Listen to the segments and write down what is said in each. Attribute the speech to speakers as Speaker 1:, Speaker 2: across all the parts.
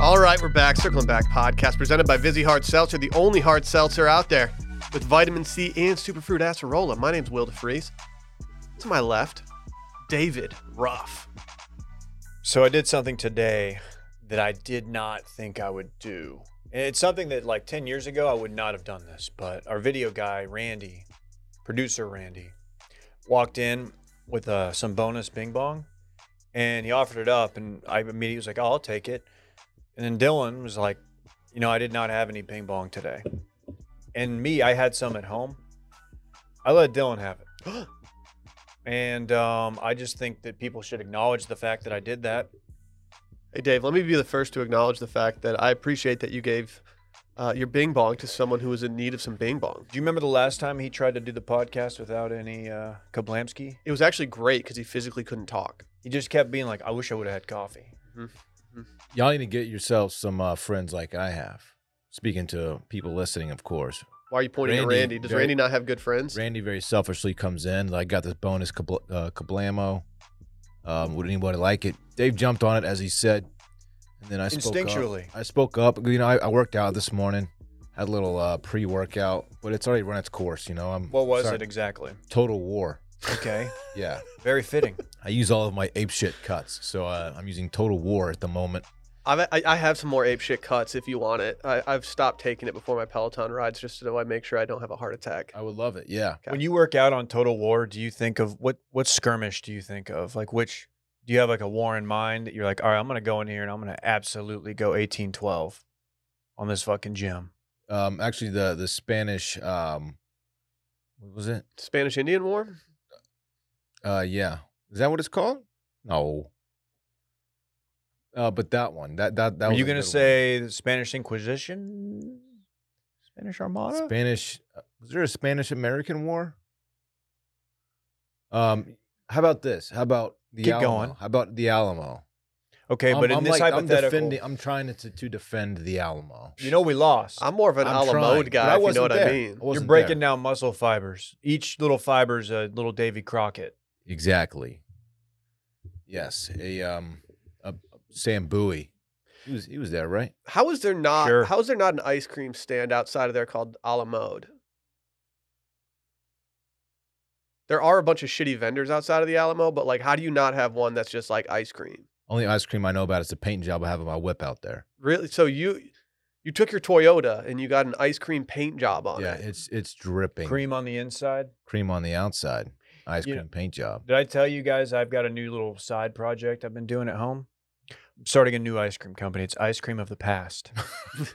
Speaker 1: right, we're back. Circling Back podcast presented by Vizzy Hard Seltzer, the only hard seltzer out there with vitamin C and superfruit acerola. My name's Will DeFries. To my left, David Ruff.
Speaker 2: So I did something today that I did not think I would do. And it's something that like 10 years ago I would not have done this, but our video guy Randy, producer Randy, walked in with uh, some bonus bing bong and he offered it up and I immediately was like, "Oh, I'll take it." And then Dylan was like, "You know, I did not have any bing bong today." And me, I had some at home. I let Dylan have it. And um, I just think that people should acknowledge the fact that I did that
Speaker 1: Hey, Dave, let me be the first to acknowledge the fact that I appreciate that you gave uh, your bing bong to someone who was in need of some bing bong.
Speaker 2: Do you remember the last time he tried to do the podcast without any uh, Kablamski?
Speaker 1: It was actually great because he physically couldn't talk.
Speaker 2: He just kept being like, "I wish I would have had coffee."
Speaker 3: Y'all need to get yourself some uh, friends like I have. Speaking to people listening, of course.
Speaker 1: Why are you pointing
Speaker 3: Randy,
Speaker 1: at Randy? Does
Speaker 3: very-
Speaker 1: Randy not have good friends?
Speaker 3: Randy very selfishly comes in. I got this bonus kabl- uh, kablamo. Um, would anybody like it? Dave jumped on it as he said, and then I spoke
Speaker 2: Instinctually.
Speaker 3: Up. I spoke up. You know, I, I worked out this morning. Had a little uh, pre-workout, but it's already run its course. You know, I'm.
Speaker 2: What was
Speaker 3: sorry,
Speaker 2: it exactly?
Speaker 3: Total War.
Speaker 2: Okay,
Speaker 3: Yeah,
Speaker 2: very fitting.
Speaker 3: I use all of my ape shit cuts, so uh, I'm using Total War at the moment.
Speaker 1: I've, I, I have some more ape shit cuts if you want it. I, I've stopped taking it before my Peloton rides just so I make sure I don't have a heart attack.
Speaker 3: I would love it. Yeah.
Speaker 2: When you work out on Total War, do you think of what what skirmish do you think of? Like which do you have like a war in mind that you're like, "All right, I'm going to go in here and I'm going to absolutely go 1812 on this fucking gym."
Speaker 3: Um, actually, the the Spanish. Um, what was it?
Speaker 1: Spanish Indian War?
Speaker 3: Uh, yeah. Is that what it's called? No. Uh, but that one, that that that
Speaker 2: Are
Speaker 3: was
Speaker 2: you
Speaker 3: a
Speaker 2: going to
Speaker 3: good one.
Speaker 2: say the Spanish Inquisition? Spanish Armada?
Speaker 3: Spanish? uh, Was there a Spanish American War? Um, how about this? How about the
Speaker 2: Keep
Speaker 3: Alamo?
Speaker 2: going.
Speaker 3: How about the Alamo?
Speaker 2: okay, but
Speaker 3: I'm,
Speaker 2: in
Speaker 3: I'm
Speaker 2: this
Speaker 3: like, I'm,
Speaker 2: hypothetical,
Speaker 3: defending, I'm trying to to defend the Alamo.
Speaker 2: you know we lost.
Speaker 1: I'm more of an
Speaker 3: I'm
Speaker 1: a la
Speaker 3: trying,
Speaker 1: mode
Speaker 3: but
Speaker 1: guy, if
Speaker 3: I
Speaker 1: you know
Speaker 3: wasn't
Speaker 1: what I
Speaker 3: there.
Speaker 1: mean.
Speaker 3: I wasn't
Speaker 2: You're breaking
Speaker 3: there.
Speaker 2: down muscle fibers. Each little fiber's a little Davy Crockett.
Speaker 3: exactly. Yes, a um, a Sam Bowie. He was he was there, right?
Speaker 1: How is there not
Speaker 2: Sure.
Speaker 1: how is there not an ice cream stand outside of there called a la mode? There are a bunch of shitty vendors outside of the Alamo, but like how do you not have one that's just like ice cream?
Speaker 3: Only ice cream I know about is the paint job I have on my whip out there.
Speaker 1: Really? So you you took your Toyota and you got an ice cream paint job on
Speaker 3: yeah,
Speaker 1: it.
Speaker 3: it's it's dripping.
Speaker 2: Cream on the inside.
Speaker 3: cream on the outside, ice
Speaker 2: You
Speaker 3: cream
Speaker 2: know-
Speaker 3: paint job.
Speaker 2: Did I tell you guys I've got a new little side project I've been doing at home? I'm starting a new ice cream company. It's ice cream of the past.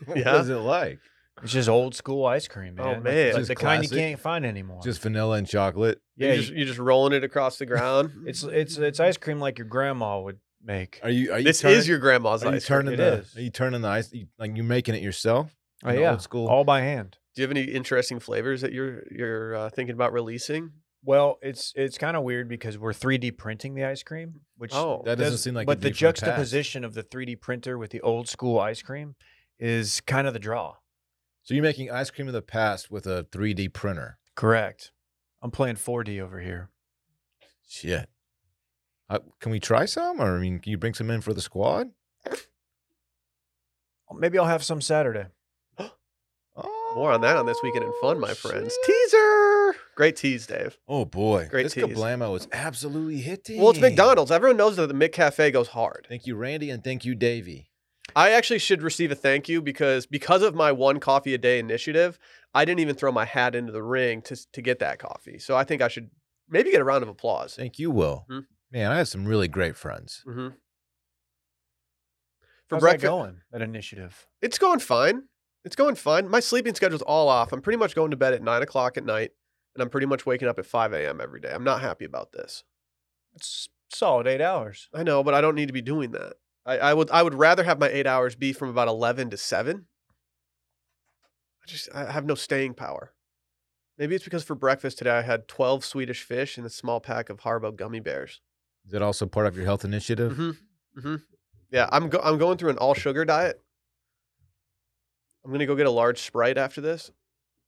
Speaker 3: what
Speaker 1: Yeah.
Speaker 3: is it like?
Speaker 2: It's just old school ice cream, man.
Speaker 1: Oh,
Speaker 2: Like-
Speaker 1: man.
Speaker 2: like
Speaker 3: Just
Speaker 2: the kind you
Speaker 3: classic.
Speaker 2: can't find anymore.
Speaker 3: Just vanilla and chocolate.
Speaker 2: yeah,
Speaker 1: you're,
Speaker 2: you-
Speaker 1: just, you're just rolling it across the ground.
Speaker 2: it's it's it's ice cream like your grandma would make.
Speaker 3: Are you? Are you
Speaker 1: this
Speaker 3: turning,
Speaker 1: is your grandma's
Speaker 3: Are you
Speaker 1: ice cream.
Speaker 3: turning
Speaker 2: It
Speaker 3: the?
Speaker 2: is.
Speaker 3: Are you turning the ice? You, like you making it yourself?
Speaker 2: Oh
Speaker 3: An
Speaker 2: yeah,
Speaker 3: old school-
Speaker 2: all by hand.
Speaker 1: Do you have any interesting flavors that you're you're uh, thinking about releasing?
Speaker 2: Well, it's it's kind of weird because we're 3D printing the ice cream, which
Speaker 1: Oh,
Speaker 3: That doesn't
Speaker 2: Does-
Speaker 3: seem like.
Speaker 2: but
Speaker 3: it'd
Speaker 2: the
Speaker 3: be from past.
Speaker 2: juxtaposition of the 3D printer with the old school ice cream is kind of the draw.
Speaker 3: So you're making ice cream of the past with a 3D printer.
Speaker 2: Correct. I'm playing 4D over here.
Speaker 3: Shit. Uh, can we try some? Or I mean, can you bring some in for the squad?
Speaker 2: Maybe I'll have some Saturday.
Speaker 3: Oh,
Speaker 1: More on that on this weekend in fun, my friends.
Speaker 3: shit.
Speaker 1: Teaser. Great tease, Dave.
Speaker 3: Oh boy,
Speaker 1: Great
Speaker 3: this
Speaker 1: tease.
Speaker 3: kablamo is absolutely hitting.
Speaker 1: Well, it's McDonald's. Everyone knows that the Mick Cafe goes hard.
Speaker 3: Thank you, Randy, and thank you, Davey.
Speaker 1: I actually should receive a thank you because because of my one coffee a day initiative, I didn't even throw my hat into the ring to to get that coffee. So I think I should maybe get a round of applause.
Speaker 3: Thank you, Will.
Speaker 1: Mhm.
Speaker 3: Man, I have some really great friends.
Speaker 1: hmm For
Speaker 2: How's
Speaker 1: breakfast,
Speaker 2: that going? That initiative.
Speaker 1: it's going fine. It's going fine. My sleeping schedule's all off. I'm pretty much going to bed at nine o'clock at night, and I'm pretty much waking up at five a.m. every day. I'm not happy about this.
Speaker 2: It's solid eight hours.
Speaker 1: I know, but I don't need to be doing that. I, I would I would rather have my eight hours be from about eleven to seven. I just I have no staying power. Maybe it's because for breakfast today I had twelve Swedish fish and a small pack of Haribo gummy bears.
Speaker 3: Is that also part of your health initiative?
Speaker 1: Mm-hmm. Mm-hmm. Yeah, I'm go- I'm going through an all sugar diet. I'm gonna go get a large Sprite after this.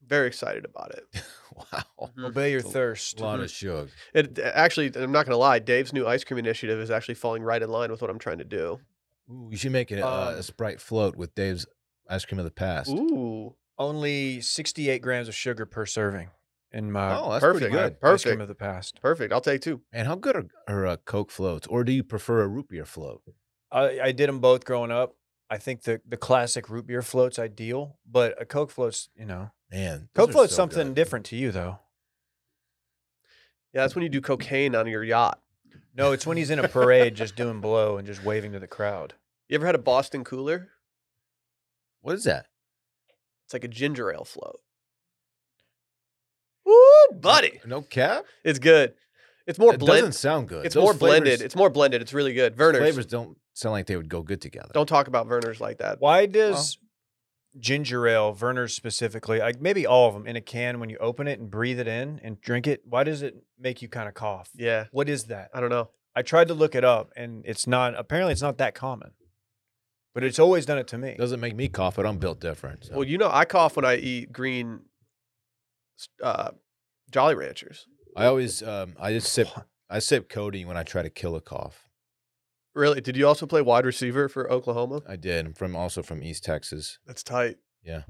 Speaker 1: Very excited about it.
Speaker 3: Wow.
Speaker 1: Mhm.
Speaker 2: Obey your
Speaker 3: Mm, It's a
Speaker 2: thirst.
Speaker 3: A lot of sugar.
Speaker 1: It actually, I'm not gonna lie. Dave's new ice cream initiative is actually falling right in line with what I'm trying to do.
Speaker 3: Ooh, you should make it uh,
Speaker 2: Um,
Speaker 3: a Sprite float with Dave's ice cream of the past.
Speaker 1: Ooh.
Speaker 2: Only 68 grams of sugar per serving in my,
Speaker 3: oh, that's
Speaker 1: perfect.
Speaker 3: pretty
Speaker 2: my
Speaker 3: good.
Speaker 1: Good.
Speaker 2: ice cream
Speaker 1: Perfect.
Speaker 2: of the past.
Speaker 1: Perfect. I'll take two.
Speaker 3: And how good are, are uh, Coke floats? Or do you prefer a root beer float?
Speaker 2: I, I did them both growing up. I think the, the classic root beer float's ideal, but a Coke float's, you know,
Speaker 3: Man, those
Speaker 2: Coke
Speaker 3: are
Speaker 2: float's
Speaker 3: so
Speaker 2: something
Speaker 3: good.
Speaker 2: different to you, though.
Speaker 1: Yeah, that's when you do cocaine on your yacht.
Speaker 2: No, it's when he's in a parade just doing blow and just waving to the crowd.
Speaker 1: You ever had a Boston cooler?
Speaker 3: What is that?
Speaker 1: It's like a ginger ale float. Woo, buddy.
Speaker 3: No cap?
Speaker 1: It's good. It's more
Speaker 3: it doesn't
Speaker 1: blended.
Speaker 3: sound good.
Speaker 1: It's
Speaker 3: Those
Speaker 1: more
Speaker 3: flavors-
Speaker 1: blended. It's more blended. It's really good. Verner's.
Speaker 3: Flavors don't sound like they would go good together.
Speaker 1: Don't talk about Verner's like that.
Speaker 2: Why does ginger ale, Verner's specifically, like maybe all of them in a can when you open it and breathe it in and drink it, why does it make you kind of cough?
Speaker 1: Yeah,
Speaker 2: What is that?
Speaker 1: I don't know.
Speaker 2: I tried to look it up and it's not, apparently, it's not that common, but it's always done it to me.
Speaker 3: Doesn't make me cough, but I'm built different. so.
Speaker 1: Well, you know, I cough when I eat green uh, Jolly Ranchers.
Speaker 3: I always, um, I just sip, I sip Cody when I try to kill a cough.
Speaker 1: Really? Did you also play wide receiver for Oklahoma?
Speaker 3: I did. I'm from also from East Texas.
Speaker 1: That's tight.
Speaker 3: Yeah.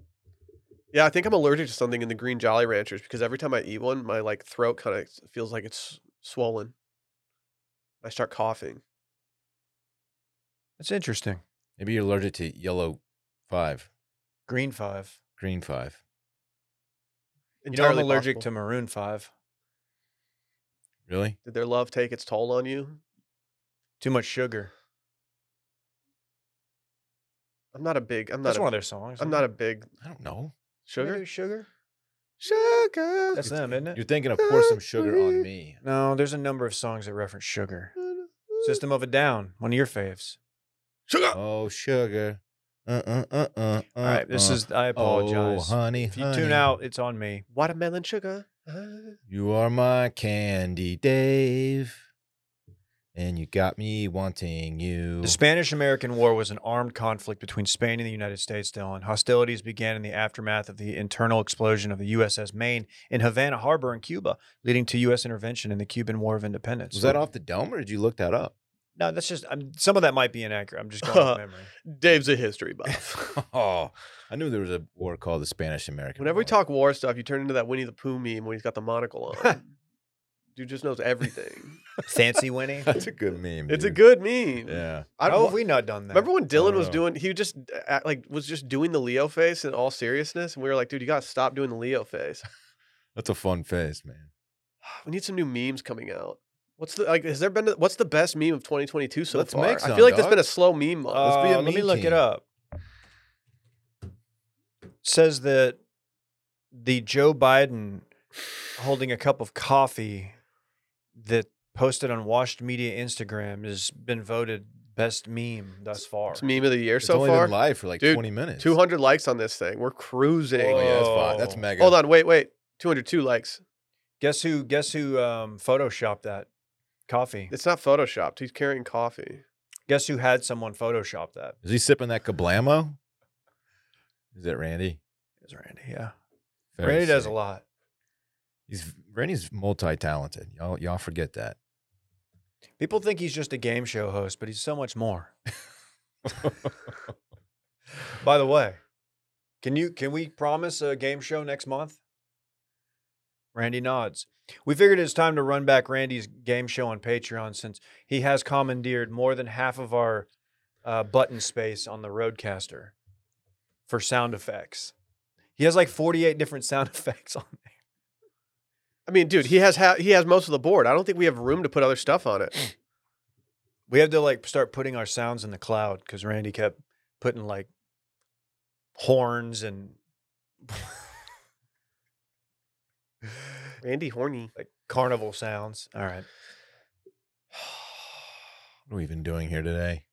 Speaker 1: Yeah, I think I'm allergic to something in the green Jolly Ranchers because every time I eat one, my like throat kind of feels like it's swollen. I start coughing.
Speaker 2: That's interesting.
Speaker 3: Maybe you're allergic to yellow five,
Speaker 2: Green five.
Speaker 3: green five.
Speaker 2: You know, I'm
Speaker 1: Entirely
Speaker 2: allergic
Speaker 1: possible.
Speaker 2: to maroon five.
Speaker 3: Really?
Speaker 1: Did their love take its toll on you?
Speaker 2: Too much sugar.
Speaker 1: I'm not a big. I'm not.
Speaker 2: That's
Speaker 1: A,
Speaker 2: one of their songs.
Speaker 1: I'm not a big
Speaker 3: I don't know.
Speaker 1: sugar.
Speaker 2: Sugar.
Speaker 1: Sugar.
Speaker 2: That's them, isn't it?
Speaker 3: You're thinking of pour some sugar on me.
Speaker 2: No, there's a number of songs that reference sugar. System of a Down, one of your faves.
Speaker 1: Sugar.
Speaker 3: Oh, sugar. Uh, uh, uh, uh, uh,
Speaker 2: All right, this
Speaker 3: uh.
Speaker 2: is. I apologize.
Speaker 3: Oh, honey,
Speaker 2: if you tune
Speaker 3: honey,
Speaker 2: out, it's on me.
Speaker 1: Watermelon sugar. Uh,
Speaker 3: you are my candy, Dave, and you got me wanting you.
Speaker 2: The Spanish American War was an armed conflict between Spain and the United States, Dylan. Hostilities began in the aftermath of the internal explosion of the USS Maine in Havana Harbor in Cuba, leading to U.S. intervention in the Cuban War of Independence.
Speaker 3: was that off the dome, or did you look that up?
Speaker 2: No, that's just. I'm, some of that might be inaccurate. I'm just going off memory.
Speaker 1: Dave's a history buff.
Speaker 3: oh, I knew there was a war called the Spanish American.
Speaker 1: Whenever we
Speaker 3: War.
Speaker 1: talk war stuff, you turn into that Winnie the Pooh meme when he's got the monocle on. Dude just knows everything.
Speaker 2: Fancy Winnie.
Speaker 3: that's a good meme.
Speaker 1: it's a
Speaker 3: dude.
Speaker 1: good meme.
Speaker 3: Yeah. Oh.
Speaker 1: I
Speaker 2: How
Speaker 1: don't
Speaker 2: have we not done that?
Speaker 1: remember when Dylan was
Speaker 3: know.
Speaker 1: doing. He just uh, act- like was just doing the Leo face in all seriousness, and we were like, "Dude, you gotta stop doing the Leo face."
Speaker 3: That's a fun face, man.
Speaker 1: We need some new memes coming out. What's the like? Has there been? What's the best meme of 2022 so
Speaker 3: Let's
Speaker 1: far?
Speaker 3: make
Speaker 1: I
Speaker 3: some,
Speaker 1: feel like there's
Speaker 3: dog.
Speaker 1: been a slow meme month.
Speaker 3: Let's be a
Speaker 2: Uh, let me
Speaker 3: meme
Speaker 2: look it
Speaker 3: team.
Speaker 2: up. Says that the Joe Biden holding a cup of coffee that posted on Washed Media Instagram has been voted best meme thus far.
Speaker 1: It's meme of the year
Speaker 3: It's
Speaker 1: so
Speaker 3: only
Speaker 1: far.
Speaker 3: been live for like
Speaker 1: Dude,
Speaker 3: 20 minutes.
Speaker 1: 200 likes on this thing. We're cruising.
Speaker 3: Oh, yeah, that's fine.
Speaker 2: Whoa.
Speaker 3: That's mega.
Speaker 1: Hold on, wait, wait. 202 likes.
Speaker 2: Guess who? Guess who? Um, photoshopped that coffee.
Speaker 1: It's not photoshopped. He's carrying coffee.
Speaker 2: Guess who had someone Photoshop that?
Speaker 3: Is he sipping that Cablamo? Is that Randy?
Speaker 2: It's Randy. Yeah,
Speaker 3: Very
Speaker 2: Randy does a
Speaker 3: sick.
Speaker 2: lot.
Speaker 3: He's Randy's multi-talented. Y'all, y'all forget that.
Speaker 2: People think he's just a game show host, but he's so much more. By the way, can you can we promise a game show next month? Randy nods. We figured it's time to run back Randy's game show on Patreon since he has commandeered more than half of our uh, button space on the Roadcaster for sound effects. He has like 48 different sound effects on there.
Speaker 1: I mean, dude, he has ha- he has most of the board. I don't think we have room to put other stuff on it.
Speaker 2: We have to like start putting our sounds in the cloud because Randy kept putting like horns and
Speaker 1: Randy Horny.
Speaker 2: like carnival sounds. All right.
Speaker 3: What are we even doing here today?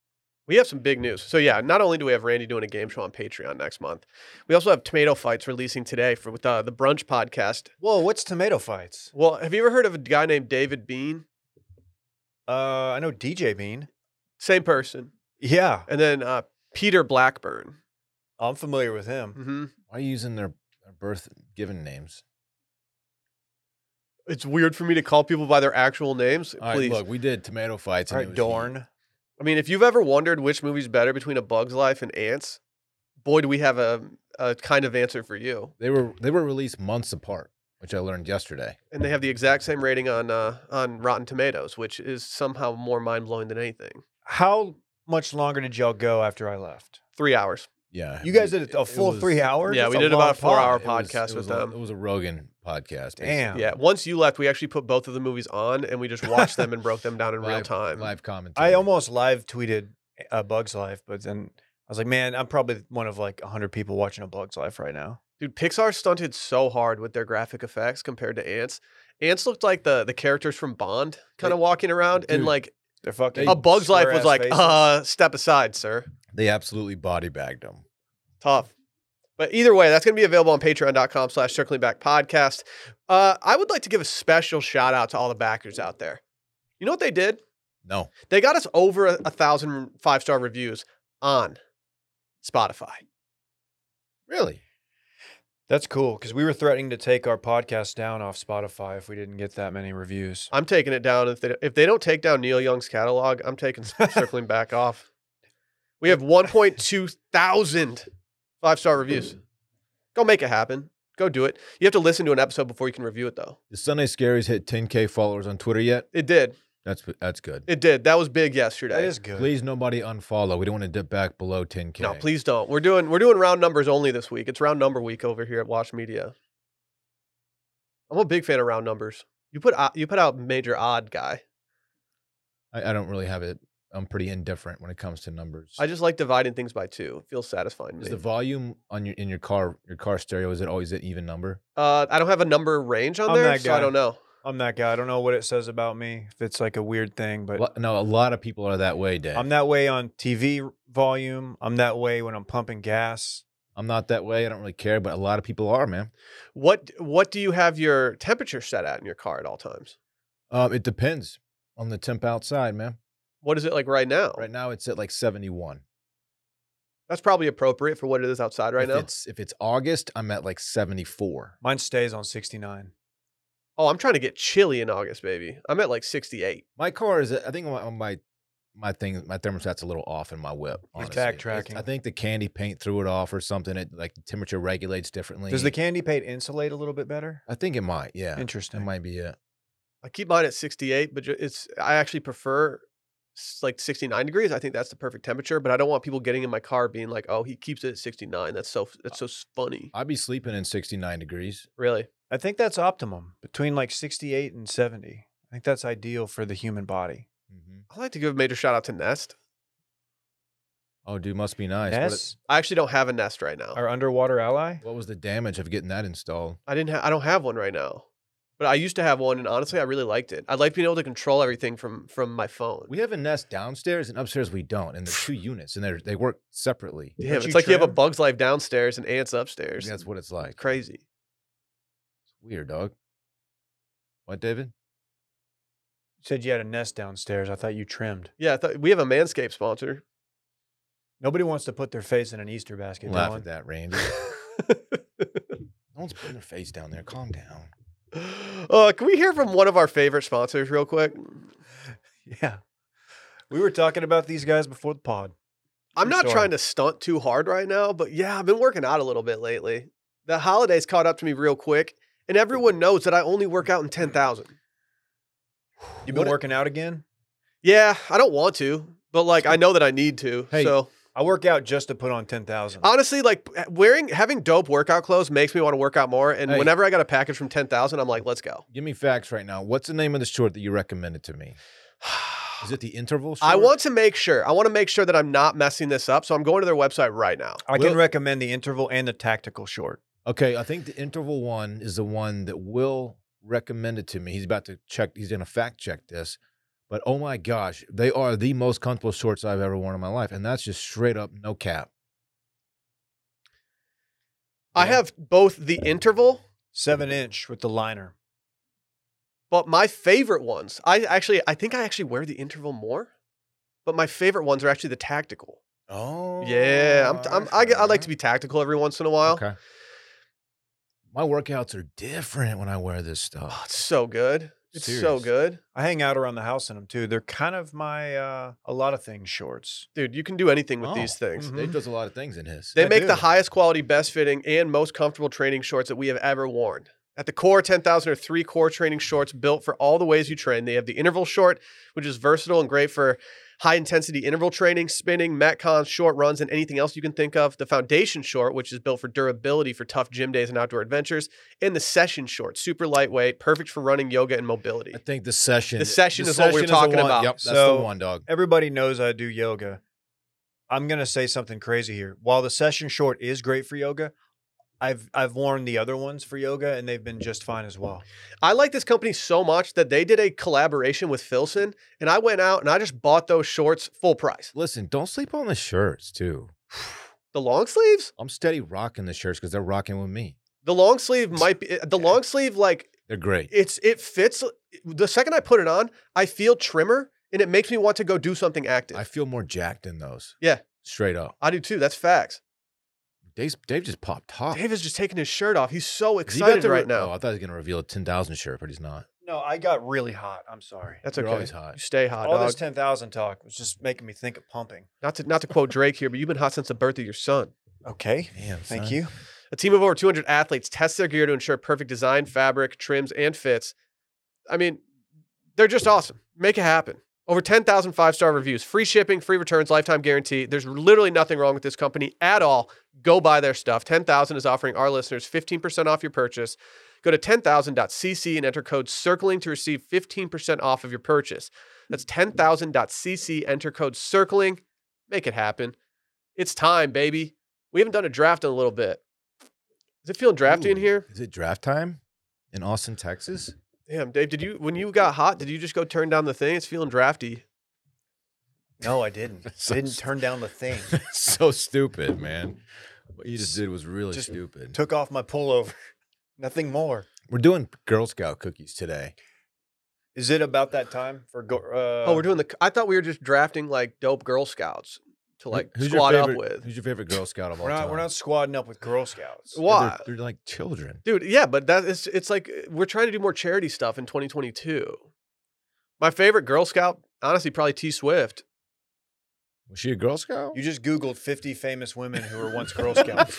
Speaker 1: We have some big news. So yeah, not only do we have Randy doing a game show on Patreon next month, we also have Tomato Fights releasing today for with uh, the Brunch podcast.
Speaker 2: Whoa, what's tomato fights?
Speaker 1: Well, have you ever heard of a guy named David Bean?
Speaker 2: Uh, I know DJ Bean.
Speaker 1: Same person.
Speaker 2: Yeah,
Speaker 1: And then uh, Peter Blackburn.
Speaker 2: I'm familiar with him.
Speaker 1: hmm
Speaker 3: Why are you using their, their birth given names?
Speaker 1: It's weird for me to call people by their actual names.
Speaker 3: All right,
Speaker 1: Please.
Speaker 3: look, we did tomato fights.
Speaker 2: All
Speaker 3: and
Speaker 2: right,
Speaker 3: it was you.
Speaker 2: Dorn.
Speaker 1: I mean, if you've ever wondered which movie's better between A Bug's Life and Ants, boy, do we have a, a kind of answer for you.
Speaker 3: They were they were released months apart, which I learned yesterday.
Speaker 1: And they have the exact same rating on uh, on Rotten Tomatoes, which is somehow more mind blowing than anything.
Speaker 2: How much longer did y'all go after I left?
Speaker 1: Three hours.
Speaker 3: Yeah,
Speaker 2: You guys did a, a full three hours.
Speaker 1: Yeah,
Speaker 2: That's
Speaker 1: we did
Speaker 2: long
Speaker 1: about a four-hour
Speaker 2: pod.
Speaker 3: It was-
Speaker 1: podcast
Speaker 3: it
Speaker 1: with
Speaker 3: was a-
Speaker 1: them.
Speaker 3: It was a Rogan podcast. basically.
Speaker 2: Damn.
Speaker 1: Yeah. Once you left, we actually put both of the movies on and we just watched them and broke them down in real
Speaker 3: Live-
Speaker 1: time.
Speaker 3: live commentary.
Speaker 2: I almost live tweeted a Bug's Life, but then I was like, man, I'm probably one of like 100 people watching a Bug's Life right now.
Speaker 1: Dude, Pixar stunted so hard with their graphic effects compared to Ants. Ants looked like the the characters from Bond kind
Speaker 2: They-
Speaker 1: of walking around and
Speaker 3: Dude,
Speaker 1: like
Speaker 2: They're fucking.
Speaker 1: a Bug's Life was
Speaker 2: square-ass
Speaker 1: like,
Speaker 2: faces.
Speaker 1: uh, step aside, sir.
Speaker 3: they absolutely body bagged them.
Speaker 1: Tough. But either way, that's going to be available on patreon.com slash circling back podcast. Uh, I would like to give a special shout out to all the backers out there. You know what they did?
Speaker 3: No,
Speaker 1: They got us over a, a thousand five star reviews on Spotify.
Speaker 3: really.
Speaker 2: That's cool because we were threatening to take our podcast down off Spotify if we didn't get that many reviews.
Speaker 1: I'm taking it down. If they, if they don't take down Neil Young's catalog, I'm taking circling back off. We have 1.2 thousand five star reviews. Go make it happen. Go do it. You have to listen to an episode before you can review it, though.
Speaker 3: Did Sunday Scaries hit 10k followers on Twitter yet?
Speaker 1: It did.
Speaker 3: That's that's good.
Speaker 1: It did. That was big yesterday.
Speaker 2: That is good.
Speaker 3: Please nobody unfollow. We don't want to dip back below 10k.
Speaker 1: No, please don't. We're doing we're doing round numbers only this week. It's round number week over here at Watch Media. I'm a big fan of round numbers. You put o- you put out major odd guy.
Speaker 3: I, I don't really have it. I'm pretty indifferent when it comes to numbers.
Speaker 1: I just like dividing things by two. It feels satisfying.
Speaker 3: is
Speaker 1: to
Speaker 3: the
Speaker 1: me.
Speaker 3: volume on your in your car your car stereo is it always an even number?
Speaker 1: Uh, I don't have a number range on
Speaker 2: I'm
Speaker 1: there,
Speaker 2: that
Speaker 1: so I
Speaker 2: guy.
Speaker 1: don't know.
Speaker 2: I'm that guy. I don't know what it says about me if it's like a weird thing, but
Speaker 3: Lo- no, a lot of people are that way, Dave.
Speaker 2: I'm that way on TV volume. I'm that way when I'm pumping gas.
Speaker 3: I'm not that way. I don't really care, but a lot of people are, man.
Speaker 1: What what do you have your temperature set at in your car at all times?
Speaker 3: Um, it depends on the temp outside, man.
Speaker 1: What is it like right now?
Speaker 3: Right now it's at like 71.
Speaker 1: That's probably appropriate for what it is outside right
Speaker 3: if
Speaker 1: now.
Speaker 3: It's, if it's August, I'm at like 74.
Speaker 2: Mine stays on 69.
Speaker 1: Oh, I'm trying to get chilly in August, baby. I'm at like 68.
Speaker 3: My car is. I think my my, my thing. My thermostat's a little off in my whip.
Speaker 2: You're
Speaker 3: honestly. It's-
Speaker 2: backtracking.
Speaker 3: I think the candy paint threw it off or something. It like the temperature regulates differently.
Speaker 2: Does the candy paint insulate a little bit better?
Speaker 3: I think it might. Yeah, that
Speaker 2: Interesting.
Speaker 3: might be it.
Speaker 1: I keep mine at 68, but ju- it's I actually prefer s- like 69 degrees. I think that's the perfect temperature, but I don't want people getting in my car being like, "Oh, he keeps it at 69." That's so that's so s- funny.
Speaker 3: I'd be sleeping in 69 degrees.
Speaker 1: Really.
Speaker 2: I think that's optimum between like 68 and 70. I think that's ideal for the human body.
Speaker 3: Mm-hmm.
Speaker 1: I'd like to give a major shout out to Nest.
Speaker 3: Oh, dude, must be nice. What- uh
Speaker 2: Ness,
Speaker 1: I actually don't have a Nest right now.
Speaker 2: our underwater ally.
Speaker 3: What, was the damage of getting that installed?
Speaker 1: I didn't. Ha- I don't have one right now, but I used to have one, and honestly, I really liked it. I like being able to control everything from from my phone.
Speaker 3: We have a nest downstairs and upstairs we don't, and they're two units, and they are they work separately.
Speaker 1: Damn,
Speaker 2: Don't
Speaker 1: it's
Speaker 2: you
Speaker 1: like you have a
Speaker 2: trim?
Speaker 1: Bugs Life downstairs and ants upstairs.
Speaker 3: That's what it's
Speaker 1: It's
Speaker 3: like.
Speaker 1: crazy.
Speaker 3: It's weird, dog. What, David?
Speaker 2: You said you had a nest downstairs. I thought you trimmed.
Speaker 1: Yeah, I thought, we have a Manscaped sponsor.
Speaker 2: Nobody wants to put their face in an Easter basket.
Speaker 3: Laugh
Speaker 2: Dylan.
Speaker 3: at that, Randy. no one's putting their face down there. Calm down.
Speaker 1: Uh, can we hear from one of our favorite sponsors real quick?
Speaker 2: Yeah. We were talking about these guys before the pod.
Speaker 1: I'm
Speaker 2: True
Speaker 1: not
Speaker 2: story.
Speaker 1: trying to stunt too hard right now, but yeah, I've been working out a little bit lately. The holidays caught up to me real quick, and everyone knows that I only work out in 10,000.
Speaker 2: You've
Speaker 1: What
Speaker 2: been
Speaker 1: a-
Speaker 2: working out again?
Speaker 1: Yeah, I don't want to, but like I know that I need to.
Speaker 3: Hey,
Speaker 1: so
Speaker 2: I work out just to put on 10,000.
Speaker 1: honestly, like eh, wearing having dope workout clothes makes me want to work out more. And
Speaker 3: Hey.
Speaker 1: whenever I got a package from ten thousand, I'm like, let's go.
Speaker 3: Give me facts right now. What's the name of the short that you recommended to me? Is it the interval? Short?
Speaker 1: I want to make sure. I want to make sure that I'm not messing this up. So I'm going to their website right now.
Speaker 2: I can
Speaker 3: Will-
Speaker 2: recommend the interval and the tactical short.
Speaker 3: Okay, I think the interval one is the one that Will recommended to me. He's about to check. He's gonna fact check this. But oh my gosh, they are the most comfortable shorts I've ever worn in my life, and that's just straight up no cap.
Speaker 1: I
Speaker 3: Yeah.
Speaker 1: have both the interval,
Speaker 2: Seven inch with the liner.
Speaker 1: but my favorite ones. I actually, I think I actually wear the interval more, but my favorite ones are actually the tactical.
Speaker 3: Oh
Speaker 1: yeah, I'm, t- I'm I, get- I like to be tactical every once in a while.
Speaker 3: Okay. My workouts are different when I wear this
Speaker 1: Oh,
Speaker 3: stuff.
Speaker 1: it's so good. It's so
Speaker 3: Serious.
Speaker 1: good.
Speaker 2: I hang out around the house in them too. They're kind of my uh, a lot of things shorts.
Speaker 1: Dude, you can do anything with these
Speaker 3: Oh.
Speaker 1: things.
Speaker 2: Mhm.
Speaker 3: Dave does a lot of things in his.
Speaker 1: mm. They
Speaker 2: I
Speaker 1: make the
Speaker 2: do.
Speaker 1: highest quality, best fitting, and most comfortable training shorts that we have ever worn. At the core, 10,000 are three core training shorts built for all the ways you train. They have the interval short, which is versatile and great for high intensity interval training, spinning, metcons, short runs, and anything else you can think of. The foundation short, which is built for durability for tough gym days and outdoor adventures. And the session short, super lightweight, perfect for running, yoga, and mobility.
Speaker 3: I think the session.
Speaker 1: The session is what we're
Speaker 3: the
Speaker 1: talking
Speaker 3: one-
Speaker 1: about.
Speaker 3: Yep, that's
Speaker 2: So-
Speaker 3: the one, dog.
Speaker 2: Everybody knows I do yoga. I'm gonna say something crazy here. While the session short is great for yoga, I've I've worn the other ones for yoga and they've been just fine as well.
Speaker 1: I like this company so much that they did a collaboration with Filson, and I went out and I just bought those shorts full price.
Speaker 3: Listen, don't sleep on the shirts too.
Speaker 1: The long sleeves?
Speaker 3: I'm steady rocking the shirts because they're rocking with me.
Speaker 1: The long sleeve might be the long sleeve. Like
Speaker 3: They're great.
Speaker 1: it's it fits. The second I put it on, I feel trimmer, and it makes me want to go do something active.
Speaker 3: I
Speaker 1: I,
Speaker 3: feel more jacked in those.
Speaker 1: Yeah.
Speaker 3: Straight up.
Speaker 1: do too. That's facts.
Speaker 3: Dave's, Dave just popped top.
Speaker 1: Dave is just taking his shirt off. He's so
Speaker 3: Is he about
Speaker 1: excited
Speaker 3: to re-
Speaker 1: right now.
Speaker 3: Oh, I thought he was going to reveal a 10,000 shirt, but he's not.
Speaker 2: No, I got really hot. I'm sorry.
Speaker 1: That's
Speaker 3: You're
Speaker 1: okay.
Speaker 3: always hot.
Speaker 1: You stay hot,
Speaker 2: All
Speaker 1: dog.
Speaker 2: this ten thousand talk was just making me think of pumping.
Speaker 1: not to not to quote Drake here, but you've been hot since the birth of your son.
Speaker 2: Okay.
Speaker 3: Damn,
Speaker 2: Thank
Speaker 3: son.
Speaker 2: you.
Speaker 1: A team of over 200 athletes tests their gear to ensure perfect design, fabric, trims, and fits. I mean, they're just awesome. Make it happen. Over 10,000 five star reviews, free shipping, free returns, lifetime guarantee. There's literally nothing wrong with this company at all. Go buy their stuff. 10,000 is offering our listeners 15% off your purchase. Go to 10,000.cc and enter code CIRCLING to receive 15% off of your purchase. That's 10,000.cc, enter code CIRCLING. Make it happen. It's time, baby. We haven't done a draft in a little bit. Is it feeling drafty in
Speaker 3: Ooh,
Speaker 1: here?
Speaker 3: Is it draft time in Austin, Texas?
Speaker 1: Damn, Dave, did you when you got hot, did you just go turn down the thing? It's feeling drafty.
Speaker 2: No, I didn't.
Speaker 3: So
Speaker 2: didn't
Speaker 3: st-
Speaker 2: turn down the thing.
Speaker 3: so stupid, man. What you just did was really
Speaker 2: Just
Speaker 3: stupid.
Speaker 2: Took off my pullover. Nothing more.
Speaker 3: We're doing Girl Scout cookies today.
Speaker 2: Is it about that time for go? Uh,
Speaker 1: oh, we're doing the I thought we were just drafting like dope Girl Scouts to like
Speaker 3: Who- who's your
Speaker 1: squad up
Speaker 3: favorite-
Speaker 1: with.
Speaker 3: Who's your favorite Girl Scout of all
Speaker 2: We're not.
Speaker 3: time?
Speaker 2: We're not squadding up with Girl Scouts.
Speaker 1: Wha-
Speaker 3: Yeah, they're-
Speaker 1: Why?
Speaker 3: They're, like children.
Speaker 1: Dude, yeah, but that is it's like uh, we're trying to do more charity stuff in 2022. My favorite Girl Scout, honestly, probably T Swift.
Speaker 3: Was she a Girl Scout?
Speaker 2: You just Googled 50 famous women who were once Girl Scouts.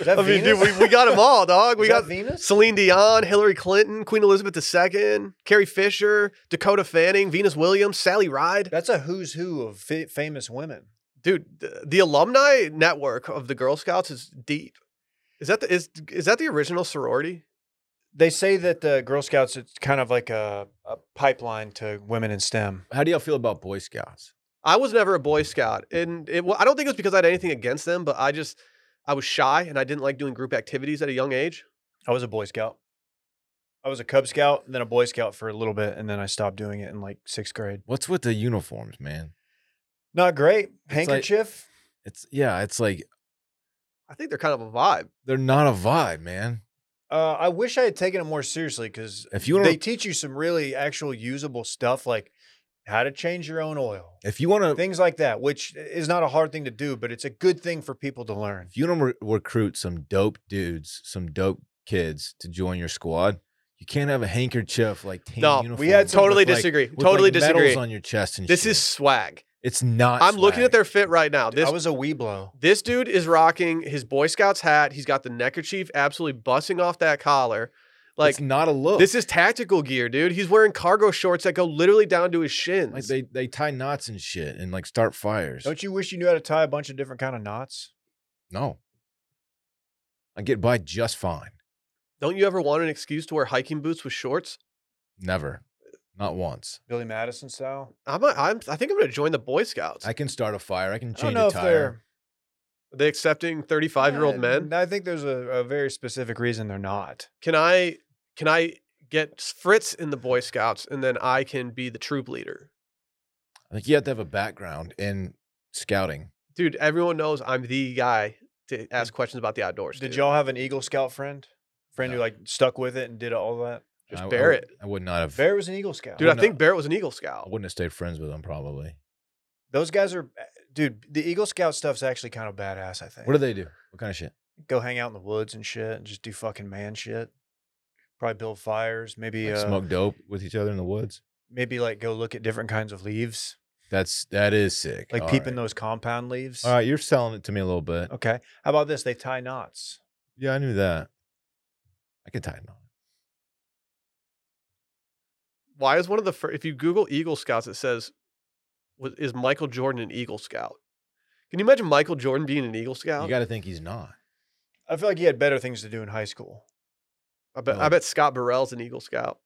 Speaker 2: Is that
Speaker 1: I mean, dude,
Speaker 2: Venus?
Speaker 1: we, we got them all, dog. We
Speaker 2: Is that
Speaker 1: got
Speaker 2: Venus.
Speaker 1: Celine Dion, Hillary Clinton, Queen Elizabeth II, Carrie Fisher, Dakota Fanning, Venus Williams, Sally Ride.
Speaker 2: That's a who's who of fa- famous women.
Speaker 1: dude th- the alumni network of the girl scouts is deep is that the is, is that the original sorority
Speaker 2: They say that the Girl Scouts it's kind of like a, a pipeline to women in STEM.
Speaker 3: How do y'all feel about Boy Scouts?
Speaker 1: i was never a boy scout and it, wa- i don't think it was because i had anything against them but i just i was shy and i didn't like doing group activities at a young age
Speaker 2: I was a Boy Scout. I was a Cub Scout, and then a Boy Scout for a little bit, and then I stopped doing it in like sixth grade.
Speaker 3: What's with the uniforms, man?
Speaker 2: Not great.
Speaker 3: like-
Speaker 2: Handkerchief.
Speaker 3: It's yeah, it's like
Speaker 1: i think they're kind of a vibe
Speaker 3: they're not a vibe, man.
Speaker 2: uh, I wish I had taken it more seriously because
Speaker 3: If you wanna-
Speaker 2: they teach you some really actual usable stuff like how to change your own oil,
Speaker 3: If you want to,
Speaker 2: things like that, which is not a hard thing to do, but it's a good thing for people to learn.
Speaker 3: if you want to re- recruit some dope dudes, some dope kids to join your squad, you can't have a handkerchief like tan
Speaker 1: No, we
Speaker 3: uniform.
Speaker 2: we had some
Speaker 1: totally
Speaker 3: with, like-
Speaker 1: disagree
Speaker 3: with, like,
Speaker 1: totally
Speaker 3: medals
Speaker 1: disagree
Speaker 3: on your chest and
Speaker 1: this
Speaker 3: shit.
Speaker 1: is swag
Speaker 3: it's not.
Speaker 1: i'm looking at
Speaker 3: swag.
Speaker 1: their fit right now this
Speaker 2: I was a weeblo.
Speaker 1: this dude is rocking his boy scouts hat he's got the neckerchief absolutely busting off that collar like
Speaker 3: it's not a look.
Speaker 1: this is tactical gear dude he's wearing cargo shorts that go literally down to his shins
Speaker 3: Like they they tie knots and shit and like start fires.
Speaker 2: Don't you wish you knew how to tie a bunch of different kind of knots?
Speaker 3: no. I get by just fine.
Speaker 1: Don't you ever want an excuse to wear hiking boots with shorts?
Speaker 3: Never. Not once.
Speaker 2: Billy Madison style.
Speaker 1: I'm, a, I'm I think I'm going to join the Boy Scouts.
Speaker 3: I can start a fire. I can
Speaker 2: I don't
Speaker 3: change
Speaker 2: know
Speaker 3: a
Speaker 2: if
Speaker 3: tire.
Speaker 2: they're
Speaker 1: Are they accepting 35 year old
Speaker 2: Yeah,
Speaker 1: men?
Speaker 2: I think there's a, a very specific reason they're not.
Speaker 1: Can I can I get Fritz in the Boy Scouts and then I can be the troop leader?
Speaker 3: Like you have to have a background in scouting.
Speaker 1: Dude, everyone knows I'm the guy to ask questions about the outdoors.
Speaker 2: Did
Speaker 1: dude.
Speaker 2: y'all have an Eagle Scout friend? Friend who
Speaker 3: No.
Speaker 2: like stuck with it and did all that?
Speaker 1: Just
Speaker 3: I- I
Speaker 1: bear
Speaker 3: would-
Speaker 1: it.
Speaker 3: I would not have.
Speaker 2: Bear was an Eagle Scout.
Speaker 1: Dude, I
Speaker 3: no.
Speaker 1: think Barrett was an Eagle
Speaker 3: I
Speaker 1: Scout.
Speaker 3: wouldn't have stayed friends with them probably.
Speaker 2: Those guys are, eh, dude. The Eagle Scout stuff's actually kind of badass. I think.
Speaker 3: What do they do? What kind of shit?
Speaker 2: Go hang out in the woods and shit, and just do fucking man shit. Probably build fires. Maybe
Speaker 3: Like
Speaker 2: uh,
Speaker 3: smoke dope with each other in the woods.
Speaker 2: Maybe like go look at different kinds of leaves,
Speaker 3: That's that is sick.
Speaker 2: like
Speaker 3: All
Speaker 2: peeping
Speaker 3: right.
Speaker 2: those Oh. compound leaves.
Speaker 3: All right, you're selling it to me a little bit.
Speaker 2: Okay. How about this? They tie knots.
Speaker 3: Yeah, I knew that. I could tie it on.
Speaker 1: Why is one of the first, if you Google Eagle Scouts, it says, "Was- is Michael Jordan an Eagle Scout? Can you imagine Michael Jordan being an Eagle Scout?
Speaker 3: You got to think he's not.
Speaker 2: I feel like he had better things to do in high school.
Speaker 1: I, bet, I
Speaker 3: No.
Speaker 1: bet Scott Burrell's an Eagle Scout.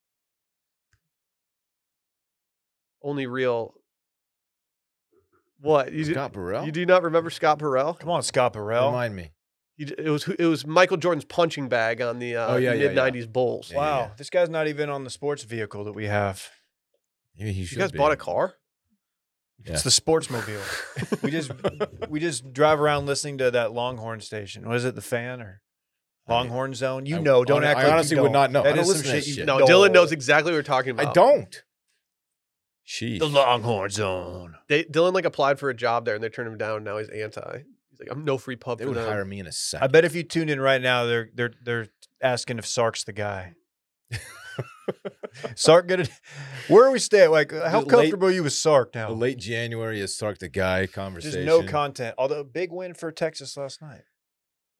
Speaker 1: Only real. What? You,
Speaker 3: Scott Burrell.
Speaker 1: you do not remember Scott Burrell?
Speaker 2: Come on, Scott Burrell.
Speaker 3: Remind me.
Speaker 1: He d- it was who- it was Michael Jordan's punching bag on the uh,
Speaker 3: Oh, yeah, yeah, yeah.
Speaker 1: mid '90s Bulls.
Speaker 3: Yeah.
Speaker 2: wow, this guy's not even on the sports vehicle that we have.
Speaker 3: Maybe he
Speaker 1: You
Speaker 3: should
Speaker 1: guys
Speaker 3: be.
Speaker 1: bought a car?
Speaker 2: It's the sportsmobile. we just we just drive around listening to that Longhorn station. What is it, the fan or
Speaker 3: I mean,
Speaker 2: Longhorn Zone? You
Speaker 3: I-
Speaker 2: know, don't
Speaker 3: hon-
Speaker 2: act.
Speaker 3: I
Speaker 2: like you
Speaker 3: honestly would
Speaker 2: don't.
Speaker 3: not know.
Speaker 2: That
Speaker 3: I don't
Speaker 2: is some
Speaker 3: listen to that
Speaker 2: shit you
Speaker 3: shit.
Speaker 1: No,
Speaker 2: know.
Speaker 1: Dylan knows exactly what we're talking about.
Speaker 3: I don't. Sheesh.
Speaker 2: The Longhorn Zone.
Speaker 1: They, Dylan like applied for a job there and they turned him down. And now he's anti. He's like, I'm no free pub
Speaker 3: They
Speaker 1: for
Speaker 3: would
Speaker 1: them.
Speaker 3: hire me in a second.
Speaker 2: I bet if you tuned in right now, they're they're they're asking if Sark's the guy. Sark, good. Where are we staying? Like, uh, how
Speaker 3: The late-
Speaker 2: comfortable are you with Sark now?
Speaker 3: The late January is Sark the guy
Speaker 2: Just
Speaker 3: conversation.
Speaker 2: no content. Although big win for Texas last night.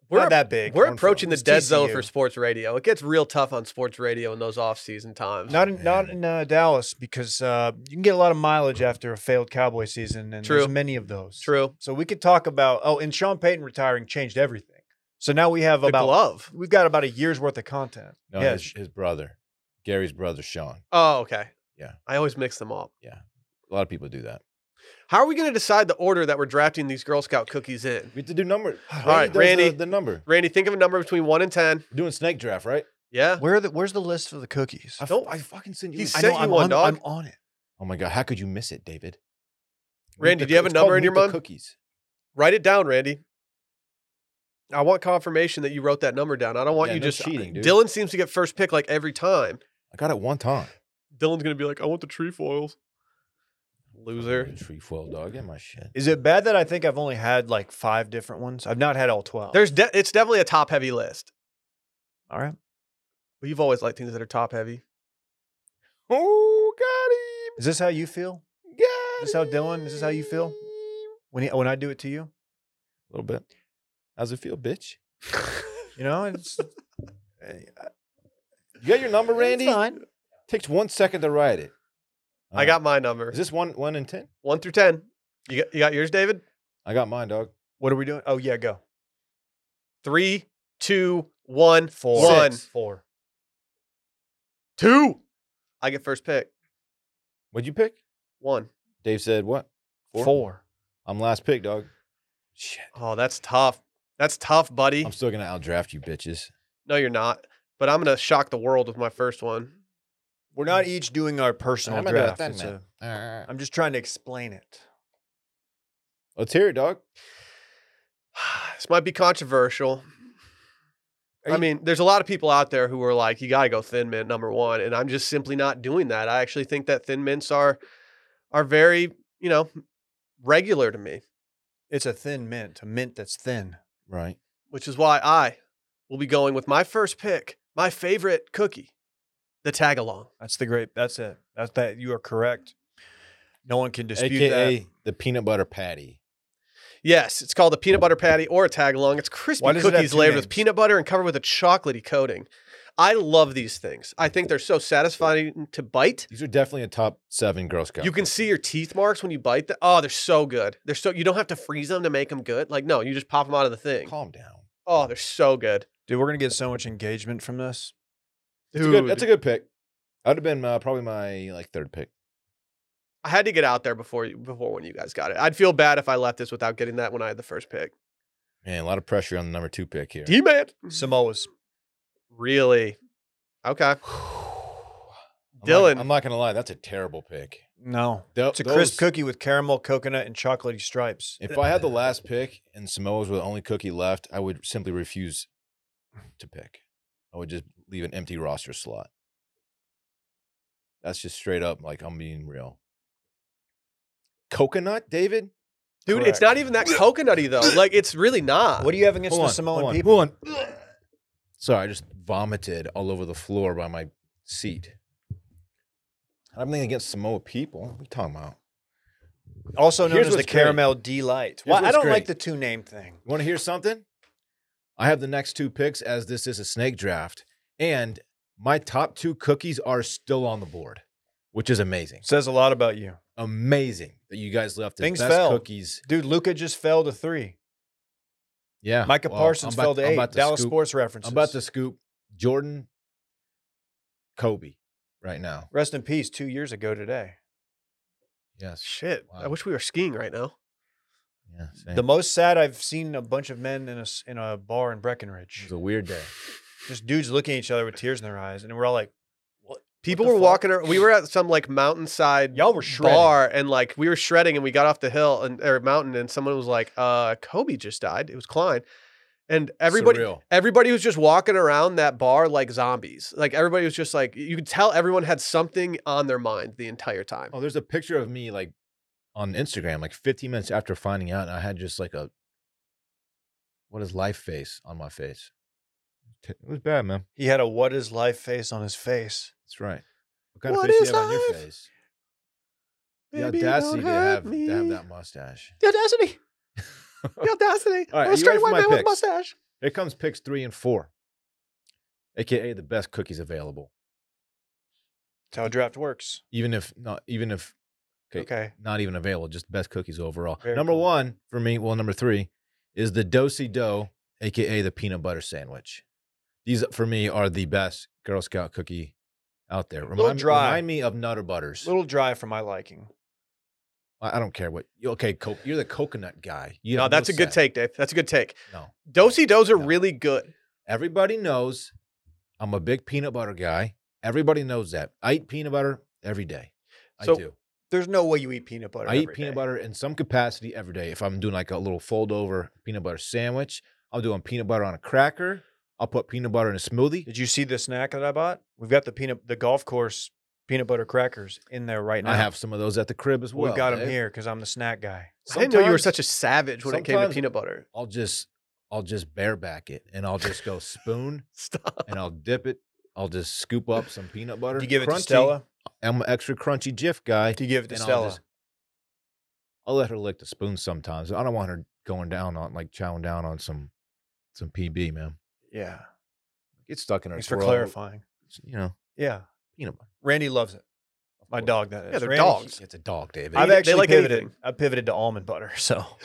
Speaker 1: We're a-
Speaker 2: Not that big.
Speaker 1: We're
Speaker 2: Cornfield.
Speaker 1: approaching the
Speaker 2: It's
Speaker 1: dead zone for
Speaker 2: TCU.
Speaker 1: sports radio. It gets real tough on sports radio in those off-season times.
Speaker 2: Not in, not
Speaker 3: Man.
Speaker 2: in uh, Dallas because uh, you can get a lot of mileage after a failed Cowboy season, and
Speaker 1: True.
Speaker 2: there's many of those.
Speaker 1: True.
Speaker 2: So we could talk about oh, and Sean Payton retiring changed everything. So now we have
Speaker 1: The
Speaker 2: about
Speaker 1: glove.
Speaker 2: we've got about a year's worth of content.
Speaker 3: No,
Speaker 2: yeah,
Speaker 3: his, his brother, Gary's brother, Sean.
Speaker 1: Oh, okay.
Speaker 3: Yeah.
Speaker 1: I always mix them up.
Speaker 3: A lot of people do that.
Speaker 1: How are we going to decide the order that we're drafting these Girl Scout cookies in?
Speaker 3: We have to do number. All
Speaker 1: right, Randy.
Speaker 3: The, the number.
Speaker 1: Randy, think of a number between one and ten.
Speaker 3: We're doing snake draft, right?
Speaker 1: Yeah.
Speaker 2: Where the, where's the list of the cookies?
Speaker 3: I f-
Speaker 1: Don't-
Speaker 3: I fucking sent you.
Speaker 1: He
Speaker 3: a-
Speaker 1: sent you
Speaker 2: I'm
Speaker 1: one,
Speaker 2: on,
Speaker 1: dog.
Speaker 2: I'm on it.
Speaker 3: oh my god, how could you miss it, David? Meet
Speaker 1: Randy,
Speaker 3: the
Speaker 1: do you have a
Speaker 3: coo- it's called
Speaker 1: number in
Speaker 3: Meet
Speaker 1: your
Speaker 3: the
Speaker 1: mind?
Speaker 3: Cookies.
Speaker 1: Write it down, Randy. I want confirmation that you wrote that number down. I don't want
Speaker 3: Yeah,
Speaker 1: you
Speaker 3: no
Speaker 1: just uh,
Speaker 3: cheating, dude.
Speaker 1: Dylan seems to get first pick like every time.
Speaker 3: I got it one time.
Speaker 1: Dylan's gonna be like, I want the trefoils. Loser.
Speaker 3: Trefoil dog in my shit.
Speaker 2: Is it bad that I think I've only had like five different ones? I've not had all twelve.
Speaker 1: There's de- it's definitely a top heavy list.
Speaker 2: all right.
Speaker 1: But you've always liked things that are top heavy.
Speaker 3: Oh, got
Speaker 2: Is this how you feel
Speaker 3: him. Got
Speaker 2: Is this how Dylan- is this how you feel?
Speaker 3: him.
Speaker 2: when he, when I do it to you?
Speaker 3: A little bit. How's it feel, bitch?
Speaker 2: You know, it's eh,
Speaker 3: You got your number, Randy?
Speaker 2: It's fine.
Speaker 3: Takes one second to write it.
Speaker 1: I got my number.
Speaker 3: Uh, Is this one one in ten?
Speaker 1: One through ten. You got, you got yours, David?
Speaker 3: I got mine, dog.
Speaker 2: What are we doing? Oh yeah, go
Speaker 1: Three, two, one,
Speaker 2: four,
Speaker 1: One.
Speaker 2: Six. four.
Speaker 1: two. I get first pick.
Speaker 3: What'd you pick?
Speaker 1: One.
Speaker 3: Dave said what? Four?
Speaker 2: Four.
Speaker 3: I'm last pick, dog. Shit.
Speaker 1: Oh, that's tough. That's tough, buddy.
Speaker 3: I'm still gonna outdraft you bitches.
Speaker 1: No, you're not. But I'm gonna shock the world with my first one.
Speaker 2: We're not each doing our personal
Speaker 3: I'm not
Speaker 2: draft.
Speaker 3: that
Speaker 2: It's
Speaker 3: man.
Speaker 2: a-
Speaker 3: Alright.
Speaker 2: I'm just trying to explain it.
Speaker 3: Let's hear it, dog.
Speaker 1: this might be controversial.
Speaker 2: Are
Speaker 1: I
Speaker 2: you-
Speaker 1: mean, there's a lot of people out there who are like, you gotta go thin mint number one, and I'm just simply not doing that. I actually think that thin mints are are very, you know, regular to me,
Speaker 2: It's a thin mint, a mint that's thin.
Speaker 3: Right.
Speaker 1: which is why I will be going with my first pick, my favorite cookie, the tagalong.
Speaker 2: That's the great. That's it. That's that. You are correct. No one can dispute
Speaker 3: AKA
Speaker 2: that.
Speaker 3: the peanut butter patty.
Speaker 1: Yes, it's called a peanut butter patty or a tagalong. It's crispy
Speaker 2: Why does it have
Speaker 1: cookies
Speaker 2: two
Speaker 1: layered with
Speaker 2: names?
Speaker 1: peanut butter and covered with a chocolatey coating. I love these things. I think they're so satisfying to bite.
Speaker 3: These are definitely a top seven Girl Scout.
Speaker 1: You can see your teeth marks when you bite them. Oh, they're so good. They're so you don't have to freeze them to make them good. Like no, you just pop them out of the thing.
Speaker 3: calm down.
Speaker 1: Oh, they're so good.
Speaker 2: Dude, we're gonna get so much engagement from this.
Speaker 3: That's a, good, that's a good pick. I'd have been uh, probably my like third pick.
Speaker 1: I had to get out there before you- before when you guys got it. I'd feel bad if I left this without getting that when I had the first pick.
Speaker 3: Man, a lot of pressure on the number two pick here.
Speaker 1: D man,
Speaker 2: Samoa's.
Speaker 1: really? Okay,
Speaker 3: I'm not-
Speaker 1: Dylan.
Speaker 3: I'm not gonna lie, that's a terrible pick.
Speaker 2: No,
Speaker 3: Tho-
Speaker 2: it's a crisp
Speaker 3: those-
Speaker 2: cookie with caramel, coconut, and chocolatey stripes.
Speaker 3: If I had the last pick and Samoa's were the only cookie left, I would simply refuse to pick. I would just leave an empty roster slot. That's just straight up like I'm being real. Coconut, David?
Speaker 1: dude, it's
Speaker 2: Correct.
Speaker 1: not even that coconutty though. Like it's really not.
Speaker 2: Ah, What are you have against
Speaker 3: Hold
Speaker 2: the
Speaker 3: on,
Speaker 2: Samoan
Speaker 3: hold on,
Speaker 2: people?
Speaker 3: hold on. Sorry, I just vomited all over the floor by my seat. I have nothing against Samoa people. What are you talking about?
Speaker 2: Also known
Speaker 3: Here's
Speaker 2: as the
Speaker 3: what's great.
Speaker 2: Caramel Delight.
Speaker 3: Here's
Speaker 2: Why I
Speaker 3: what's
Speaker 2: don't
Speaker 3: great.
Speaker 2: like the two name thing.
Speaker 3: You want to hear something? I have the next two picks as this is a snake draft, and my top two cookies are still on the board, which is amazing.
Speaker 2: Says a lot about you.
Speaker 3: Amazing that you guys left the
Speaker 2: Things
Speaker 3: best
Speaker 2: fell.
Speaker 3: cookies.
Speaker 2: Dude, Luca just fell to three.
Speaker 3: Yeah,
Speaker 2: Micah
Speaker 3: Ah, well,
Speaker 2: Parsons
Speaker 3: I'm about-
Speaker 2: fell to
Speaker 3: I'm
Speaker 2: eight.
Speaker 3: about to
Speaker 2: Dallas
Speaker 3: scoop-
Speaker 2: sports references.
Speaker 3: I'm about to scoop Jordan, Kobe, right now.
Speaker 2: rest in peace two years ago today.
Speaker 3: Yes.
Speaker 1: Shit. I
Speaker 3: Wow.
Speaker 1: wish we were skiing right now.
Speaker 3: Yeah. Same.
Speaker 2: The most sad I've seen a bunch of men in a s- in a bar in
Speaker 3: it
Speaker 2: Breckenridge.
Speaker 3: was a weird day.
Speaker 2: Just dudes looking at each other with tears in their eyes, and we're all like,
Speaker 1: People
Speaker 2: the
Speaker 1: were
Speaker 2: fuck?
Speaker 1: walking around. We were at some like mountainside
Speaker 2: "Y'all were shredding."
Speaker 1: bar and like we were shredding and we got off the hill and or mountain and someone was like, uh, Kobe just died. It was Klein. And everybody
Speaker 3: Surreal.
Speaker 1: everybody was just walking around that bar like zombies. Like everybody was just like you could tell everyone had something on their mind the entire time.
Speaker 3: Oh, there's a picture of me like on Instagram, like 15 minutes after finding out, and I had just like a what is life face on my face. It was bad, man.
Speaker 2: He had a "What is life?" face on his face.
Speaker 3: That's right. What kind
Speaker 1: What
Speaker 3: of face do
Speaker 1: is
Speaker 3: you have on your
Speaker 1: life?
Speaker 3: face? The
Speaker 1: Baby,
Speaker 3: audacity
Speaker 1: don't
Speaker 3: to
Speaker 1: hurt
Speaker 3: have, to have
Speaker 1: me.
Speaker 3: that mustache.
Speaker 1: The audacity. the audacity.
Speaker 3: All right,
Speaker 1: I'm
Speaker 3: are
Speaker 1: a
Speaker 3: you
Speaker 1: straight
Speaker 3: ready for
Speaker 1: white
Speaker 3: my
Speaker 1: man with a
Speaker 3: picks?
Speaker 1: mustache.
Speaker 3: Here comes picks three and four, aka the best cookies available.
Speaker 2: That's how a draft works.
Speaker 3: Even if not, even if
Speaker 2: Okay.
Speaker 3: Mm-hmm. Okay. not even available, just best cookies overall.
Speaker 2: Very
Speaker 3: number
Speaker 2: cool.
Speaker 3: one for me, well, number three is the dosi dough, aka the peanut butter sandwich. These uh, for me are the best Girl Scout cookie out there.
Speaker 2: Little
Speaker 3: Remind,
Speaker 2: dry.
Speaker 3: remind me of Nutter Butters.
Speaker 2: little dry for my liking.
Speaker 3: I I don't care what. you- Okay, co- you're the coconut guy. You
Speaker 1: No,
Speaker 3: have
Speaker 1: that's a good
Speaker 3: say.
Speaker 1: take, Dave. That's a good take.
Speaker 3: No,
Speaker 1: Dosey does are
Speaker 3: No.
Speaker 1: really good.
Speaker 3: everybody knows I'm a big peanut butter guy. Everybody knows that. I eat peanut butter every day. I
Speaker 1: So,
Speaker 3: do.
Speaker 2: There's no way you eat peanut butter.
Speaker 3: I eat
Speaker 2: every
Speaker 3: peanut
Speaker 2: day.
Speaker 3: butter in some capacity every day. If I'm doing like a little fold over peanut butter sandwich, I'm doing peanut butter on a cracker. I'll put peanut butter in a smoothie.
Speaker 2: Did you see the snack that I bought? We've got the peanut, the golf course peanut butter crackers in there right now.
Speaker 3: I have some of those at the crib as well.
Speaker 2: We've got them
Speaker 3: Dave.
Speaker 2: here because I'm the snack guy.
Speaker 1: I didn't know you were
Speaker 3: Sometimes-
Speaker 1: such a savage when it came to
Speaker 3: sometimes-
Speaker 1: peanut butter.
Speaker 3: I'll just I'll just bareback it and I'll just go spoon
Speaker 1: Stop.
Speaker 3: and I'll dip it. I'll just scoop up some peanut butter.
Speaker 2: Do you give it
Speaker 3: crunchy.
Speaker 2: to Stella?
Speaker 3: I'm an extra crunchy Jif guy.
Speaker 2: Do you give it to
Speaker 3: and I'll
Speaker 2: Stella?
Speaker 3: just- I'll let her lick the spoon sometimes. I don't want her going down on like chowing down on some some PB, man.
Speaker 2: yeah.
Speaker 3: Get stuck in her.
Speaker 2: Thanks for
Speaker 3: throat.
Speaker 2: clarifying.
Speaker 3: You know,
Speaker 2: Yeah.
Speaker 3: peanut butter.
Speaker 2: Randy loves it.
Speaker 3: of
Speaker 2: My
Speaker 3: course.
Speaker 2: dog, that is.
Speaker 1: they're
Speaker 2: Randy-
Speaker 1: dogs.
Speaker 3: It's a dog, David.
Speaker 1: I-
Speaker 2: I've
Speaker 1: They- they
Speaker 2: actually
Speaker 1: like
Speaker 2: pivoted.
Speaker 1: anything.
Speaker 2: I pivoted to almond butter. So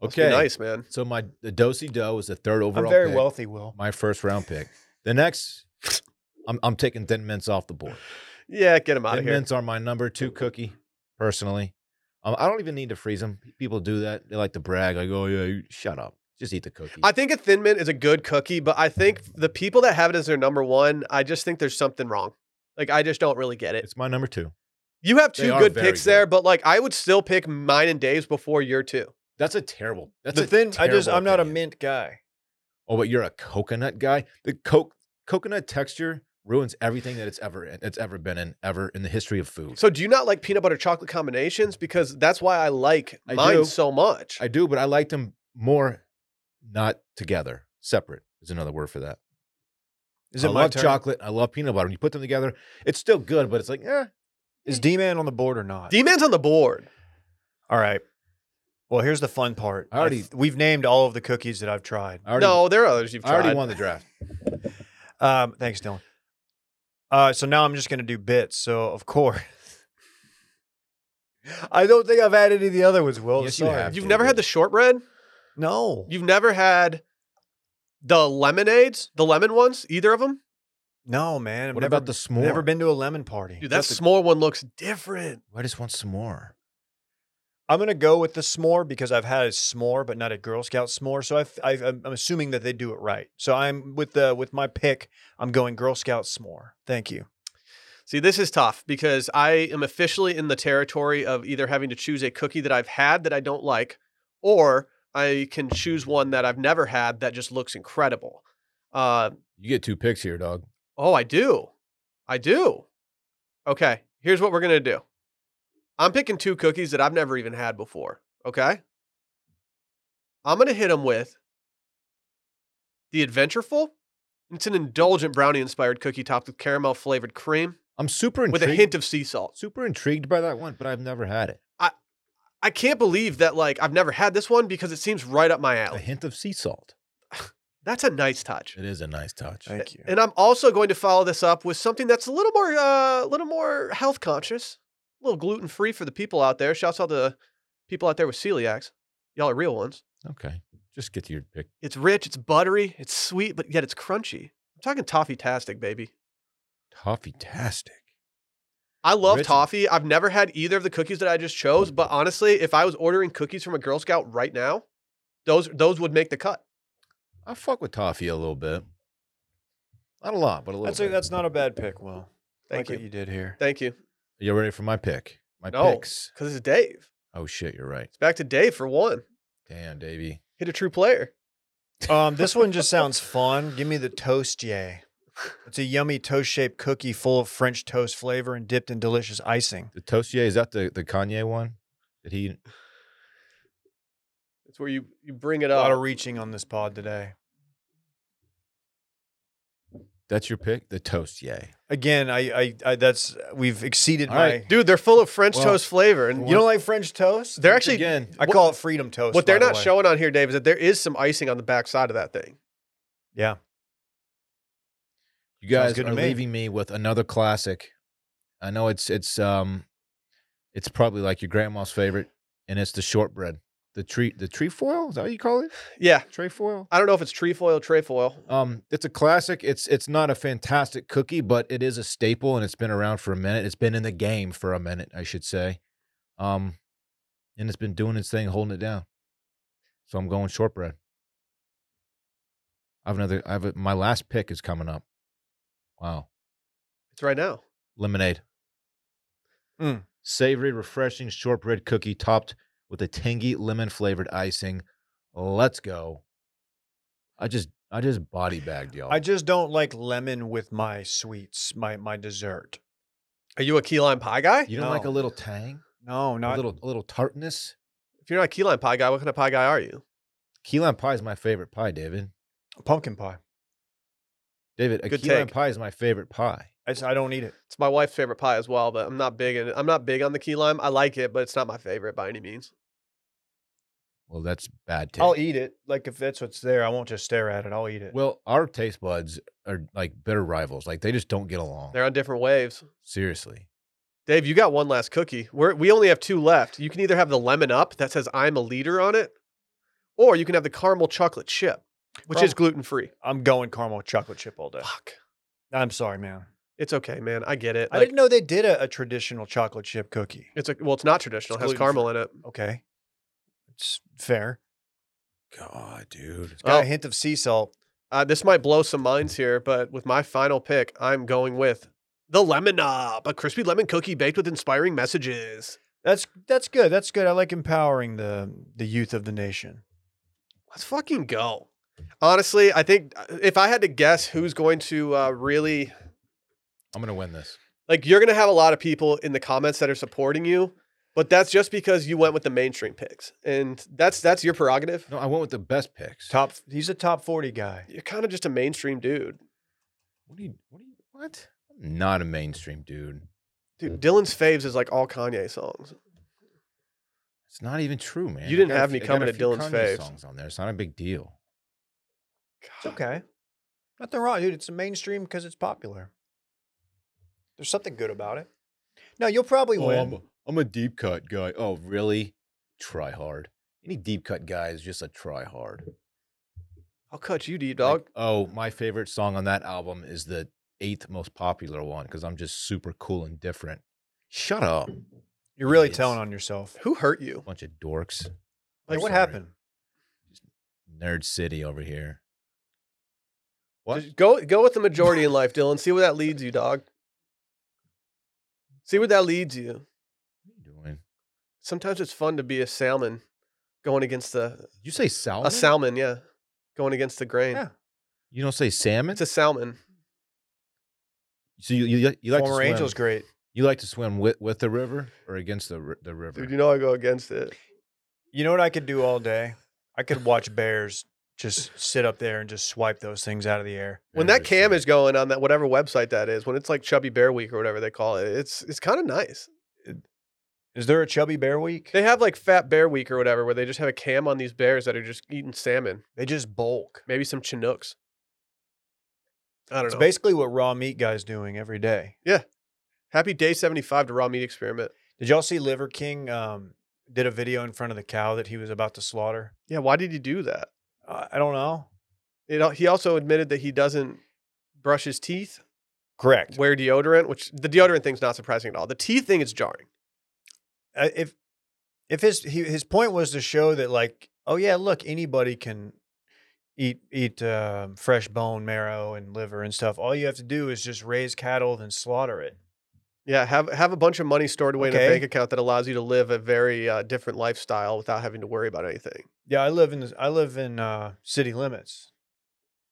Speaker 1: Must be
Speaker 3: okay.
Speaker 1: nice, man.
Speaker 3: So my the Dosey Doe is the third overall.
Speaker 2: I'm very
Speaker 3: pick,
Speaker 2: wealthy, Will.
Speaker 3: My first round pick. The next, I'm I'm taking Thin Mints off the board.
Speaker 1: Yeah, get him out of
Speaker 3: Thin
Speaker 1: here.
Speaker 3: Mints are my number two cookie, personally. Um, I don't even need to freeze them. People do that. They like to brag. Like, oh yeah, you, shut up. Just eat the cookie.
Speaker 1: I think a thin mint is a good cookie, but I think the people that have it as their number one, I just think there's something wrong. Like I just don't really get it.
Speaker 3: it's my number two.
Speaker 1: You have
Speaker 3: They
Speaker 1: two
Speaker 3: are
Speaker 1: good
Speaker 3: very
Speaker 1: picks there,
Speaker 3: good.
Speaker 1: but like I would still pick mine and Dave's before your two.
Speaker 3: That's a terrible. That's
Speaker 2: the
Speaker 3: a
Speaker 2: thin, I just,
Speaker 3: terrible
Speaker 2: I'm not a
Speaker 3: opinion.
Speaker 2: mint guy.
Speaker 3: Oh, but you're a coconut guy. The coke coconut texture ruins everything that it's ever in, it's ever been in ever in the history of food.
Speaker 1: So do you not like peanut butter chocolate combinations? Because that's why I like
Speaker 3: I
Speaker 1: mine
Speaker 3: do.
Speaker 1: so much.
Speaker 3: I do, but I like them more not together. Separate is another word for that.
Speaker 2: Is it
Speaker 3: I
Speaker 2: my
Speaker 3: love
Speaker 2: turn?
Speaker 3: chocolate. I love peanut butter. When you put them together, it's still good, but it's like, eh.
Speaker 2: Is D Man on the board or not?
Speaker 1: D-Man's on the board.
Speaker 2: all right. Well, here's the fun part.
Speaker 3: I already-
Speaker 2: th- we've named all of the cookies that I've tried.
Speaker 3: I already,
Speaker 1: no, there are others you've
Speaker 3: I already
Speaker 1: tried.
Speaker 3: won the draft.
Speaker 2: Um, thanks, Dylan. Uh, so now I'm just gonna do bits. So of course, I don't think I've had any of the other ones. Will,
Speaker 3: Yes, you
Speaker 2: sorry.
Speaker 3: have.
Speaker 1: You've never had the shortbread?
Speaker 2: No,
Speaker 1: You've never had the lemonades, the lemon ones, either of them?
Speaker 2: no, man. I've
Speaker 3: what
Speaker 2: never,
Speaker 3: about the s'more?
Speaker 2: Never been to a lemon party.
Speaker 1: Dude, that
Speaker 2: That's a-
Speaker 1: small one looks different.
Speaker 3: I just want s'more.
Speaker 2: I'm gonna go with the s'more because I've had a s'more, but not a Girl Scout s'more. So I've, I've, I'm I'm assuming that they do it right. So I'm with the with my pick. I'm going Girl Scout s'more. Thank you.
Speaker 1: See, this is tough because I am officially in the territory of either having to choose a cookie that I've had that I don't like, or I can choose one that I've never had that just looks incredible. Uh,
Speaker 3: You get two picks here, dog.
Speaker 1: oh, I do. I do. Okay, here's what we're going to do I'm picking two cookies that I've never even had before. Okay. I'm going to hit them with The Adventureful. It's an indulgent brownie inspired cookie topped with caramel flavored cream
Speaker 3: I'm super intrigued.
Speaker 1: with a hint of sea salt.
Speaker 3: super intrigued by that one, but I've never had it.
Speaker 1: I can't believe that like I've never had this one because it seems right up my
Speaker 3: A
Speaker 1: alley.
Speaker 3: hint of sea salt.
Speaker 1: That's a nice touch.
Speaker 3: It is a nice touch.
Speaker 2: Thank you.
Speaker 1: And I'm also going to follow this up with something that's a little more uh, a little more health conscious, a little gluten free for the people out there. Shouts out to people out there with celiacs. Y'all are real ones.
Speaker 3: Okay, just get to your pick.
Speaker 1: It's rich, it's buttery, it's sweet, but yet it's crunchy. I'm talking toffee tastic, baby.
Speaker 3: Toffee tastic.
Speaker 1: I love
Speaker 3: Rich-
Speaker 1: toffee. I've never had either of the cookies that I just chose, but honestly, if I was ordering cookies from a Girl Scout right now, those those would make the cut.
Speaker 3: I fuck with toffee a little bit. Not a lot, but a little.
Speaker 2: That's
Speaker 3: bit.
Speaker 2: a, that's not a bad pick, Will.
Speaker 1: Thank
Speaker 2: like what
Speaker 1: you.
Speaker 2: you did here.
Speaker 1: Thank you.
Speaker 3: Are you ready for my pick? My
Speaker 1: No.
Speaker 3: picks.
Speaker 1: Because it's Dave.
Speaker 3: Oh shit, you're right.
Speaker 1: It's back to Dave for one.
Speaker 3: Damn, Davey.
Speaker 1: Hit a true player.
Speaker 2: Um, this one just sounds fun. Give me the toast, yay. It's a yummy toast shaped cookie full of French toast flavor and dipped in delicious icing.
Speaker 3: The Toastier is that the the Kanye one? Did he?
Speaker 1: It's where you, you bring it
Speaker 2: A
Speaker 1: up.
Speaker 2: lot of reaching on this pod today.
Speaker 3: That's your pick. The Toastier.
Speaker 2: Again, I, I, I that's we've exceeded
Speaker 3: All
Speaker 2: my.
Speaker 3: right,
Speaker 1: Dude, they're full of French
Speaker 2: Well,
Speaker 1: toast flavor. And
Speaker 2: you don't like French toast?
Speaker 1: they're actually
Speaker 3: Again,
Speaker 2: I
Speaker 1: what-
Speaker 2: call it freedom toast.
Speaker 1: what they're
Speaker 2: by the
Speaker 1: not
Speaker 2: way.
Speaker 1: showing on here, Dave, is that there is some icing on the back side of that thing.
Speaker 2: Yeah,
Speaker 3: you guys
Speaker 2: good to
Speaker 3: are
Speaker 2: me.
Speaker 3: leaving me with another classic. I know it's it's um, it's probably like your grandma's favorite, and it's the shortbread. The tree the trefoil is that what you call it?
Speaker 1: Yeah.
Speaker 3: Trefoil.
Speaker 1: I don't know if it's trefoil, trefoil.
Speaker 3: Um, it's a classic. It's it's not a fantastic cookie, but it is a staple, and it's been around for a minute. It's been in the game for a minute, I should say. Um, and it's been doing its thing, holding it down. So I'm going shortbread. I have another. I have a, my last pick is coming up. Wow,
Speaker 1: It's right now.
Speaker 3: lemonade.
Speaker 2: Mm.
Speaker 3: Savory, refreshing shortbread cookie topped with a tangy lemon flavored icing. Let's go. I just I just body bagged y'all.
Speaker 2: I just don't like lemon with my sweets, my my dessert.
Speaker 1: Are you a key lime pie guy?
Speaker 3: You don't like a
Speaker 2: No.
Speaker 3: little tang,
Speaker 2: No,
Speaker 3: a
Speaker 2: not
Speaker 3: little a little tartness.
Speaker 1: If you're not a key lime pie guy, what kind of pie guy are you?
Speaker 3: Key lime pie is my favorite pie, David.
Speaker 2: pumpkin pie.
Speaker 3: David, a
Speaker 1: Good
Speaker 3: key lime
Speaker 1: take.
Speaker 3: pie is my favorite pie.
Speaker 2: I, I don't eat it.
Speaker 1: It's my wife's favorite pie as well, but I'm not big in I'm not big on the key lime. I like it, but it's not my favorite by any means.
Speaker 3: Well, that's bad take.
Speaker 2: I'll eat it. Like if that's what's there, I won't just stare at it. I'll eat it.
Speaker 3: Well, our taste buds are like bitter rivals. Like they just don't get along.
Speaker 1: They're on different waves.
Speaker 3: Seriously.
Speaker 1: Dave, you got one last cookie. We're, we only have two left. You can either have the lemon up that says I'm a leader on it, or you can have the caramel chocolate chip, which is
Speaker 2: Caramel-
Speaker 1: gluten free.
Speaker 2: I'm going caramel chocolate chip all day.
Speaker 1: Fuck.
Speaker 2: I'm sorry, man.
Speaker 1: It's okay, man. I get it.
Speaker 2: I
Speaker 1: Like,
Speaker 2: didn't know they did a, a traditional chocolate chip cookie.
Speaker 1: it's a, well, it's not traditional.
Speaker 2: It's
Speaker 1: it has caramel in it.
Speaker 2: Okay. It's fair.
Speaker 3: God, dude.
Speaker 2: Got
Speaker 1: Well,
Speaker 2: a hint of sea salt.
Speaker 1: Oh, uh, this might blow some minds here, but with my final pick, I'm going with the lemon up, a crispy lemon cookie baked with inspiring messages.
Speaker 2: That's that's good. That's good. I like empowering the the youth of the nation.
Speaker 1: Let's fucking go. Honestly, I think uh, if I had to guess who's going to uh, really
Speaker 3: I'm gonna win this.
Speaker 1: like you're gonna have a lot of people in the comments that are supporting you, but that's just because you went with the mainstream picks, and that's that's your prerogative.
Speaker 3: No, I went with the best picks.
Speaker 2: Top he's a top 40 guy.
Speaker 1: You're kind of just a mainstream dude,
Speaker 3: What do you what do you what? I'm not a mainstream dude. Mm.
Speaker 1: dude. Dylan's faves is like all Kanye songs.
Speaker 3: It's not even true, man.
Speaker 1: You didn't
Speaker 3: I got a
Speaker 1: have me
Speaker 3: few- I got
Speaker 1: coming
Speaker 3: a
Speaker 1: to
Speaker 3: few
Speaker 1: Dylan's
Speaker 3: Kanye
Speaker 1: faves.
Speaker 3: songs on there. It's not a big deal.
Speaker 2: It's okay. Nothing wrong, dude. It's a mainstream because it's popular. There's something good about it. No, you'll probably
Speaker 3: Oh, I'm,
Speaker 2: win.
Speaker 3: a, I'm a deep cut guy. Oh, really? Try hard. Any deep cut guy is just a try hard.
Speaker 1: I'll cut you, D
Speaker 3: Like,
Speaker 1: dog.
Speaker 3: oh, my favorite song on that album is the eighth most popular one because I'm just super cool and different. Shut up,
Speaker 2: You're really
Speaker 3: Idiots.
Speaker 2: telling on yourself.
Speaker 1: Who hurt you?
Speaker 3: bunch of dorks.
Speaker 2: Like what
Speaker 3: sorry.
Speaker 2: happened?
Speaker 3: Nerd City over here. What?
Speaker 1: Just go go with the majority in life, Dylan. See where that leads you, dog. See where that leads you.
Speaker 3: What are you doing?
Speaker 1: Sometimes it's fun to be a salmon going against the
Speaker 3: You say salmon?
Speaker 1: a salmon, yeah. Going against the grain.
Speaker 2: Yeah.
Speaker 3: You don't say salmon?
Speaker 1: It's a salmon.
Speaker 3: so you, you, you like to
Speaker 2: Former
Speaker 3: swim.
Speaker 2: Angel's great.
Speaker 3: You like to swim with, with the river or against the ri- the river?
Speaker 1: Dude, you know I go against it.
Speaker 2: You know what I could do all day? I could watch bears Just sit up there and just swipe those things out of the air.
Speaker 1: When
Speaker 3: Very
Speaker 1: that cam
Speaker 3: true.
Speaker 1: is going on that whatever website that is, when it's like Chubby Bear Week or whatever they call it, it's it's kind of nice.
Speaker 2: Is there a chubby bear week?
Speaker 1: They have like Fat Bear Week or whatever, where they just have a cam on these bears that are just eating salmon,
Speaker 2: They just bulk.
Speaker 1: maybe some Chinooks. I don't
Speaker 2: It's
Speaker 1: know.
Speaker 2: basically what raw meat guys doing every day.
Speaker 1: Happy day seventy five to raw meat experiment.
Speaker 2: Did y'all see Liver King um, did a video in front of the cow that he was about to slaughter?
Speaker 1: Yeah, why did he do that?
Speaker 2: I I don't know.
Speaker 1: It, al- he also admitted that he doesn't brush his teeth,
Speaker 2: Correct.
Speaker 1: wear deodorant, which the deodorant thing's not surprising at all. The teeth thing is jarring.
Speaker 2: Uh, if if his he, his point was to show that like oh yeah look anybody can eat eat uh, fresh bone marrow and liver and stuff all you have to do is just raise cattle then slaughter it
Speaker 1: Yeah, have have a bunch of money stored away in
Speaker 2: Okay.
Speaker 1: a bank account that allows you to live a very uh, different lifestyle without having to worry about anything.
Speaker 2: yeah I live in this, I live in uh, city limits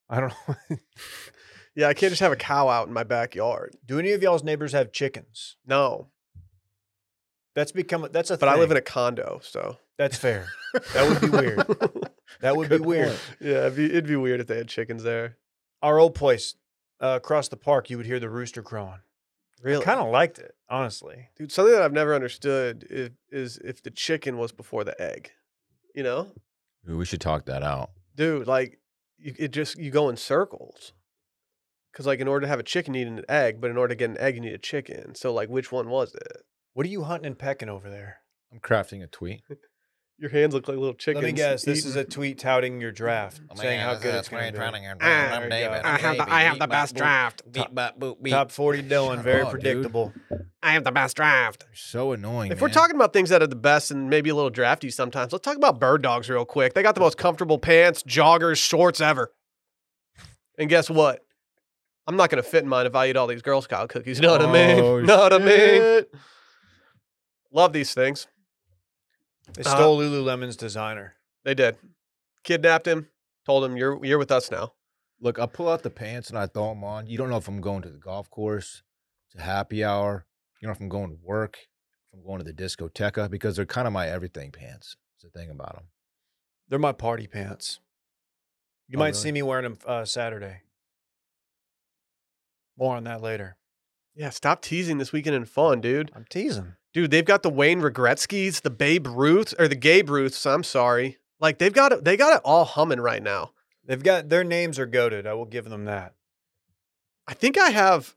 Speaker 2: I don't know
Speaker 1: Yeah, I can't just have a cow out in my backyard.
Speaker 2: do any of y'all's neighbors have chickens
Speaker 1: No,
Speaker 2: that's become a- that's a
Speaker 1: but I live in
Speaker 2: thing.
Speaker 1: a condo, so
Speaker 2: that's fair that would be weird that would be
Speaker 1: Good
Speaker 2: weird
Speaker 3: point.
Speaker 1: yeah, it'd be, it'd be weird if they had chickens there.
Speaker 2: our old place uh, across the park you would hear the rooster crowing
Speaker 1: Really,
Speaker 2: kind of liked it honestly
Speaker 1: dude. Something that I've never understood is, is if the chicken was before the egg. You know,
Speaker 3: Ooh, we should talk that out.
Speaker 1: dude, like you, it just you go in circles. Because like in order to have a chicken, you need an egg, but in order to get an egg, you need a chicken. So like, which one was it?
Speaker 2: what are you hunting and pecking over there
Speaker 3: I'm crafting a tweet.
Speaker 1: Your hands look like little chickens.
Speaker 2: Let me guess. This is a tweet touting your draft,
Speaker 4: Oh my
Speaker 2: saying
Speaker 4: God,
Speaker 2: how
Speaker 4: this
Speaker 2: good
Speaker 4: is
Speaker 2: it's going
Speaker 4: great running
Speaker 2: to
Speaker 4: and
Speaker 2: Ah,
Speaker 4: running.
Speaker 2: there
Speaker 4: I'm
Speaker 2: you go.
Speaker 4: David.
Speaker 2: I
Speaker 4: have the, I have the best draft. Beat, bop, boop,
Speaker 2: be.
Speaker 4: beat.
Speaker 2: Top 40 Dylan,
Speaker 3: Shut
Speaker 2: very
Speaker 3: up, dude.
Speaker 2: predictable.
Speaker 4: I have the best draft.
Speaker 3: You're so annoying.
Speaker 1: If we're
Speaker 3: man.
Speaker 1: talking about things that are the best and maybe a little drafty sometimes, let's talk about bird dogs real quick. They got the most comfortable pants, joggers, shorts ever. And guess what? I'm not going to fit in mine if I eat all these Girl Scout cookies. Know what I mean?
Speaker 3: Oh,
Speaker 1: know what I mean? Love these things.
Speaker 2: They
Speaker 1: Uh,
Speaker 2: stole Lululemon's designer.
Speaker 1: They did. Kidnapped him. Told him you're you're with us now.
Speaker 3: Look, I pull out the pants and I throw them on. You don't know if I'm going to the golf course, to happy hour. You don't know if I'm going to work, if I'm going to the discoteca, because they're kind of my everything pants. It's the thing about them.
Speaker 2: They're my party pants. You
Speaker 3: Oh,
Speaker 2: might
Speaker 3: really?
Speaker 2: see me wearing them uh, Saturday. More on that later.
Speaker 1: Yeah, stop teasing this weekend in fun, dude.
Speaker 2: I'm teasing.
Speaker 1: Dude, they've got the Wayne Regretskys, the Babe Ruths, or the Gabe Ruths. I'm sorry. Like they've got it, they got it all humming right now.
Speaker 2: They've got their names are goaded. I will give them that.
Speaker 1: I think I have.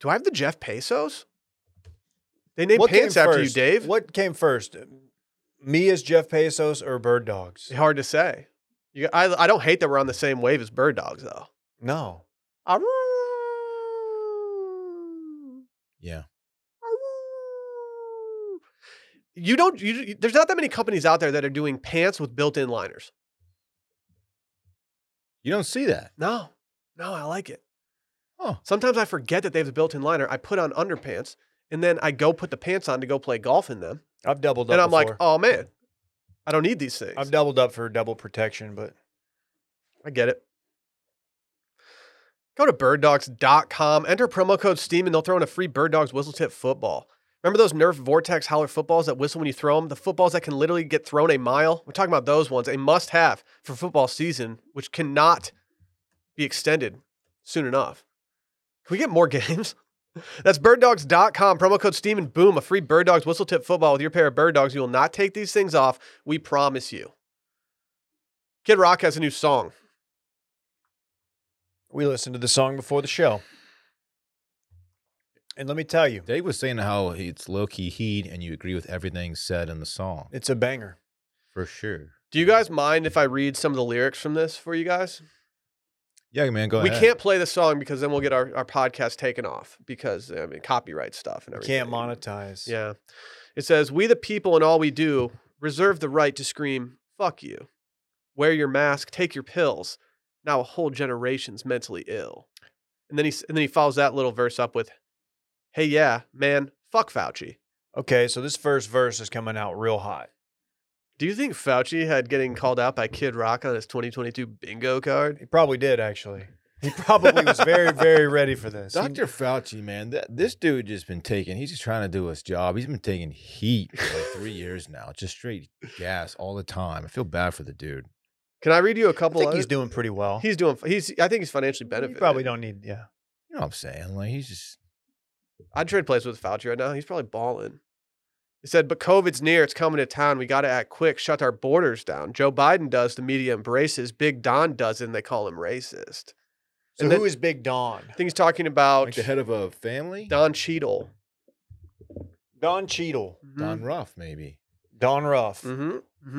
Speaker 1: Do I have the Jeff Pesos? They named
Speaker 2: came
Speaker 1: pants after you,
Speaker 2: first?
Speaker 1: Dave.
Speaker 2: What came first? Me as Jeff Pesos or Bird Dogs?
Speaker 1: It's hard to say. You, I, I don't hate that we're on the same wave as Bird Dogs, though.
Speaker 2: No.
Speaker 1: Aroo.
Speaker 3: Yeah.
Speaker 1: Aroo. You don't. You, you- there's not that many companies out there that are doing pants with built-in liners.
Speaker 3: You don't see that.
Speaker 1: No, no, I like it.
Speaker 3: Huh.
Speaker 1: Sometimes I forget that they have the built-in liner. I put on underpants, and then I go put the pants on to go play golf in them.
Speaker 2: I've doubled up.
Speaker 1: and I'm like,
Speaker 2: before.
Speaker 1: oh man, I don't need these things.
Speaker 2: I've doubled up for double protection, but
Speaker 1: I get it. Go to birddogs.com, enter promo code STEAM, and they'll throw in a free Bird Dogs whistle tip football. Remember those Nerf Vortex Howler footballs that whistle when you throw them? The footballs that can literally get thrown a mile? We're talking about those ones, a must have for football season, which cannot be extended soon enough. Can we get more games? That's birddogs.com, promo code STEAM, and boom, a free Bird Dogs whistle tip football with your pair of Bird Dogs. You will not take these things off. We promise you. Kid Rock has a new song.
Speaker 2: We listened to the song before the show. And let me tell you,
Speaker 3: Dave was saying how it's low key heat and you agree with everything said in the song.
Speaker 2: it's a banger.
Speaker 3: For sure.
Speaker 1: Do you guys mind if I read some of the lyrics from this for you guys?
Speaker 3: Yeah, man, go
Speaker 1: we
Speaker 3: ahead.
Speaker 1: can't play the song because then we'll get our, our podcast taken off because I mean copyright stuff and
Speaker 2: You
Speaker 1: everything.
Speaker 2: can't monetize.
Speaker 1: Yeah. It says, We the people and all we do reserve the right to scream, fuck you. Wear your mask, take your pills. Now a whole generation's mentally ill. And then he s- and then he follows that little verse up with, Hey yeah, man, fuck Fauci.
Speaker 2: Okay, so this first verse is coming out real hot.
Speaker 1: Do you think Fauci had getting called out by Kid Rock on his 2022 bingo card?
Speaker 2: He probably did, actually. He probably was very, very ready for this. He-
Speaker 3: Dr. Fauci, man, that, this dude just been taking, he's just trying to do his job. He's been taking heat for like three years now, just straight gas all the time. I feel bad for the dude.
Speaker 1: Can I read you a
Speaker 2: I
Speaker 1: couple?
Speaker 2: think
Speaker 1: other-
Speaker 2: he's doing pretty well.
Speaker 1: He's doing. He's. I think he's financially
Speaker 2: You
Speaker 1: benefited.
Speaker 2: probably don't need. Yeah.
Speaker 3: You know what I'm saying? Like he's just
Speaker 1: I'd trade plays with Fauci right now. He's probably balling. He said, but COVID's near. It's coming to town. We got to act quick. Shut our borders down. Joe Biden does. The media embraces. Big Don does it. And they call him racist.
Speaker 2: So
Speaker 1: And
Speaker 2: who is
Speaker 1: then-
Speaker 2: Big Don?
Speaker 1: I think he's talking about
Speaker 3: like the head of a family.
Speaker 1: Don Cheadle.
Speaker 2: Don Cheadle.
Speaker 3: Don Ruff, maybe.
Speaker 2: Don Ruff.
Speaker 3: Mm.
Speaker 1: Mm-hmm.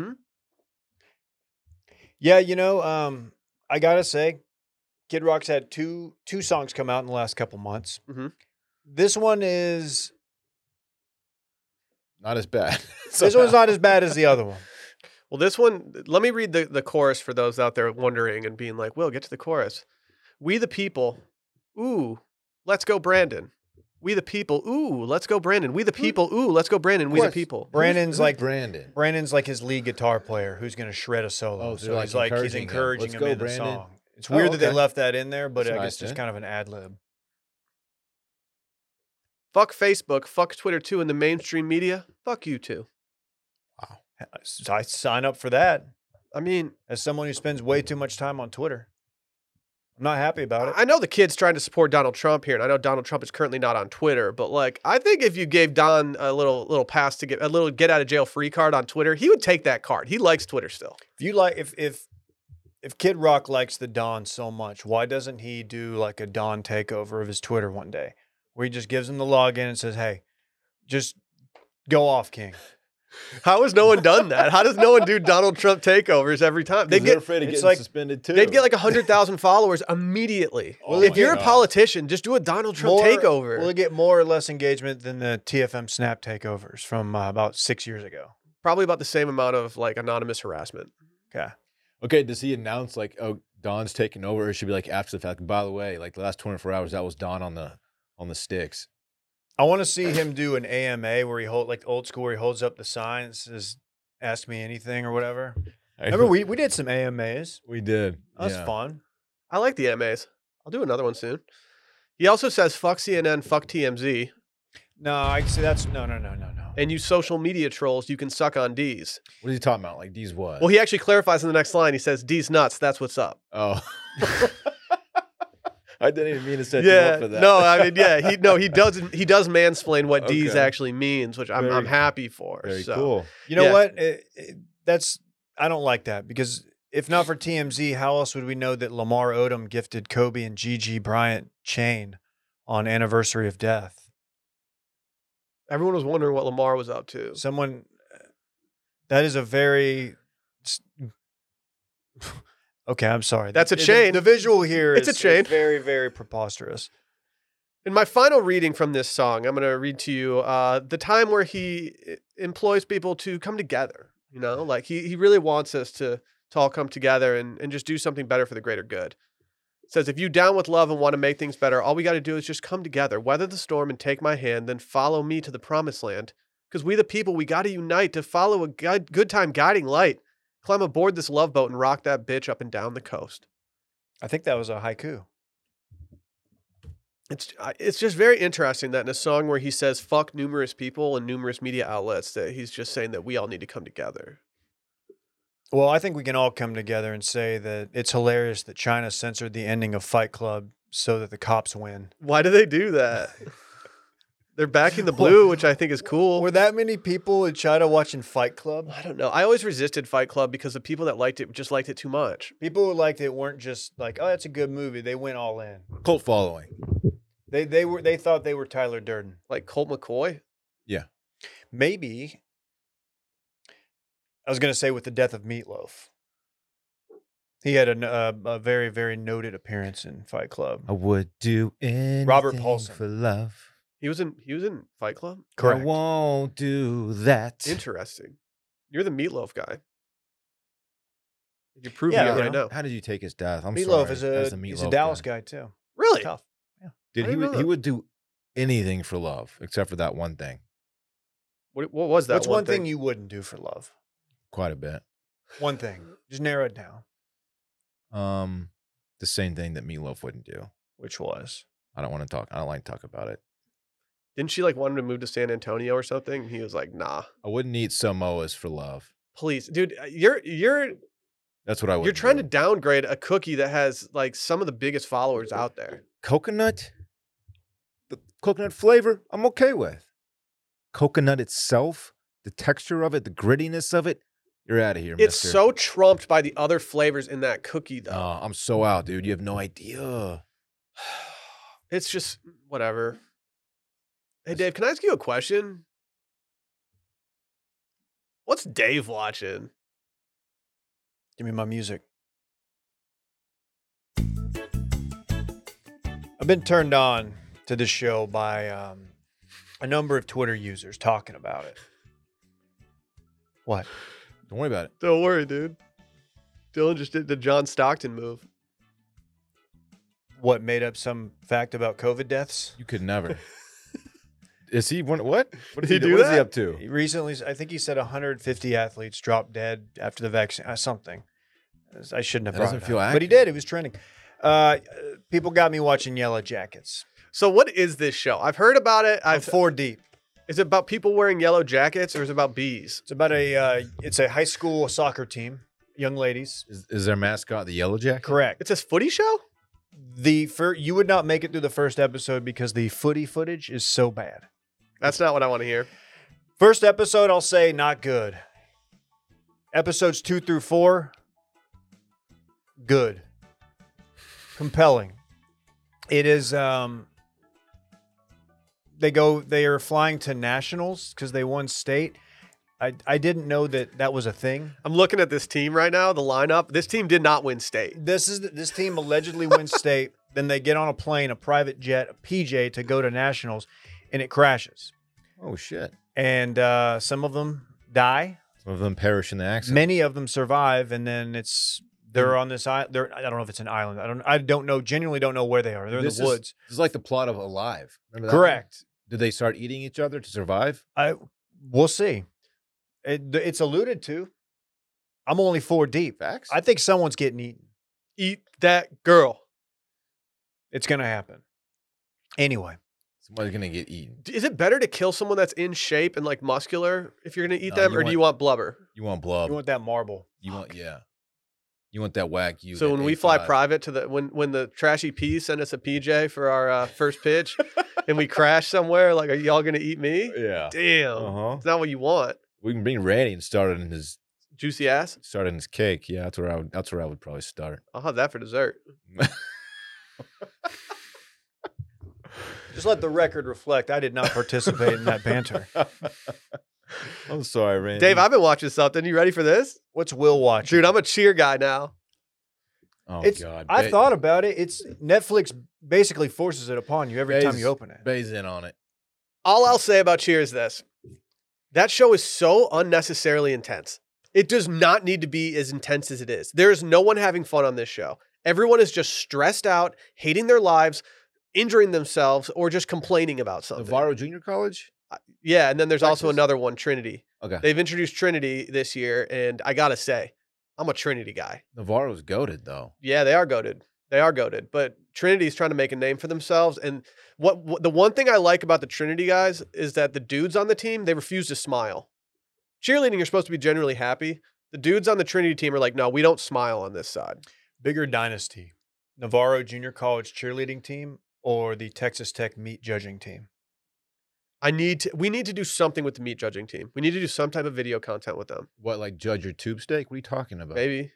Speaker 1: Mm-hmm.
Speaker 2: Yeah, you know, um, I gotta say, Kid Rock's had two two songs come out in the last couple months.
Speaker 3: Mm-hmm.
Speaker 1: Mhm.
Speaker 2: This one is
Speaker 3: Not as bad.
Speaker 2: this one's not as bad as the other one.
Speaker 1: Well, this one, let me read the, the chorus for those out there wondering and being like, Will, get to the chorus. We the people, ooh, let's go, Brandon. We the people, ooh, let's go, Brandon. We the people, ooh, let's go, Brandon. We the
Speaker 3: course.
Speaker 1: people.
Speaker 2: Brandon's
Speaker 3: Who's
Speaker 2: like-
Speaker 3: Brandon.
Speaker 2: Brandon's like his lead guitar player who's gonna shred a solo.
Speaker 3: Oh, so
Speaker 2: so
Speaker 3: they're, like,
Speaker 2: he's like he's
Speaker 3: encouraging
Speaker 2: encouraging
Speaker 3: him. Let's
Speaker 2: him,
Speaker 3: go,
Speaker 2: in
Speaker 3: Brandon.
Speaker 2: the song. It's
Speaker 3: Oh,
Speaker 2: weird that they
Speaker 3: okay.
Speaker 2: left that in there, but
Speaker 3: That's
Speaker 2: I
Speaker 3: nice,
Speaker 2: guess just
Speaker 3: yeah.
Speaker 2: kind of an ad lib.
Speaker 1: Fuck Facebook, fuck Twitter too, and the mainstream media. Fuck you too.
Speaker 2: So I sign up for that
Speaker 1: I mean,
Speaker 2: as someone who spends way too much time on Twitter. I'm not happy about it.
Speaker 1: I know the kid's trying to support Donald Trump here, and I know Donald Trump is currently not on Twitter, but like, I think if you gave Don a little little pass to get a little get out of jail free card on Twitter, he would take that card. He likes Twitter still.
Speaker 2: If you like, if if if Kid Rock likes the Don so much, why doesn't he do like a Don takeover of his Twitter one day, where he just gives him the login and says, "Hey, just go off, King."
Speaker 1: How has no one done that? How does no one do Donald Trump takeovers every time? They get
Speaker 3: afraid
Speaker 2: of it's getting like-
Speaker 3: suspended too.
Speaker 1: they'd get like hundred thousand followers immediately.
Speaker 3: Oh
Speaker 1: if
Speaker 3: my
Speaker 1: you're a
Speaker 3: God.
Speaker 1: politician, just do a Donald Trump
Speaker 2: More-
Speaker 1: takeover.
Speaker 2: Will it get more or less engagement than the TFM Snap takeovers from uh, about six years ago?
Speaker 1: Probably about the same amount of like anonymous harassment.
Speaker 2: Okay.
Speaker 3: okay, does he announce like oh Don's taking over, or it should be like after the fact? By the way, like the last 24 hours, that was Don on the on the sticks.
Speaker 2: I want to see him do an AMA where he hold like old school, where he holds up the sign and says, "Ask me anything" or whatever. Remember, we we did some AMAs.
Speaker 3: we did.
Speaker 2: That was
Speaker 3: yeah.
Speaker 2: fun.
Speaker 1: I like the MAs. I'll do another one soon. He also says fuck CNN, fuck TMZ,
Speaker 2: No, I see. That's no, no, no, no, no.
Speaker 1: and you social media trolls, you can suck on D's.
Speaker 3: What is he talking about? Like these what?
Speaker 1: Well, he actually clarifies in the next line. He says D's nuts. That's what's up.
Speaker 3: oh. I didn't even mean to set you
Speaker 1: yeah.
Speaker 3: up for that.
Speaker 1: No, I mean, yeah. He no, he does he does mansplain what D's
Speaker 3: Okay.
Speaker 1: actually means, which I'm
Speaker 3: Very-
Speaker 1: I'm happy for.
Speaker 3: Very
Speaker 1: so.
Speaker 3: cool.
Speaker 2: You know
Speaker 1: Yeah.
Speaker 2: what? It- it- that's I don't like that because if not for TMZ, how else would we know that Lamar Odom gifted Kobe and Gigi Bryant chain on anniversary of death?
Speaker 1: Everyone was wondering what Lamar was up to.
Speaker 2: Someone uh, that is a very okay. I'm sorry.
Speaker 1: That's a
Speaker 2: The-
Speaker 1: chain.
Speaker 2: The visual here
Speaker 1: It's a
Speaker 2: is- is
Speaker 1: chain.
Speaker 2: very very preposterous.
Speaker 1: In my final reading from this song, I'm going to read to you uh, the time where he i- employs people to come together. You know, like he, he really wants us to, to all come together and, and just do something better for the greater good. It says, if you down with love and want to make things better, all we got to do is just come together, weather the storm and take my hand, then follow me to the promised land. Because we, the people, we got to unite to follow a guide, good time guiding light, climb aboard this love boat and rock that bitch up and down the coast.
Speaker 2: I think that was a haiku.
Speaker 1: it's I- it's just very interesting that in a song where he says fuck numerous people and numerous media outlets that he's just saying that we all need to come together.
Speaker 2: Well, I think we can all come together and say that it's hilarious that China censored the ending of Fight Club so that the cops win.
Speaker 1: Why do they do that? They're backing the blue, which I think is cool.
Speaker 2: Were that many people in China watching Fight Club?
Speaker 1: I don't know. I always resisted Fight Club because the people that liked it just liked it too much.
Speaker 2: People who liked it weren't just like, "Oh, that's a good movie." They went all in.
Speaker 3: Cult following.
Speaker 2: They they were they thought they were Tyler Durden.
Speaker 1: Like Colt McCoy.
Speaker 2: Maybe I was going to say with the death of Meatloaf. He had an, uh, a very very noted appearance in Fight Club.
Speaker 3: I would do anything
Speaker 2: Paulson.
Speaker 3: for love.
Speaker 1: He was in he was in Fight Club.
Speaker 3: I won't do that.
Speaker 1: Interesting. You're the meatloaf guy. You're proving
Speaker 2: Yeah,
Speaker 1: it
Speaker 2: you
Speaker 1: right
Speaker 2: know.
Speaker 1: now.
Speaker 3: How did you take his death? I'm
Speaker 2: Meatloaf
Speaker 3: sorry.
Speaker 2: is
Speaker 3: As
Speaker 2: a,
Speaker 3: the
Speaker 2: he's a
Speaker 3: Meatloaf
Speaker 2: Dallas
Speaker 3: guy.
Speaker 2: guy too.
Speaker 1: Really?
Speaker 2: Tough.
Speaker 3: Dude,
Speaker 1: I
Speaker 3: he
Speaker 1: didn't
Speaker 3: would,
Speaker 1: know
Speaker 3: he
Speaker 1: that.
Speaker 3: would do anything for love except for that one thing.
Speaker 1: What, what was that?
Speaker 2: What's one thing you wouldn't do for love?
Speaker 3: Quite a bit.
Speaker 2: One thing. Just narrow it down.
Speaker 3: Um, the same thing that Meatloaf wouldn't do.
Speaker 2: Which was
Speaker 3: I don't want to talk. I don't like to talk about it.
Speaker 1: Didn't she like want him to move to San Antonio or something? And he was like, nah.
Speaker 3: I wouldn't eat Samoas for love.
Speaker 1: Please, dude, uh, you're you're
Speaker 3: That's what I would.
Speaker 1: You're trying to downgrade a cookie that has like some of the biggest followers out there.
Speaker 3: coconut, the coconut flavor, I'm okay with. Coconut itself, the texture of it, the grittiness of it, you're out of here.
Speaker 1: It's
Speaker 3: mister.
Speaker 1: so trumped by the other flavors in that cookie, though.
Speaker 3: Oh, I'm so out, dude. You have no idea.
Speaker 1: It's just mm, whatever. Hey, Dave, can I ask you a question? What's Dave watching?
Speaker 2: Give me my music. I've been turned on to this show by um, a number of Twitter users talking about it. What?
Speaker 3: Don't worry about it.
Speaker 1: Don't worry, dude. Dylan just did the John Stockton move.
Speaker 2: What made up some fact about COVID deaths?
Speaker 3: You could never. Is he one? What? What
Speaker 1: Did he do
Speaker 3: What is he
Speaker 1: that?
Speaker 3: up to?
Speaker 2: He recently, I think he said 150 athletes dropped dead after the vaccine, uh, something. I shouldn't have
Speaker 3: That
Speaker 2: brought
Speaker 3: doesn't
Speaker 2: it
Speaker 3: feel
Speaker 2: up, but he
Speaker 3: accurate.
Speaker 2: did. It was trending. Uh, people got me watching Yellow Jackets.
Speaker 1: So, what is this show? I've heard about it.
Speaker 2: I'm
Speaker 1: I've.
Speaker 2: four deep.
Speaker 1: Is it about people wearing yellow jackets or is it about bees?
Speaker 2: It's about a uh, it's a high school soccer team, young ladies.
Speaker 3: Is, is their mascot the yellow jacket?
Speaker 2: Correct.
Speaker 1: It's this footy show?
Speaker 2: The fir- you would not make it through the first episode because the footy footage is so bad.
Speaker 1: That's not what I want to hear.
Speaker 2: First episode, I'll say not good. Episodes two through four, good, compelling. It is. Um, they go. They are flying to nationals because they won state. I I didn't know that that was a thing.
Speaker 1: I'm looking at this team right now, the lineup. This team did not win state.
Speaker 2: This is this team allegedly wins state. Then they get on a plane, a private jet, a PJ to go to nationals, and it crashes.
Speaker 3: Oh shit!
Speaker 2: And uh, some of them die.
Speaker 3: Some Hmm. of them perish in the accident.
Speaker 2: Many of them survive, and then it's they're on this island. They're I don't know if it's an island. I don't I don't know. Genuinely don't know where they are. They're
Speaker 3: This
Speaker 2: in
Speaker 3: is-
Speaker 2: the woods.
Speaker 3: This is like the plot of Alive. Remember that one?
Speaker 2: Correct.
Speaker 3: Did they start eating each other to survive?
Speaker 2: I we'll see. It, it's alluded to. I'm only four deep.
Speaker 3: Facts.
Speaker 2: I think someone's getting eaten.
Speaker 1: Eat that girl.
Speaker 2: It's gonna happen. Anyway,
Speaker 3: Somebody's gonna get eaten.
Speaker 1: D- Is it better to kill someone that's in shape and like muscular if you're going to eat
Speaker 3: No,
Speaker 1: them
Speaker 3: you
Speaker 1: or do you want blubber?
Speaker 3: You want blood?
Speaker 2: you want that marble?
Speaker 3: You want yeah. You want that whack you.
Speaker 1: so
Speaker 3: that
Speaker 1: when we fly
Speaker 3: A5.
Speaker 1: private to the when when the trashy P send us a PJ for our uh, first pitch and we crash somewhere, like are y'all gonna eat me?
Speaker 3: yeah.
Speaker 1: Damn,
Speaker 3: Uh-huh.
Speaker 1: it's not what you want.
Speaker 3: We can bring Randy and start it in his
Speaker 1: Juicy ass.
Speaker 3: start it in his cake. Yeah, that's where I would that's where I would probably start.
Speaker 1: I'll have that for dessert.
Speaker 2: Just let the record reflect. I did not participate in that banter.
Speaker 3: I'm sorry, Randy.
Speaker 1: Dave, I've been watching something. You ready for this,
Speaker 2: What's Will watch?
Speaker 1: dude? I'm a cheer guy now.
Speaker 3: oh
Speaker 2: it's,
Speaker 3: god.
Speaker 2: I
Speaker 3: Ba-
Speaker 2: thought about it. It's Netflix basically forces it upon you every time
Speaker 3: Guys,
Speaker 2: you open it.
Speaker 3: Bay's in on it.
Speaker 1: All I'll say about Cheer is this: that show is so unnecessarily intense. It does not need to be as intense as it is. There is no one having fun on this show. Everyone is just stressed out, hating their lives, injuring themselves, or just complaining about something.
Speaker 3: Navarro Junior College?
Speaker 1: Yeah, and then there's also
Speaker 3: Texas.
Speaker 1: another one, Trinity.
Speaker 3: Okay.
Speaker 1: They've introduced Trinity this year, and I gotta say, I'm a Trinity guy.
Speaker 3: Navarro's goaded though.
Speaker 1: Yeah, they are goaded. They are goaded, but Trinity's trying to make a name for themselves. And what, what the one thing I like about the Trinity guys is that the dudes on the team they refuse to smile. Cheerleading, you're supposed to be generally happy. The dudes on the Trinity team are like, no, we don't smile on this side.
Speaker 2: Bigger dynasty, Navarro Junior College cheerleading team or the Texas Tech meat judging team.
Speaker 1: I need to. We need to do something with the meat judging team. We need to do some type of video content with them.
Speaker 3: What like judge your tube steak? What are you talking about?
Speaker 1: Maybe.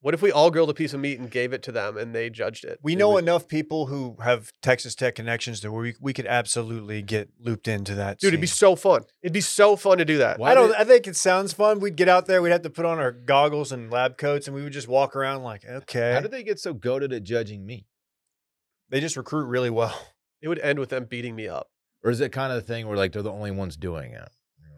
Speaker 1: What if we all grilled a piece of meat and gave it to them and they judged it?
Speaker 2: We
Speaker 1: It
Speaker 2: know
Speaker 1: would-
Speaker 2: enough people who have Texas Tech connections that we we could absolutely get looped into that.
Speaker 1: Dude, it'd be
Speaker 2: scene.
Speaker 1: so fun. It'd be so fun to do that.
Speaker 3: Why
Speaker 2: I don't.
Speaker 3: did-
Speaker 2: I think it sounds fun. We'd get out there. We'd have to put on our goggles and lab coats, and we would just walk around like, okay.
Speaker 3: How did they get so goaded at judging me?
Speaker 2: they just recruit really well.
Speaker 1: It would end with them beating me up.
Speaker 3: Or is it kind of the thing where like they're the only ones doing it?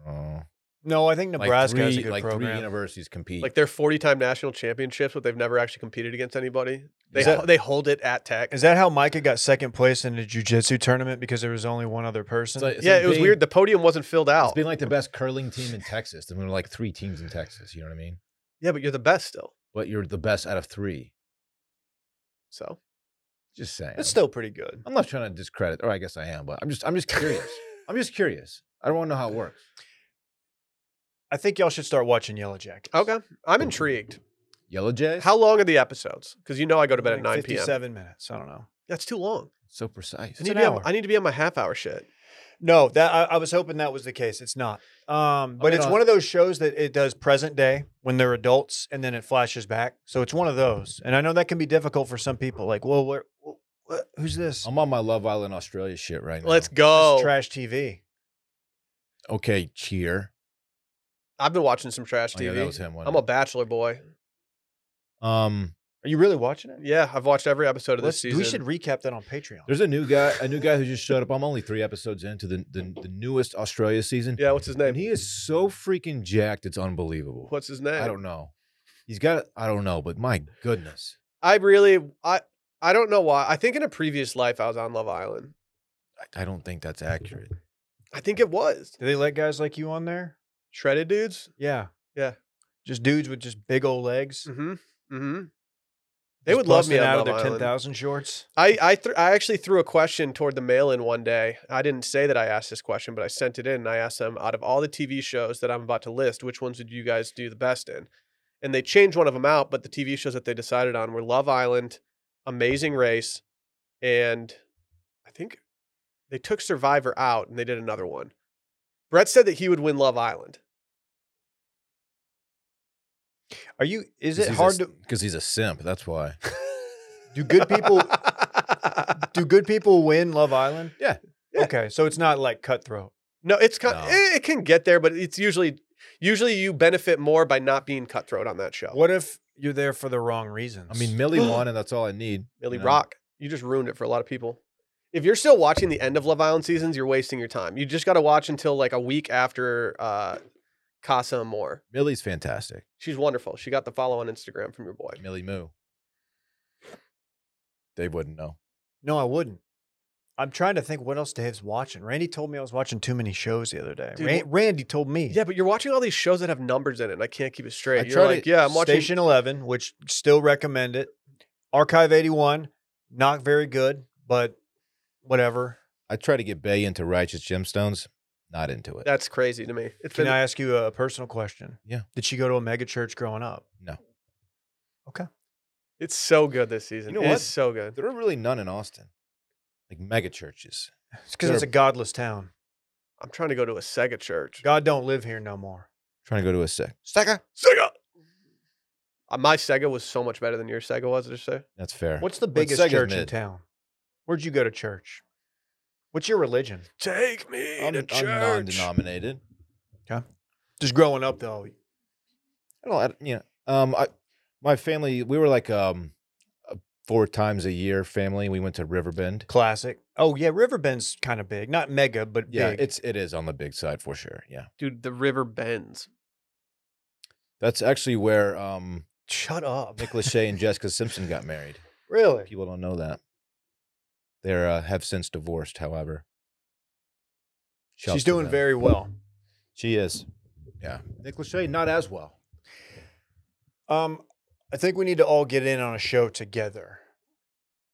Speaker 3: Oh.
Speaker 2: No, I think
Speaker 3: Like,
Speaker 2: Nebraska has a
Speaker 3: three-
Speaker 2: good
Speaker 3: like three
Speaker 2: program.
Speaker 3: universities compete.
Speaker 1: Like they're 40 time national championships, but they've never actually competed against anybody. They,
Speaker 2: Is that-
Speaker 1: they hold it at tech.
Speaker 2: Is that how Micah got second place in the jujitsu tournament because there was only one other person?
Speaker 3: It's like- it's
Speaker 1: yeah,
Speaker 3: like
Speaker 1: it was
Speaker 3: being-
Speaker 1: weird. The podium wasn't filled
Speaker 3: It's
Speaker 1: out.
Speaker 3: been like the best curling team in Texas. I mean, like three teams in Texas. You know what I mean?
Speaker 1: yeah, but you're the best still.
Speaker 3: But you're the best out of three.
Speaker 1: So
Speaker 3: Just saying.
Speaker 2: it's still pretty good.
Speaker 3: I'm not trying to discredit, or I guess I am, but I'm just, I'm just curious. I'm just curious. I don't want to know how it works.
Speaker 2: I think y'all should start watching Yellow Jackets.
Speaker 1: okay, I'm intrigued.
Speaker 3: Yellow Jays.
Speaker 1: How long are the episodes? Because you know I go to bed at
Speaker 2: Like
Speaker 1: 9 p.m.
Speaker 2: 57 minutes. I don't know.
Speaker 1: That's too long.
Speaker 3: so precise.
Speaker 1: I
Speaker 2: It's
Speaker 1: need,
Speaker 2: an
Speaker 1: to be on,
Speaker 2: hour.
Speaker 1: I need to be on my half hour shit.
Speaker 2: No, that I, I was hoping that was the case. It's not. Um, but
Speaker 3: mean,
Speaker 2: it's
Speaker 3: on-
Speaker 2: one of those shows that it does present day when they're adults, and then it flashes back. So it's one of those, and I know that can be difficult for some people. Like, well, where, what, who's this?
Speaker 1: Um,
Speaker 3: I'm on my Love Island Australia shit right now.
Speaker 1: Let's
Speaker 2: This
Speaker 1: go.
Speaker 2: is trash TV.
Speaker 3: Okay, cheer.
Speaker 1: I've been watching some trash
Speaker 3: Oh, yeah,
Speaker 1: TV.
Speaker 3: that was him. wasn't
Speaker 1: I'm a bachelor boy.
Speaker 3: it? um.
Speaker 2: Are you really watching it?
Speaker 1: Yeah, I've watched every episode of this
Speaker 2: Let's,
Speaker 1: season.
Speaker 2: we should recap that on Patreon.
Speaker 3: There's a new guy. A new guy who just showed up. I'm only three episodes into the the, the newest Australia season.
Speaker 1: yeah, what's his
Speaker 3: And
Speaker 1: name?
Speaker 3: he is so freaking jacked, it's unbelievable.
Speaker 1: What's his name?
Speaker 3: I don't know. He's got, I don't know, but my goodness.
Speaker 1: I really I I don't know why. I think in a previous life I was on Love Island.
Speaker 3: I- I don't think that's accurate.
Speaker 1: I think it was.
Speaker 2: Do they let guys like you on there?
Speaker 1: Shredded dudes?
Speaker 2: Yeah.
Speaker 1: Yeah.
Speaker 2: Just dudes with just big old legs.
Speaker 1: Mm-hmm. Mm-hmm. They
Speaker 2: just
Speaker 1: would love me
Speaker 2: busting
Speaker 1: on
Speaker 2: out
Speaker 1: Love
Speaker 2: of their
Speaker 1: Island.
Speaker 2: ten thousand shorts.
Speaker 1: I I, th- I actually threw a question toward the mail in one day. I didn't say that I asked this question, but I sent it in and I asked them out of all the TV shows that I'm about to list, which ones would you guys do the best in? And they changed one of them out, but the TV shows that they decided on were Love Island, Amazing Race, and I think they took Survivor out and they did another one. Brett said that he would win Love Island.
Speaker 2: Are you? Is
Speaker 3: 'Cause
Speaker 2: it
Speaker 3: he's
Speaker 2: hard
Speaker 3: a,
Speaker 2: to
Speaker 3: Because he's a simp. That's why.
Speaker 2: do good people? do good people win Love Island?
Speaker 3: Yeah.
Speaker 1: Yeah.
Speaker 2: Okay, so it's not like cutthroat.
Speaker 1: No, it's kind,
Speaker 3: No.
Speaker 1: eh, it can get there, but it's usually usually you benefit more by not being cutthroat on that show.
Speaker 2: What if you're there for the wrong reasons?
Speaker 3: I mean, Millie won, and that's all I need.
Speaker 1: Millie
Speaker 3: you know?
Speaker 1: Rock, you just ruined it for a lot of people. If you're still watching the end of Love Island seasons, you're wasting your time. You just got to watch until like a week after uh, Casa Amor.
Speaker 3: Millie's fantastic.
Speaker 1: She's wonderful. She got the follow on Instagram from your boy.
Speaker 3: Millie Moo. They wouldn't know.
Speaker 2: no, I wouldn't. I'm trying to think what else Dave's watching. Randy told me I was watching too many shows the other day.
Speaker 1: Dude,
Speaker 2: Ran- Randy told me.
Speaker 1: Yeah, but you're watching all these shows that have numbers in it. and I can't keep it straight. You're
Speaker 3: try to-
Speaker 1: like, yeah, I'm watching.
Speaker 2: Station 11, which still recommend it. Archive 81, not very good, but whatever.
Speaker 3: I try to get Bay into Righteous Gemstones. Not into it.
Speaker 1: That's crazy to me. It's
Speaker 2: Can
Speaker 1: been
Speaker 2: I ask you a personal question?
Speaker 3: Yeah.
Speaker 2: Did she go to a mega church growing up?
Speaker 1: it's so good this season.
Speaker 3: You know
Speaker 1: it
Speaker 3: what?
Speaker 1: is so good.
Speaker 3: there are really none in Austin, like mega churches.
Speaker 2: It's because it's a
Speaker 3: Sure.
Speaker 2: godless town.
Speaker 1: I'm trying to go to a Sega church.
Speaker 2: God don't live here no more.
Speaker 3: trying to go to a sec.
Speaker 2: Second.
Speaker 1: Sega. Uh, My Sega was so much better than your Sega was. Did you say?
Speaker 3: That's fair.
Speaker 2: What's the
Speaker 3: But
Speaker 2: biggest
Speaker 3: Sega's
Speaker 2: church in
Speaker 3: mid.
Speaker 2: town? Where'd you go to church? What's your religion?
Speaker 1: Take me
Speaker 3: I'm,
Speaker 1: to
Speaker 3: I'm
Speaker 1: church.
Speaker 3: non-denominated.
Speaker 2: Just growing up though.
Speaker 3: I don't. I, don't- you know, um, I, my family, we were like um, a four times a year family. We went to Riverbend.
Speaker 2: Classic. Oh yeah, Riverbend's kind of big. Not mega, but
Speaker 3: Yeah,
Speaker 2: big.
Speaker 3: it's it is on the big side for sure. Yeah,
Speaker 1: Dude, the river bends.
Speaker 3: that's actually where um,
Speaker 2: Shut up.
Speaker 3: Nick Lachey and Jessica Simpson got married.
Speaker 2: Really?
Speaker 3: People don't know that. They are uh, have since divorced, however. Shouts
Speaker 2: She's
Speaker 3: to
Speaker 2: doing
Speaker 3: them.
Speaker 2: very well.
Speaker 3: She is. Yeah, Nick Lachey not as well.
Speaker 2: Um, I think we need to all get in on a show together.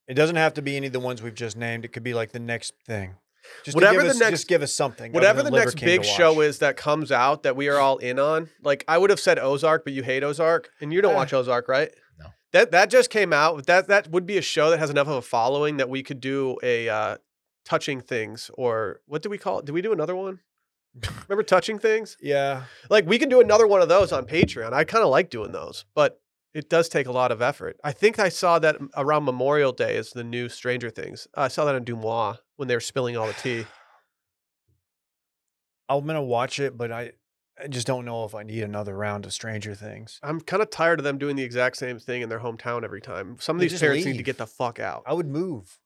Speaker 2: It doesn't have to be any of the ones we've just named. It could be like the next thing. Just to
Speaker 1: Whatever
Speaker 2: give
Speaker 1: the
Speaker 2: us,
Speaker 1: next-
Speaker 2: just give us something. other
Speaker 1: Whatever the
Speaker 2: than
Speaker 1: next
Speaker 2: Liver King to
Speaker 1: big show
Speaker 2: watch.
Speaker 1: is that comes out that we are all in on, like I would have said Ozark, but you hate Ozark, and you don't
Speaker 2: Eh.
Speaker 1: watch Ozark, right?
Speaker 3: No.
Speaker 1: That that just came out. That that would be a show that has enough of a following that we could do a uh, touching things or what do we call it? Did we do another one? Remember touching things?
Speaker 2: Yeah.
Speaker 1: Like we can do another one of those on Patreon. I kind of like doing those, but it does take a lot of effort. I think I saw that m- around Memorial Day is the new Stranger Things. I saw that on Dumois when they were spilling all the tea.
Speaker 2: I'm gonna watch it, but I, I just don't know if I need another round of Stranger Things.
Speaker 1: I'm kind of tired of them doing the exact same thing in their hometown every time. Some of
Speaker 2: They
Speaker 1: these
Speaker 2: just
Speaker 1: parents need to
Speaker 2: leave. Oh.
Speaker 1: get the fuck out.
Speaker 2: I would move.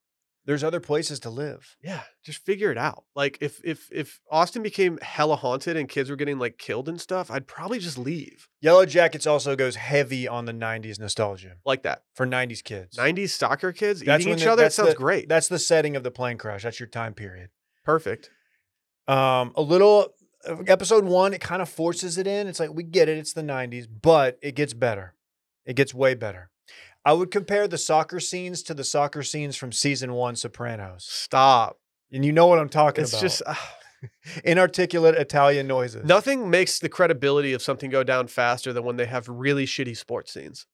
Speaker 2: There's other places to live.
Speaker 1: Yeah, just figure it out. Like if if if Austin became hella haunted and kids were getting like killed and stuff, I'd probably just leave.
Speaker 2: Yellow Jackets also goes heavy on the '90s nostalgia
Speaker 1: Like that.
Speaker 2: for '90s kids.
Speaker 1: 90s soccer kids
Speaker 2: That's
Speaker 1: eating
Speaker 2: when
Speaker 1: each
Speaker 2: the-
Speaker 1: other. That
Speaker 2: that's
Speaker 1: sounds
Speaker 2: the-
Speaker 1: great.
Speaker 2: That's the setting of the plane crash. That's your time period.
Speaker 1: Perfect.
Speaker 2: Um, a little episode one, it kind of forces it in. It's like we get it. It's the '90s, but it gets better. It gets way better. I would compare the soccer scenes to the soccer scenes from season one Sopranos,
Speaker 1: Stop.
Speaker 2: and you know what I'm talking
Speaker 1: It's
Speaker 2: about.
Speaker 1: just ah.
Speaker 2: inarticulate Italian noises.
Speaker 1: Nothing makes the credibility of something go down faster than when they have really shitty sports scenes.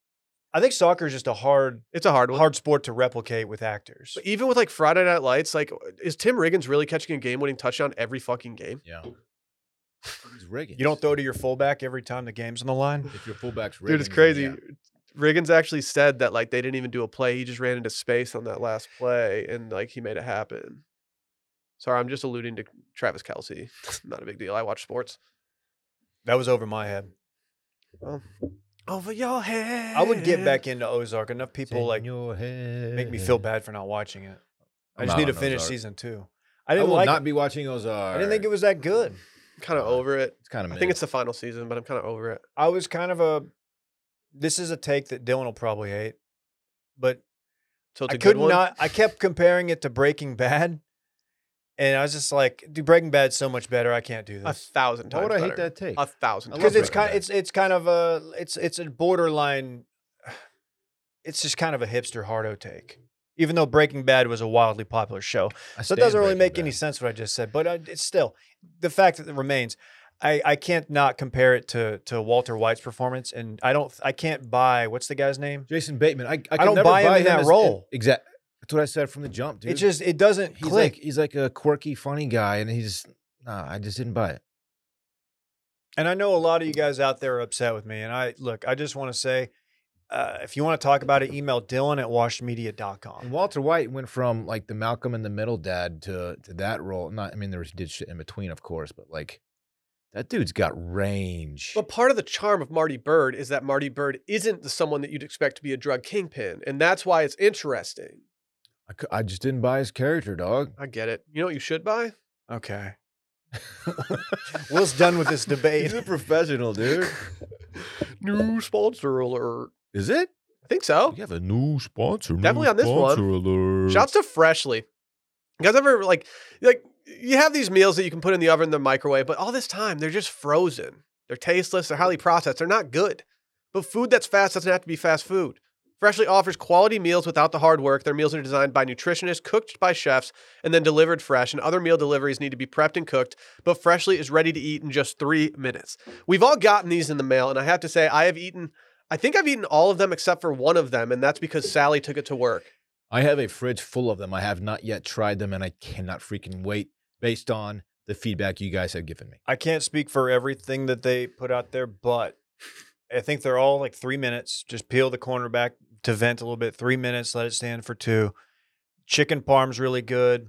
Speaker 2: I think soccer is just a hard
Speaker 1: It's a hard one.
Speaker 2: hard sport to replicate with actors.
Speaker 1: But even with like Friday Night Lights, like uh, is Tim Riggins really catching a game winning touchdown every fucking game?
Speaker 3: Yeah. He's Riggins.
Speaker 2: You don't throw to your fullback every time the game's on the line.
Speaker 3: If your fullback's Riggins.
Speaker 1: Dude, it's
Speaker 3: then
Speaker 1: crazy.
Speaker 3: yeah.
Speaker 1: Riggins actually said that like they didn't even do a play. He just ran into space on that last play and like he made it happen. Sorry, I'm just alluding to Travis Kelsey. Not a big deal. I watch sports.
Speaker 2: That was over my head.
Speaker 1: Over your head.
Speaker 2: I would get back into Ozark. Enough
Speaker 3: It's
Speaker 2: people
Speaker 3: in
Speaker 2: like
Speaker 3: your head.
Speaker 2: make me feel bad for not watching it. I
Speaker 3: I'm
Speaker 2: just
Speaker 3: out
Speaker 2: need to
Speaker 3: on
Speaker 2: finish
Speaker 3: Ozark.
Speaker 2: season two. I
Speaker 3: I
Speaker 2: didn't
Speaker 3: will
Speaker 2: like.
Speaker 3: not be watching uh, Ozark.
Speaker 2: I didn't think it was that good.
Speaker 1: kind of over it.
Speaker 3: It's kind of.
Speaker 1: I think it's the final season, but I'm kind of over it.
Speaker 2: I was kind of a. This is a take that Dylan will probably hate, but
Speaker 1: So it's
Speaker 2: I
Speaker 1: a
Speaker 2: could
Speaker 1: good one.
Speaker 2: not. I kept comparing it to Breaking Bad, and I was just like, "Dude, Breaking Bad's so much better. I can't do
Speaker 1: a
Speaker 2: this."
Speaker 1: thousand
Speaker 3: Why
Speaker 1: times.
Speaker 3: would I hate
Speaker 1: better.
Speaker 3: that take?
Speaker 1: A thousand
Speaker 3: I
Speaker 1: times.
Speaker 2: because it's
Speaker 1: better.
Speaker 2: kind
Speaker 3: Breaking
Speaker 2: it's it's kind of a it's it's a borderline it's just kind of a hipster hardo take even though breaking bad was a wildly popular show
Speaker 3: I
Speaker 2: so it
Speaker 3: stand
Speaker 2: doesn't really
Speaker 3: Breaking
Speaker 2: make any
Speaker 3: Bad.
Speaker 2: sense what i just said but I, it's still the fact that it remains I, I can't not compare it to to walter white's performance and i don't i can't buy what's the guy's name
Speaker 3: Jason Bateman. I, I, can
Speaker 2: don't
Speaker 3: never
Speaker 2: buy him in that
Speaker 3: as-
Speaker 2: role.
Speaker 3: exact. That's what I said from the jump, dude.
Speaker 2: it just it doesn't
Speaker 3: he's
Speaker 2: click
Speaker 3: like he's like a quirky, funny guy, and he's nah. I just didn't buy it.
Speaker 2: And I know a lot of you guys out there are upset with me. And I look, I just want to say, uh, if you want to talk about it, email Dylan at
Speaker 3: And
Speaker 2: washedmedia.com.
Speaker 3: Walter White went from like the Malcolm in the Middle dad to to that role. Not, I mean, there was did shit in between, of course, but like that dude's got range.
Speaker 1: But part of the charm of Marty Bird is that Marty Bird isn't the someone that you'd expect to be a drug kingpin, and that's why it's interesting.
Speaker 3: I, cou- I just didn't buy his character, dog.
Speaker 1: I get it. You know what you should buy?
Speaker 2: Okay. Will's done with this debate.
Speaker 3: professional, dude.
Speaker 1: New sponsor alert.
Speaker 3: Is it?
Speaker 1: I think
Speaker 2: Oh.
Speaker 1: so.
Speaker 3: You have a new sponsor.
Speaker 1: Definitely on this one.
Speaker 3: one.
Speaker 1: Shouts to Freshly. You guys ever like like you have these meals that you can put in the oven, the microwave, but all this time they're just frozen. They're tasteless, they're highly processed, they're not good. But food that's fast doesn't have to be fast food. Freshly offers quality meals without the hard work. Their meals are designed by nutritionists, cooked by chefs, and then delivered fresh. And other meal deliveries need to be prepped and cooked, but Freshly is ready to eat in just three minutes. We've all gotten these in the mail, and I have to say, I have eaten, I think I've eaten all of them except for one of them, and that's because Sally took it to work.
Speaker 3: I have a fridge full of them. I have not yet tried them, and I cannot freaking wait based on the feedback you guys have given me.
Speaker 2: I can't speak for everything that they put out there, but I think they're all like three minutes. Just peel the corner back to vent a little bit. Three minutes, let it stand for two. Chicken parm's really good.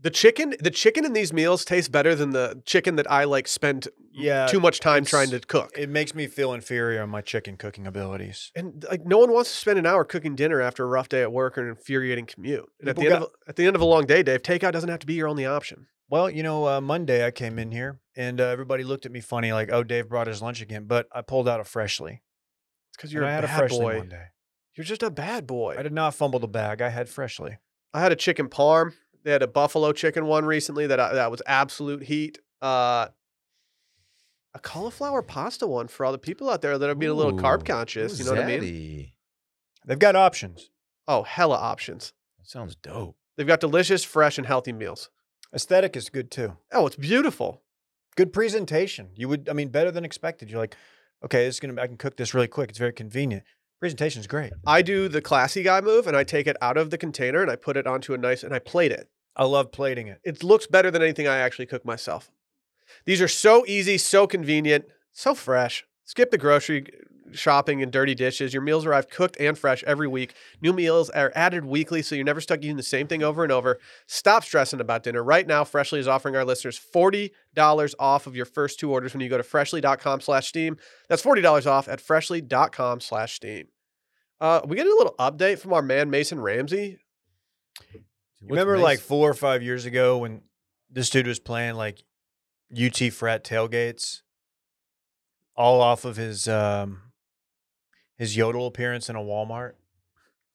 Speaker 1: The chicken, the chicken in these meals tastes better than the chicken that I like spend
Speaker 2: Yeah.
Speaker 1: too much time trying to
Speaker 2: it's-
Speaker 1: cook.
Speaker 2: It makes me feel inferior on my chicken cooking abilities.
Speaker 1: and like no one wants to spend an hour cooking dinner after a rough day at work or an infuriating commute. And at the
Speaker 2: People
Speaker 1: end of at the end of a long day, Dave, takeout doesn't have to be your only option.
Speaker 2: Well, you know, uh, Monday I came in here and uh, everybody looked at me funny, like, "Oh, Dave brought his lunch again." But I pulled out a freshly.
Speaker 1: It's because
Speaker 2: and
Speaker 1: you're
Speaker 2: I
Speaker 1: a
Speaker 2: had a
Speaker 1: bad
Speaker 2: freshly
Speaker 1: boy.
Speaker 2: Monday.
Speaker 1: You're just a bad boy.
Speaker 2: I did not fumble the bag. I had freshly.
Speaker 1: I had a chicken parm. They had a buffalo chicken one recently that I, that was absolute heat. Uh, a cauliflower pasta one for all the people out there that are being a little carb conscious. You know what I mean?
Speaker 2: They've got options.
Speaker 1: Oh, hella options.
Speaker 3: That sounds dope.
Speaker 1: They've got delicious, fresh, and healthy meals.
Speaker 2: Aesthetic is good too.
Speaker 1: Oh, it's beautiful.
Speaker 2: Good presentation. You would, I mean, better than expected. You're like, okay, this is gonna. I can cook this really quick. It's very convenient. Presentation's great.
Speaker 1: I do the classy guy move and I take it out of the container and I put it onto a nice and I plate it.
Speaker 2: I love plating it.
Speaker 1: It looks better than anything I actually cook myself. These are so easy, so convenient, so fresh. Skip the grocery shopping and dirty dishes. Your meals arrive cooked and fresh every week. New meals are added weekly, so you're never stuck eating the same thing over and over. Stop stressing about dinner. Right now, Freshly is offering our listeners $40 off of your first two orders when you go to freshly.com slash steam. That's $40 off at freshly.com slash steam. Uh, we get a little update from our man, Mason Ramsey.
Speaker 3: What's
Speaker 2: Remember,
Speaker 3: Mason-
Speaker 2: like four or five years ago when this dude was playing like UT frat tailgates, all off of his um his yodel appearance in a Walmart.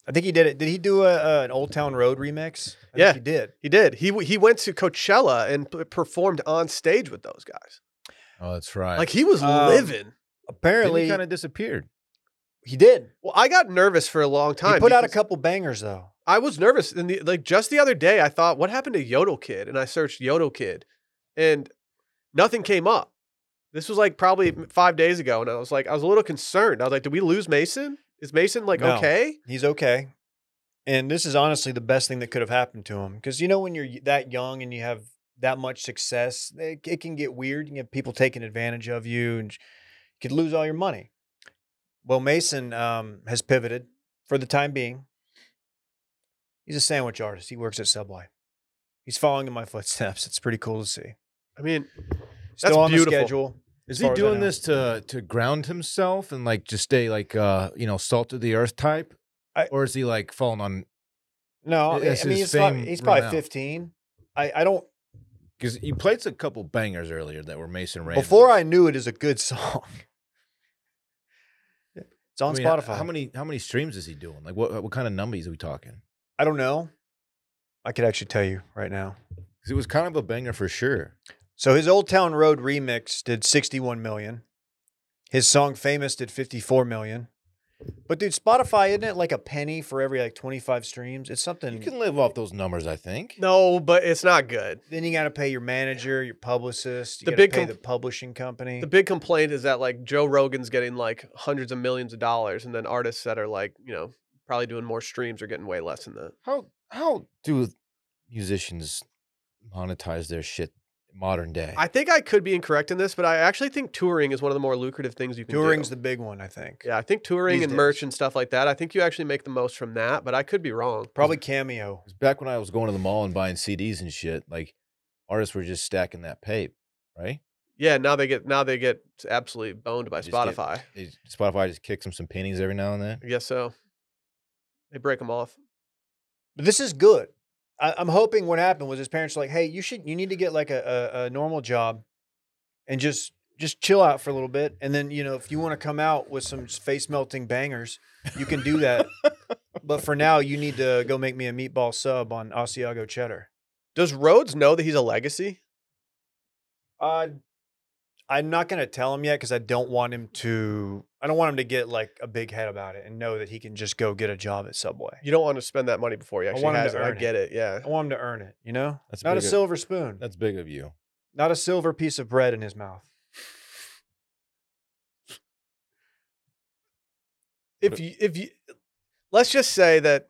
Speaker 2: I think he did it. Did he do a, a an Old Town Road remix? I
Speaker 1: Yeah.
Speaker 2: think he did.
Speaker 1: He did. He, w- he went to Coachella and p- performed on stage with those guys.
Speaker 3: oh, that's right.
Speaker 1: Like he was
Speaker 2: Um,
Speaker 1: living.
Speaker 3: Then
Speaker 2: Apparently,
Speaker 3: he
Speaker 2: he,
Speaker 3: kind of disappeared.
Speaker 2: did.
Speaker 1: Well, I got nervous for a long time.
Speaker 2: he put out a
Speaker 1: because
Speaker 2: couple bangers though.
Speaker 1: I was nervous, and the, like just the other day, I thought, "What happened to Yodel Kid?" And I searched Yodel Kid, and nothing came up. This was like probably five days ago, and I was like, I was a little concerned. I was like, "Did we lose Mason? Is Mason like
Speaker 2: No.
Speaker 1: okay?
Speaker 2: He's okay. And this is honestly the best thing that could have happened to him. Because you know, when you're y- that young and you have that much success, it, it can get weird. You can have people taking advantage of you and you could lose all your money. Well, Mason um, has pivoted for the time being. He's a sandwich artist. He works at Subway. He's following in my footsteps. It's pretty cool to see.
Speaker 1: I mean,
Speaker 2: Still
Speaker 1: That's
Speaker 2: on
Speaker 1: beautiful.
Speaker 2: the schedule.
Speaker 3: Is
Speaker 2: as
Speaker 3: he
Speaker 2: far as I
Speaker 3: doing
Speaker 2: know.
Speaker 3: this to to ground himself and like just stay like uh you know salt of the earth type,
Speaker 2: I-
Speaker 3: or is he like falling on?
Speaker 2: No, I-
Speaker 3: That's
Speaker 2: I mean
Speaker 3: his
Speaker 2: he's probably,
Speaker 3: fame
Speaker 2: he's
Speaker 3: right
Speaker 2: probably
Speaker 3: now.
Speaker 2: 15. I, I don't.
Speaker 3: Because he played a couple bangers earlier that were Mason Ray.
Speaker 2: Before I knew it is a good song. It's on Spotify.
Speaker 3: How many how many streams is he doing? Like what what kind of numbies are we talking?
Speaker 2: I don't know. I could actually tell you right now.
Speaker 3: 'Cause it was kind of a banger for sure.
Speaker 2: So his Old Town Road remix did 61 million. His song Famous did 54 million. But dude, Spotify isn't it like a penny for every like 25 streams? It's something.
Speaker 3: You can live off those numbers, I think.
Speaker 1: no, but it's not good.
Speaker 2: then you got to pay your manager, your publicist, you
Speaker 1: The
Speaker 2: got to
Speaker 1: big
Speaker 2: pay
Speaker 1: com-
Speaker 2: the publishing company.
Speaker 1: The big complaint is that like Joe Rogan's getting like hundreds of millions of dollars, and then artists that are like you know probably doing more streams are getting way less than that.
Speaker 3: How how do musicians monetize their shit modern day?
Speaker 1: I think I could be incorrect in this, but I actually think touring is one of the more lucrative things you can
Speaker 2: Touring's
Speaker 1: do.
Speaker 2: the big one, I think.
Speaker 1: yeah, I think touring
Speaker 2: these
Speaker 1: and
Speaker 2: days.
Speaker 1: merch and stuff like that. I think you actually make the most from that, but I could be wrong.
Speaker 2: Probably Cameo.
Speaker 3: 'Cause back when I was going to the mall and buying CDs and shit, like artists were just stacking that tape, right?
Speaker 1: Yeah, now they get now they get absolutely boned by
Speaker 3: Just get-
Speaker 1: Spotify.
Speaker 3: They- Spotify just kicks them some pennies every now and then.
Speaker 1: I guess so. They break them off.
Speaker 2: But this is good. I, I'm hoping what happened was his parents were like, "Hey, you should, you need to get like a, a, a normal job, and just just chill out for a little bit, and then you know if you want to come out with some face melting bangers, you can do that. but for now, you need to go make me a meatball sub on Asiago cheddar."
Speaker 1: Does Rhodes know that he's a legacy?
Speaker 2: Uh, I'm not gonna tell him yet because I don't want him to. I don't want him to get like a big head about it and know that he can just go get a job at Subway.
Speaker 1: You don't want to spend that money before he actually
Speaker 2: want him
Speaker 1: has
Speaker 2: to
Speaker 1: it. I
Speaker 2: earn it.
Speaker 1: get it. Yeah.
Speaker 2: I want him to earn it. You know,
Speaker 3: That's
Speaker 2: not a
Speaker 3: big of-
Speaker 2: silver spoon.
Speaker 3: That's big of you.
Speaker 2: Not a silver piece of bread in his mouth.
Speaker 1: If
Speaker 3: But-
Speaker 1: you if you let's just say that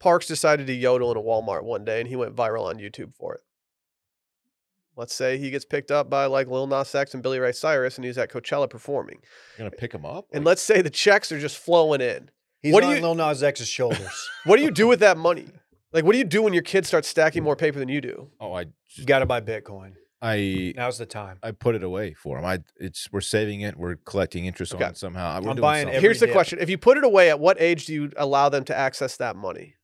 Speaker 1: Parks decided to yodel in a Walmart one day and he went viral on YouTube for it. Let's say he gets picked up by like Lil Nas X and Billy Ray Cyrus and he's at Coachella performing.
Speaker 3: You're gonna pick them up,
Speaker 1: And
Speaker 3: Like,
Speaker 1: let's say the checks are just flowing in.
Speaker 2: He's
Speaker 1: What do
Speaker 2: on
Speaker 1: you-
Speaker 2: Lil Nas X's shoulders.
Speaker 1: What do you do with that money? Like what do you do when your kid starts stacking more paper than you do?
Speaker 3: oh, I,
Speaker 2: you got to buy Bitcoin.
Speaker 3: I,
Speaker 2: Now's the time.
Speaker 3: I put it away for them. I, it's we're saving it. We're collecting interest
Speaker 1: Okay.
Speaker 3: on it somehow. I- We're
Speaker 2: I'm
Speaker 3: doing
Speaker 2: buying
Speaker 3: something.
Speaker 2: every-
Speaker 1: Here's the
Speaker 2: dip.
Speaker 1: question. If you put it away, at what age do you allow them to access that money?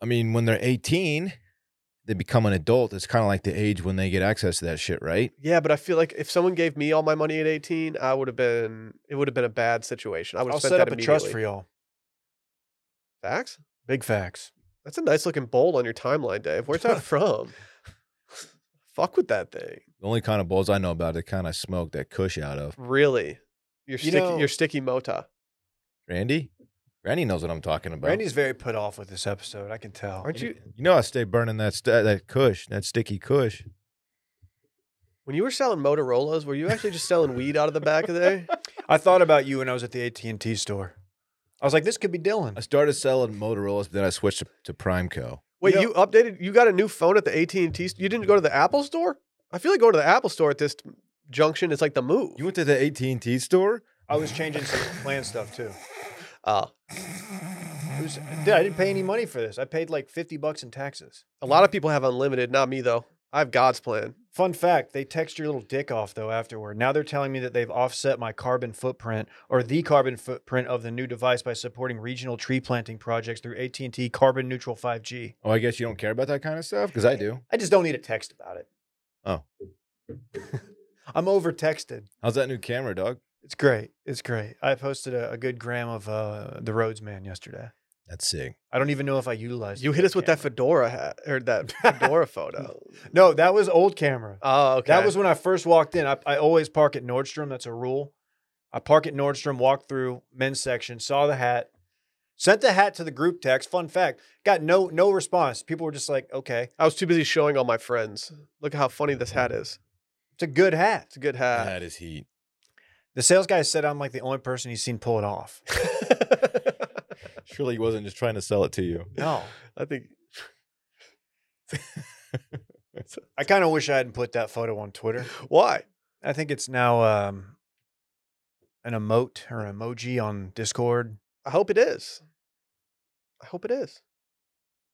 Speaker 3: I mean, when they're 18, they become an adult. It's kind of like the age when they get access to that shit, right?
Speaker 1: Yeah, but I feel like if someone gave me all my money at 18, I would have been it would have been a bad situation. I would
Speaker 2: I'll
Speaker 1: have spent
Speaker 2: set
Speaker 1: that
Speaker 2: up a trust for
Speaker 1: immediately.
Speaker 2: y'all.
Speaker 1: Facts?
Speaker 2: Big facts.
Speaker 1: That's a nice looking bowl on your timeline, Dave. Where's that from? Fuck with that thing.
Speaker 3: The only kind of bowls I know about, the kind I smoke that Kush out of.
Speaker 1: Really? Your
Speaker 2: You
Speaker 1: sticky
Speaker 2: know-
Speaker 1: your sticky mota.
Speaker 3: Randy, Randy knows what I'm talking about.
Speaker 2: Randy's very put off with this episode. I can tell.
Speaker 1: Aren't you
Speaker 3: you know, I stay burning that st- uh, that Kush, that sticky Kush.
Speaker 1: when you were selling Motorola's, were you actually just selling weed out of the back of there?
Speaker 2: I thought about you when I was at the AT and T store. I was like, this could be
Speaker 3: I
Speaker 2: Dylan.
Speaker 3: started selling Motorola's, but then I switched to, to Primeco.
Speaker 1: Wait,
Speaker 2: You know-
Speaker 1: you updated you got a new phone at the AT&T st- you didn't go to the Apple store? I feel like going to the Apple store at this t- junction is like the move.
Speaker 3: You went to the AT and T store.
Speaker 2: I was changing some plan stuff too.
Speaker 1: uh,
Speaker 2: It was, dude, I didn't pay any money for this. I paid like fifty bucks in taxes.
Speaker 1: a lot of people have unlimited, not me though. I have God's plan.
Speaker 2: Fun fact: They text your little dick off though afterward. Now they're telling me that they've offset my carbon footprint or the carbon footprint of the new device by supporting regional tree planting projects through AT and T carbon neutral five G.
Speaker 3: Oh, I guess you don't care about that kind of stuff because I do.
Speaker 2: I just don't need a text about it.
Speaker 3: Oh.
Speaker 2: I'm over texted.
Speaker 3: How's that new camera, dog?
Speaker 2: It's great. It's great. I posted a, a good gram of uh, the Rhodes Man yesterday.
Speaker 3: That's sick.
Speaker 2: I don't even know if I utilized.
Speaker 1: You hit us with that fedora hat or that fedora photo.
Speaker 2: that. No, that was old camera.
Speaker 1: Oh, okay.
Speaker 2: That was when I first walked in. I, I always park at Nordstrom. That's a rule. I park at Nordstrom, walked through men's section, saw the hat, sent the hat to the group text. Fun fact, got no no response. People were just like, "Okay,
Speaker 1: I was too busy showing all my friends. Look at how funny this hat is.
Speaker 2: it's a good hat."
Speaker 1: It's a good hat.
Speaker 3: that is heat.
Speaker 2: The sales guy said I'm like the only person he's seen pull it off.
Speaker 5: Surely he wasn't just trying to sell it to you.
Speaker 2: No.
Speaker 1: I think
Speaker 2: I kind of wish I hadn't put that photo on Twitter.
Speaker 1: why?
Speaker 2: I think it's now um, an emote or emoji on Discord.
Speaker 1: I hope it is. I hope it is.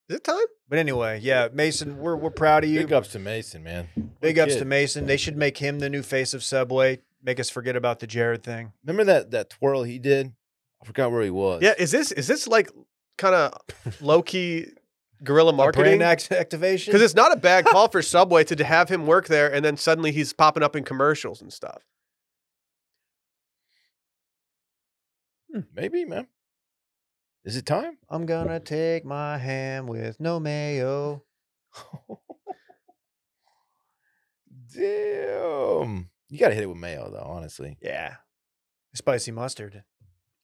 Speaker 1: Is it time?
Speaker 2: But anyway, yeah, Mason, we're we're proud of you.
Speaker 3: Big ups to Mason, man.
Speaker 2: Big
Speaker 3: What a
Speaker 2: ups
Speaker 3: kid.
Speaker 2: to Mason. They should make him the new face of Subway. Make us forget about the Jared thing.
Speaker 3: Remember that that twirl he did? I forgot where he was.
Speaker 1: Yeah, is this is this like kind of low key guerrilla
Speaker 2: A
Speaker 1: marketing?
Speaker 2: brand act- activation.
Speaker 1: Because it's not a bad call for Subway to have him work there, and then suddenly he's popping up in commercials and stuff.
Speaker 3: maybe, man. Is it time?
Speaker 2: I'm gonna take my ham with no mayo.
Speaker 3: Damn. You gotta hit it with mayo, though. Honestly,
Speaker 2: Yeah, spicy mustard.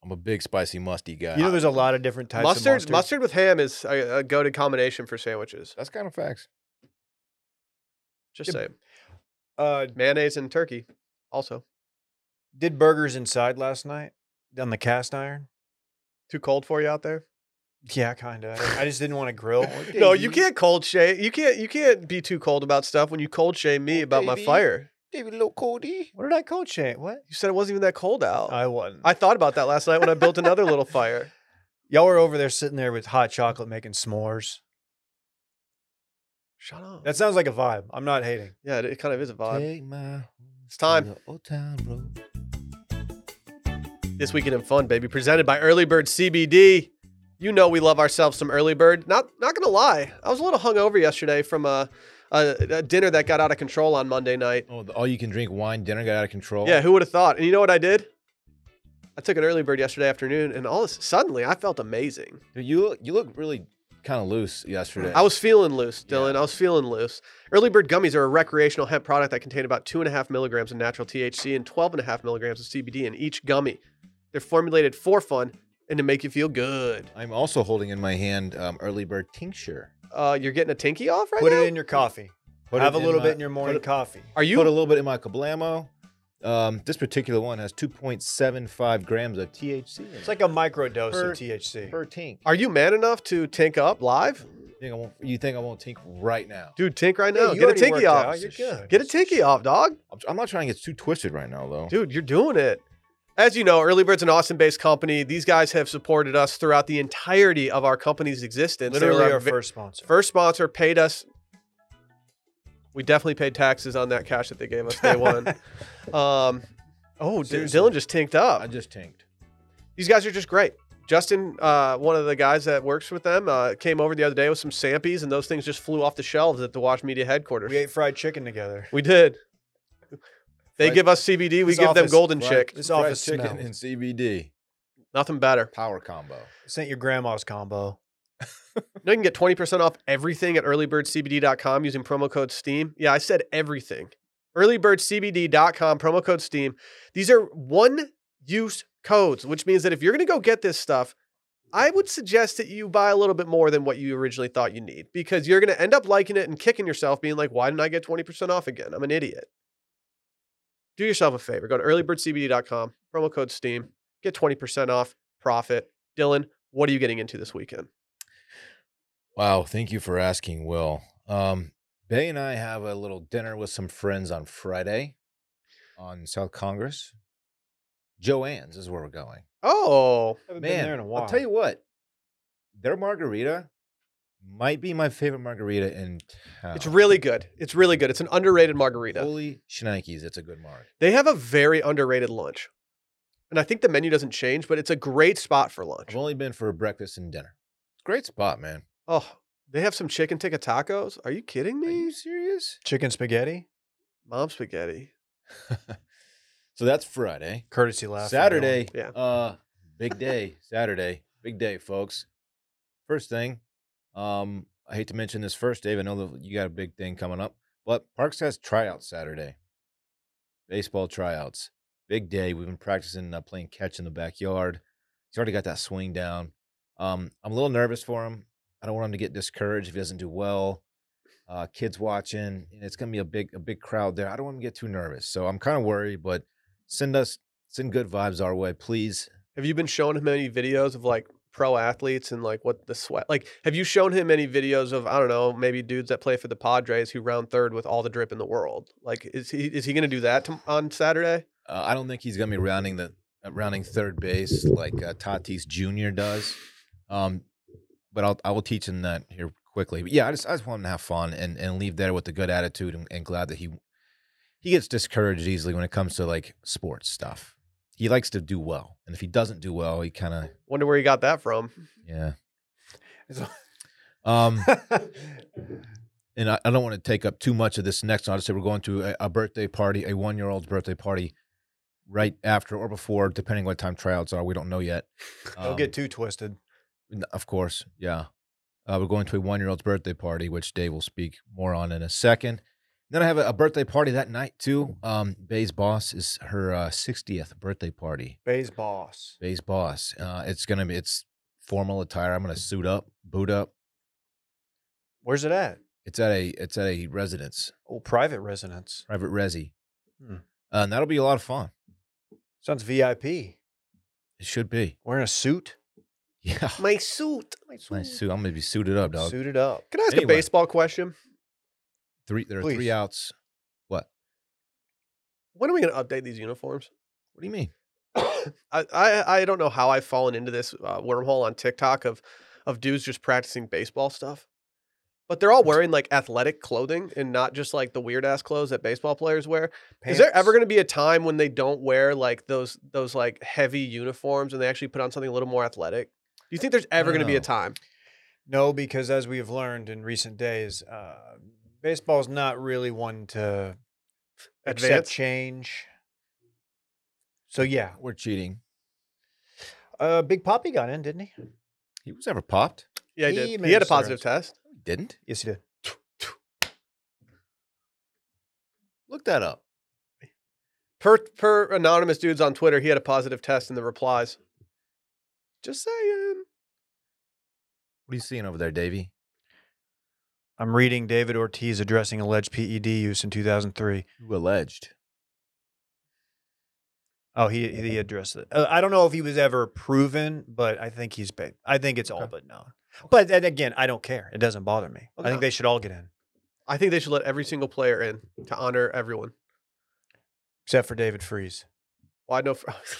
Speaker 3: I'm a big spicy musty guy.
Speaker 2: You know, there's a lot of different types
Speaker 1: Mustard,
Speaker 2: of
Speaker 1: mustard, with ham is a, a go-to combination for sandwiches.
Speaker 3: that's kind of facts.
Speaker 1: Just
Speaker 2: Yeah.
Speaker 1: say
Speaker 2: Uh,
Speaker 1: mayonnaise and turkey, also
Speaker 2: did burgers inside last night on the cast iron?
Speaker 1: too cold for you out there.
Speaker 2: Yeah, kind of. I just didn't want to grill.
Speaker 1: No, you can't cold shame. You can't. You can't be too cold about stuff when you cold shame me about my
Speaker 3: baby.
Speaker 1: fire.
Speaker 3: David Little Cody.
Speaker 2: What did I cold eh? shake? What?
Speaker 1: You said it wasn't even that cold out.
Speaker 2: I wasn't.
Speaker 1: Oh. I thought about that last night when I built another little fire.
Speaker 2: Y'all were over there sitting there with hot chocolate making s'mores.
Speaker 1: Shut up.
Speaker 2: That sounds like a vibe. I'm not hating.
Speaker 1: yeah, it, it kind of is a vibe.
Speaker 3: Take my
Speaker 1: It's time.
Speaker 3: to the old town road.
Speaker 1: This Weekend in Fun, baby, presented by Early Bird CBD. You know we love ourselves some Early Bird. Not not gonna lie, I was a little hungover yesterday from a, a, a dinner that got out of control on Monday night.
Speaker 3: Oh, the all you can drink wine dinner got out of control.
Speaker 1: Yeah, who would have thought? And you know what I did? I took an Early Bird yesterday afternoon, and all of a- suddenly I felt amazing.
Speaker 3: Dude, you look you look really kind of loose yesterday.
Speaker 1: I was feeling loose, Dylan. I was feeling loose. Early Bird gummies are a recreational hemp product that contain about two and a half milligrams of natural THC and twelve and a half milligrams of CBD in each gummy. They're formulated for fun and to make you feel good.
Speaker 3: I'm also holding in my hand um, early bird tincture.
Speaker 1: Uh, you're getting a tinky off right
Speaker 2: Put
Speaker 1: now.
Speaker 2: it in your coffee.
Speaker 3: Put
Speaker 2: Have
Speaker 3: it
Speaker 2: a little
Speaker 3: my-
Speaker 2: bit in your morning
Speaker 3: put it-
Speaker 2: coffee.
Speaker 1: Are you?
Speaker 3: Put a little bit in my kablamo. Um, this particular one has 2.75 grams of THC. In
Speaker 2: It's
Speaker 3: it.
Speaker 2: like a micro dose
Speaker 3: Per-
Speaker 2: of THC.
Speaker 3: per tink.
Speaker 1: Are you man enough to tink up live?
Speaker 3: You think I won't? You think I won't tink right now?
Speaker 1: Dude, tink right
Speaker 2: Yeah,
Speaker 1: now.
Speaker 2: you
Speaker 1: Get a
Speaker 2: already worked
Speaker 1: tinky off.
Speaker 2: out. You're good.
Speaker 1: Get a tinky off, dog.
Speaker 3: I'm, I'm not trying to get too twisted right now, though.
Speaker 1: Dude, you're doing it. As you know, Early Bird's an Austin based company. These guys have supported us throughout the entirety of our company's existence. They were
Speaker 2: Literally our
Speaker 1: ve-
Speaker 2: first sponsor.
Speaker 1: first sponsor, paid us. We definitely paid taxes on that cash that they gave us day one. um, oh, D-
Speaker 2: Seriously.
Speaker 1: Dylan just tinked up.
Speaker 3: I just tinked.
Speaker 1: these guys are just great. Justin, uh, one of the guys that works with them, uh, came over the other day with some sampies, and those things just flew off the shelves at the Wash Media headquarters.
Speaker 2: we ate fried chicken together.
Speaker 1: We did. They
Speaker 3: Right.
Speaker 1: give us CBD, we
Speaker 2: This
Speaker 1: give them
Speaker 2: office-
Speaker 1: Golden
Speaker 3: Fried-
Speaker 1: Chick.
Speaker 2: This
Speaker 3: fried
Speaker 2: office
Speaker 3: chicken
Speaker 2: smells.
Speaker 3: and CBD
Speaker 1: Nothing better.
Speaker 3: power combo.
Speaker 2: This ain't your grandma's combo.
Speaker 1: You know you can get 20% off everything at earlybirdcbd.com using promo code STEAM. Yeah, I said everything. Earlybirdcbd.com, promo code STEAM. These are one use codes, which means that if you're going to go get this stuff, I would suggest that you buy a little bit more than what you originally thought you need because you're going to end up liking it and kicking yourself, being like, why didn't I get 20% off again? I'm an idiot. Do yourself a favor. Go to earlybirdcbd.com, promo code STEAM, get 20% off, profit. Dylan, what are you getting into this weekend?
Speaker 3: Wow, thank you for asking, Will. Um, Bay and I have a little dinner with some friends on Friday on South Congress. Joanne's is where we're going.
Speaker 1: Oh,
Speaker 2: Haven't
Speaker 3: Man,
Speaker 2: been there in a while.
Speaker 3: I'll tell you what, their margarita might be my favorite margarita in town.
Speaker 1: It's really good. It's really good. It's an underrated margarita.
Speaker 3: holy shnikes. It's a good mark.
Speaker 1: They have a very underrated lunch. And I think the menu doesn't change, but it's a great spot for lunch.
Speaker 3: I've only been for breakfast and dinner. Great spot, man.
Speaker 1: Oh, they have some chicken tikka tacos. Are you kidding
Speaker 3: Are
Speaker 1: me?
Speaker 3: you serious?
Speaker 2: Chicken spaghetti?
Speaker 1: Mom spaghetti.
Speaker 3: so that's eh? Friday.
Speaker 2: Courtesy laugh. for
Speaker 3: Saturday,
Speaker 1: Yeah.
Speaker 3: uh, big day. Saturday, big day, folks. First thing, um, I hate to mention this first, Dave. I know that you got a big thing coming up, but Parks has tryouts Saturday. Baseball tryouts, big day. We've been practicing uh, playing catch in the backyard. He's already got that swing down. Um, I'm a little nervous for him. I don't want him to get discouraged if he doesn't do well. Uh, kids watching, and it's gonna be a big, a big crowd there. I don't want him to get too nervous, so I'm kind of worried. But send us Send good vibes our way, please.
Speaker 1: Have you been showing him any videos of like pro athletes and like what the sweat? Like, have you shown him any videos of I don't know, maybe dudes that play for the Padres who round third with all the drip in the world? Like, is he is he going to do that tom on Saturday?
Speaker 3: Uh, I don't think he's going to be rounding the uh, rounding third base like uh, Tatis Jr. does. Um, but I'll I will teach him that here quickly. But yeah, I just I just want him to have fun and and leave there with a good attitude and, and glad that he he gets discouraged easily when it comes to like sports stuff. He likes to do well, and if he doesn't do well, he kind of
Speaker 1: Wonder where he got that from.
Speaker 3: yeah.
Speaker 2: It's-
Speaker 3: Um, and I, I don't want to take up too much of this next one. I'll just say we're going to a, a birthday party, a one year old's birthday party, right after or before, depending what time tryouts are. We don't know yet.
Speaker 2: Don't
Speaker 3: Um,
Speaker 2: get too twisted.
Speaker 3: N- Of course, yeah. Uh, we're going to a one year old's birthday party, which Dave will speak more on in a second. Then I have a, a birthday party that night too. Um, Bay's boss is her uh, 60th birthday party.
Speaker 2: Bay's boss.
Speaker 3: Bay's boss. Uh, it's gonna be it's formal attire. I'm gonna suit up, boot up.
Speaker 2: Where's it at?
Speaker 3: It's at a it's at a residence,
Speaker 2: Oh, private residence.
Speaker 3: private resi,
Speaker 2: Hmm.
Speaker 3: uh, and that'll be a lot of fun.
Speaker 2: Sounds VIP.
Speaker 3: It should be.
Speaker 2: Wearing a suit.
Speaker 3: Yeah,
Speaker 1: My suit. My
Speaker 3: my suit. I'm gonna be suited up, dog.
Speaker 2: Suited up.
Speaker 1: Can I ask
Speaker 3: Anyway.
Speaker 1: a baseball question?
Speaker 3: Three. There are
Speaker 2: Please.
Speaker 3: three outs.
Speaker 1: When are we going to update these uniforms?
Speaker 3: What do you mean?
Speaker 1: I, I I don't know how I've fallen into this uh, wormhole on TikTok of of dudes just practicing baseball stuff, but they're all wearing like athletic clothing and not just like the weird ass clothes that baseball players wear. Is there ever going to be a time when they don't wear like those those like heavy uniforms and they actually put on something a little more athletic? Do you think there's ever going to be a
Speaker 3: No.
Speaker 1: time?
Speaker 2: No, because as we have learned in recent days, uh, baseball's not really one to accept
Speaker 1: Advance.
Speaker 2: change. So yeah,
Speaker 3: We're cheating.
Speaker 2: uh, Big Poppy got in, didn't he?
Speaker 3: He was ever popped?
Speaker 1: Yeah, he
Speaker 2: He
Speaker 1: did. He
Speaker 2: made
Speaker 1: had a
Speaker 2: us nervous.
Speaker 1: positive test.
Speaker 3: Didn't
Speaker 2: Yes, he did.
Speaker 3: look that up.
Speaker 1: Per per anonymous dudes on Twitter, he had a positive test in the replies. Just saying.
Speaker 3: What are you seeing over there, Davey?
Speaker 2: I'm reading David Ortiz addressing alleged PED use in 2003.
Speaker 3: You alleged.
Speaker 2: Oh, he he addressed it. Uh, I don't know if he was ever proven, but I think he's. ba- I think it's all
Speaker 3: Okay.
Speaker 2: but known. But then again, I don't care. It doesn't bother me. I
Speaker 1: Okay.
Speaker 2: think they should all get in,
Speaker 1: I think they should let every single player in to honor everyone.
Speaker 2: except for David Freeze.
Speaker 1: Well, I know.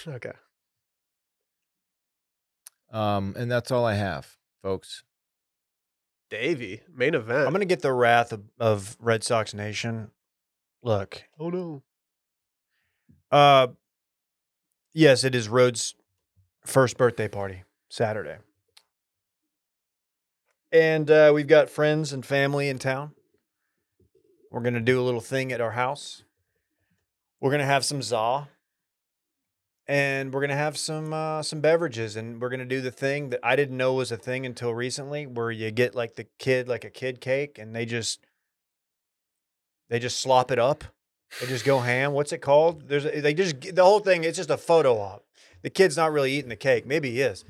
Speaker 1: okay.
Speaker 3: Um, and that's all I have, folks.
Speaker 1: Davey, main event.
Speaker 2: I'm gonna get the wrath of, of Red Sox Nation. Look,
Speaker 1: Oh no.
Speaker 2: uh, yes, it is Rhodes' first birthday party Saturday, and uh, we've got friends and family in town. We're gonna do a little thing at our house. We're gonna have some za, and we're gonna have some uh, some beverages, and we're gonna do the thing that I didn't know was a thing until recently, where you get like the kid like a kid cake, and they just they just slop it up. They just go ham. What's it called? There's a, they just g- the whole thing. It's just a photo op. The kid's not really eating the cake. Maybe he is,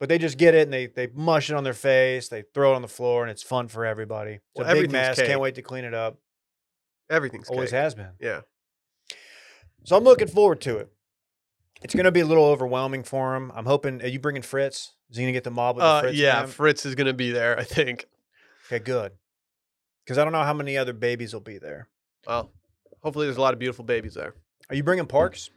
Speaker 2: but they just get it and they they mush it on their face. They throw it on the floor, and it's fun for everybody. It's
Speaker 1: Well,
Speaker 2: a big
Speaker 1: everything's
Speaker 2: mess.
Speaker 1: cake.
Speaker 2: Can't wait to clean it up.
Speaker 1: Everything's
Speaker 2: Always
Speaker 1: cake.
Speaker 2: has been.
Speaker 1: Yeah.
Speaker 2: So I'm looking forward to it. It's going to be a little overwhelming for him. I'm hoping. Are you bringing Fritz? Is he going to get the mob with the
Speaker 1: Uh,
Speaker 2: Fritz?
Speaker 1: yeah.
Speaker 2: man?
Speaker 1: Fritz is gonna be there. I think.
Speaker 2: okay, good. Because I don't know how many other babies will be there.
Speaker 1: Well, hopefully there's a lot of beautiful babies there.
Speaker 2: Are you bringing Parks?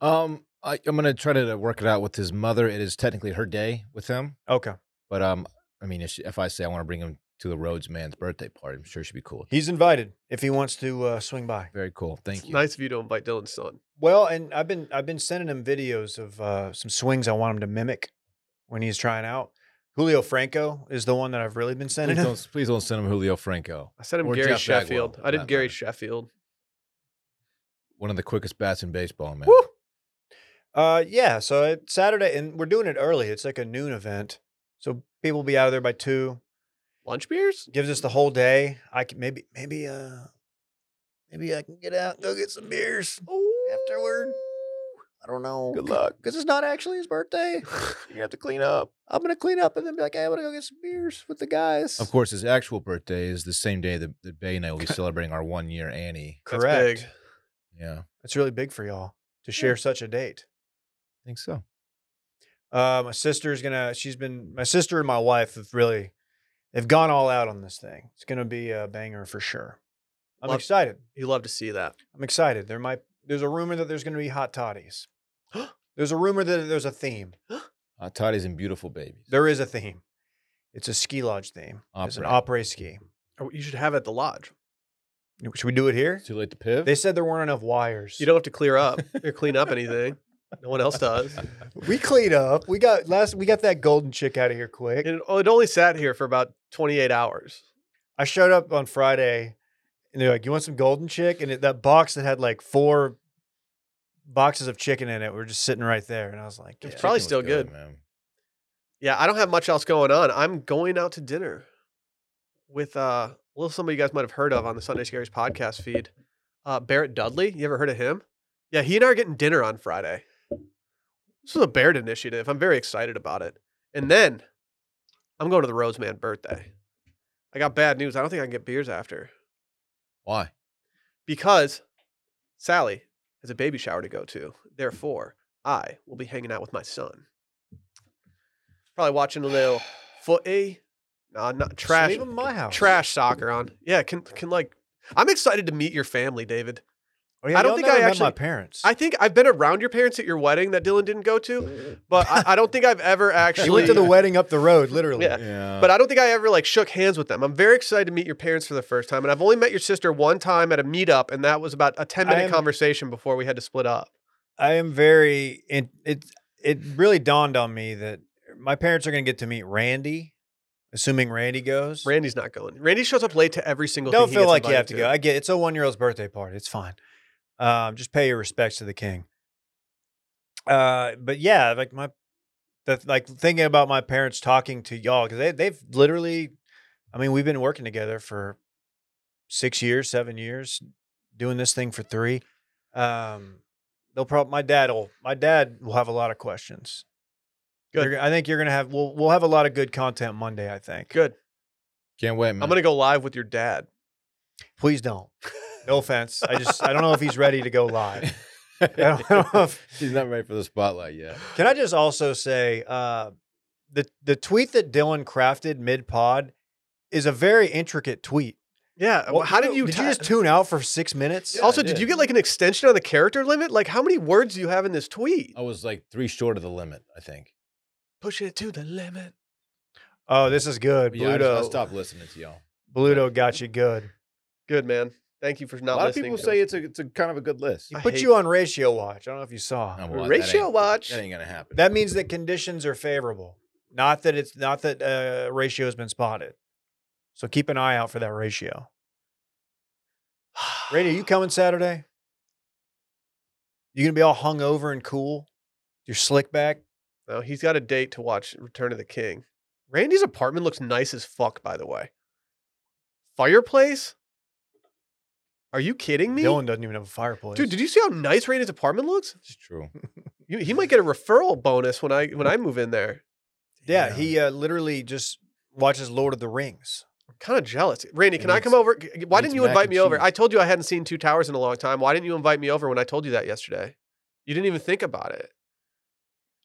Speaker 3: Um, I, I'm gonna try to work it out with his mother. It is technically her day with him,
Speaker 2: Okay.
Speaker 3: but um, I mean, if, she, if I say I want to bring him to the Rhodes man's birthday party, I'm sure she'd be cool.
Speaker 2: He's invited if he wants to uh, swing by.
Speaker 3: Very cool. Thank
Speaker 1: It's
Speaker 3: you.
Speaker 1: nice of you to invite Dylan's son.
Speaker 2: Well, and I've been I've been sending him videos of uh, some swings I want him to mimic when he's trying out. Julio Franco is the one that I've really been
Speaker 3: Please
Speaker 2: sending him.
Speaker 3: don't, please don't send him Julio Franco,
Speaker 1: I sent him
Speaker 3: Or
Speaker 1: Gary
Speaker 3: Jeff Bagwell,
Speaker 1: Sheffield.
Speaker 3: for
Speaker 1: I did
Speaker 3: that
Speaker 1: Gary
Speaker 3: matter.
Speaker 1: Sheffield.
Speaker 3: one of the quickest bats in baseball, man.
Speaker 2: Woo! Uh, yeah. So it's Saturday, and we're doing it early. It's like a noon event, so people will be out of there by two.
Speaker 1: Lunch beers?
Speaker 2: Gives us the whole day. I can maybe maybe uh maybe I can get out and go get some beers afterward. I don't know. Good luck, because it's not actually his birthday. you have to clean up. I'm gonna clean up and then be like, hey, I want to go get some beers with the guys.
Speaker 3: Of course, his actual birthday is the same day that, that Bay and I will be celebrating our one year Annie.
Speaker 1: That's
Speaker 2: Correct.
Speaker 1: big.
Speaker 3: Yeah.
Speaker 2: That's really big for y'all. to share such a date.
Speaker 3: I think so.
Speaker 2: Uh, my sister's gonna. She's been. My sister and my wife have really. They've gone all out on this thing. It's gonna be a banger for sure. I'm
Speaker 1: Love-
Speaker 2: excited.
Speaker 1: You love to see that.
Speaker 2: I'm excited. There might. There's a rumor that there's gonna be hot toddies. there's a rumor that there's a theme.
Speaker 3: Uh, toddies and beautiful babies.
Speaker 2: There is a theme. It's a ski lodge theme. It's an opera ski.
Speaker 1: Or You should have it at the lodge.
Speaker 2: Should we do it here?
Speaker 3: It's Too late to piv.
Speaker 2: They said there weren't enough wires.
Speaker 1: You don't have to clear up or clean up anything. No one else does.
Speaker 2: we cleaned up. We got last. We got that golden chick out of here quick.
Speaker 1: And it it only sat here for about 28 hours.
Speaker 2: I showed up on Friday, and they're like, "You want some golden chick?" And it, that box that had like four boxes of chicken in it were just sitting right there, and I was like,
Speaker 1: It's
Speaker 2: "Yeah."
Speaker 1: probably
Speaker 3: Chicken
Speaker 1: still
Speaker 3: was
Speaker 1: good.
Speaker 3: man.
Speaker 1: Yeah, I don't have much else going on. I'm going out to dinner with uh well somebody you guys might have heard of on the Sunday Scaries podcast feed. Uh Barrett Dudley. You ever heard of him? Yeah, he and I are getting dinner on Friday. This is a Barrett initiative. I'm very excited about it. And then I'm going to the Roseman birthday. I got bad news. I don't think I can get beers after
Speaker 3: Why?
Speaker 1: because Sally has a baby shower to go to. Therefore, I will be hanging out with my son. Probably watching a little footy, nah, not
Speaker 2: Just
Speaker 1: trash,
Speaker 2: Leave 'em in my house.
Speaker 1: trash soccer on. Yeah, can can like. I'm excited to meet your family, David.
Speaker 2: Oh, yeah,
Speaker 1: I don't
Speaker 2: y'all
Speaker 1: think
Speaker 2: never
Speaker 1: I
Speaker 2: met my
Speaker 1: actually-
Speaker 2: parents.
Speaker 1: I think I've been around your parents at your wedding that Dylan didn't go to, but I, I don't think I've ever actually. uh,
Speaker 2: she went to the uh, wedding up the road, literally.
Speaker 1: Yeah.
Speaker 3: Yeah.
Speaker 1: But I don't think I ever like shook hands with them. I'm very excited to meet your parents for the first time, and I've only met your sister one time at a meetup, and that was about a 10 minute
Speaker 2: am-
Speaker 1: conversation before we had to split up.
Speaker 2: I am very. It it it really dawned on me that my parents are going to get to meet Randy, assuming Randy goes.
Speaker 1: Randy's not going. Randy shows up late to every single.
Speaker 2: Don't
Speaker 1: thing
Speaker 2: feel
Speaker 1: he gets
Speaker 2: like
Speaker 1: invited
Speaker 2: you have to go. I get it's a one year old's birthday party. It's fine. Um, just pay your respects to the king. Uh, but yeah, like my, the, like thinking about my parents talking to y'all because they they've literally, I mean, we've been working together for six years, seven years, doing this thing for three. Um, they'll probably my dad will my dad will have a lot of questions.
Speaker 1: Good.
Speaker 2: You're- I think you're gonna have we'll we'll have a lot of good content Monday. I think.
Speaker 1: Good.
Speaker 3: Can't wait, man.
Speaker 1: I'm gonna go live with your dad.
Speaker 2: Please don't. No offense. I just I don't know if he's ready to go live. I don't, I don't know if-
Speaker 3: He's not ready for the spotlight yet.
Speaker 2: can I just also say uh, the the tweet that Dylan crafted mid pod is a very intricate tweet.
Speaker 1: Yeah. Uh,
Speaker 2: What-
Speaker 1: how did you?
Speaker 2: did
Speaker 1: ta-
Speaker 2: you just tune out for six minutes?
Speaker 3: Yeah, I
Speaker 1: also, did you
Speaker 3: did.
Speaker 1: get like an extension on the character limit? Like, how many words do you have in this tweet?
Speaker 3: I was like three short of the limit, I think.
Speaker 1: Oh, Push it to the limit.
Speaker 2: Oh, this is good.
Speaker 3: But yeah, I, just, I
Speaker 2: Bluto.
Speaker 3: stopped listening to y'all.
Speaker 2: Bluto got you good.
Speaker 1: Good man. Thank you for not.
Speaker 3: a lot of
Speaker 1: listening
Speaker 3: people
Speaker 1: to
Speaker 3: say
Speaker 1: us.
Speaker 3: it's a it's a kind of a good list.
Speaker 2: He
Speaker 1: I
Speaker 2: put
Speaker 1: hate-
Speaker 2: you on ratio watch. I don't know if you saw.
Speaker 3: Oh, well, that
Speaker 1: Ratio
Speaker 3: ain't-
Speaker 1: watch.
Speaker 3: That ain't gonna happen.
Speaker 2: That means that conditions are favorable. Not that it's not that uh, ratio has been spotted. So keep an eye out for that ratio. Radio, you coming Saturday? You gonna be all hungover and cool? Your slick back?
Speaker 1: No, Oh, he's got a date to watch Return of the King. Randy's apartment looks nice as fuck, by the way. Fireplace? Are you kidding me?
Speaker 2: Dylan doesn't even have a fireplace.
Speaker 1: Dude, did you see how nice Randy's apartment looks?
Speaker 3: it's true.
Speaker 1: You, he might get a referral bonus when I when I move in there.
Speaker 2: yeah,
Speaker 3: Yeah.
Speaker 2: he uh, literally just watches Lord of the Rings.
Speaker 1: I'm kind of jealous. Randy,
Speaker 3: He
Speaker 1: can I
Speaker 3: needs-
Speaker 1: come over? G- g- Why
Speaker 3: needs
Speaker 1: didn't you
Speaker 3: mac
Speaker 1: invite
Speaker 3: and
Speaker 1: me over?
Speaker 3: cheese.
Speaker 1: I told you I hadn't seen Two Towers in a long time. Why didn't you invite me over when I told you that yesterday? You didn't even think about it.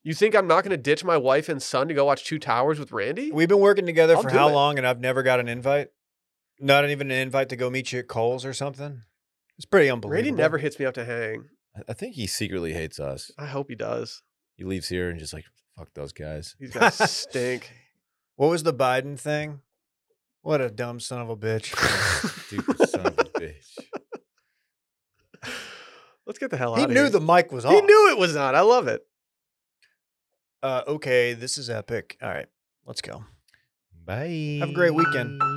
Speaker 1: You think I'm not going to ditch my wife and son to go watch Two Towers with Randy?
Speaker 2: We've been working together
Speaker 1: I'll
Speaker 2: for
Speaker 1: do
Speaker 2: how
Speaker 1: it.
Speaker 2: long, and I've never got an invite. Not even an invite to go meet you at Cole's or something. It's pretty unbelievable.
Speaker 1: Randy never hits me up to hang.
Speaker 3: I- I think he secretly hates us.
Speaker 1: I hope he does.
Speaker 3: He leaves here and just like fuck those guys.
Speaker 1: He's going to stink.
Speaker 2: What was the Biden thing? What a dumb son of a bitch.
Speaker 3: Stupid son of a bitch.
Speaker 1: Let's get the hell
Speaker 2: he
Speaker 1: out of
Speaker 2: knew
Speaker 1: here.
Speaker 2: the mic was off.
Speaker 1: He knew it was not. I love it.
Speaker 2: Uh, okay, this is epic. All right, let's go.
Speaker 3: Bye.
Speaker 2: Have a great weekend.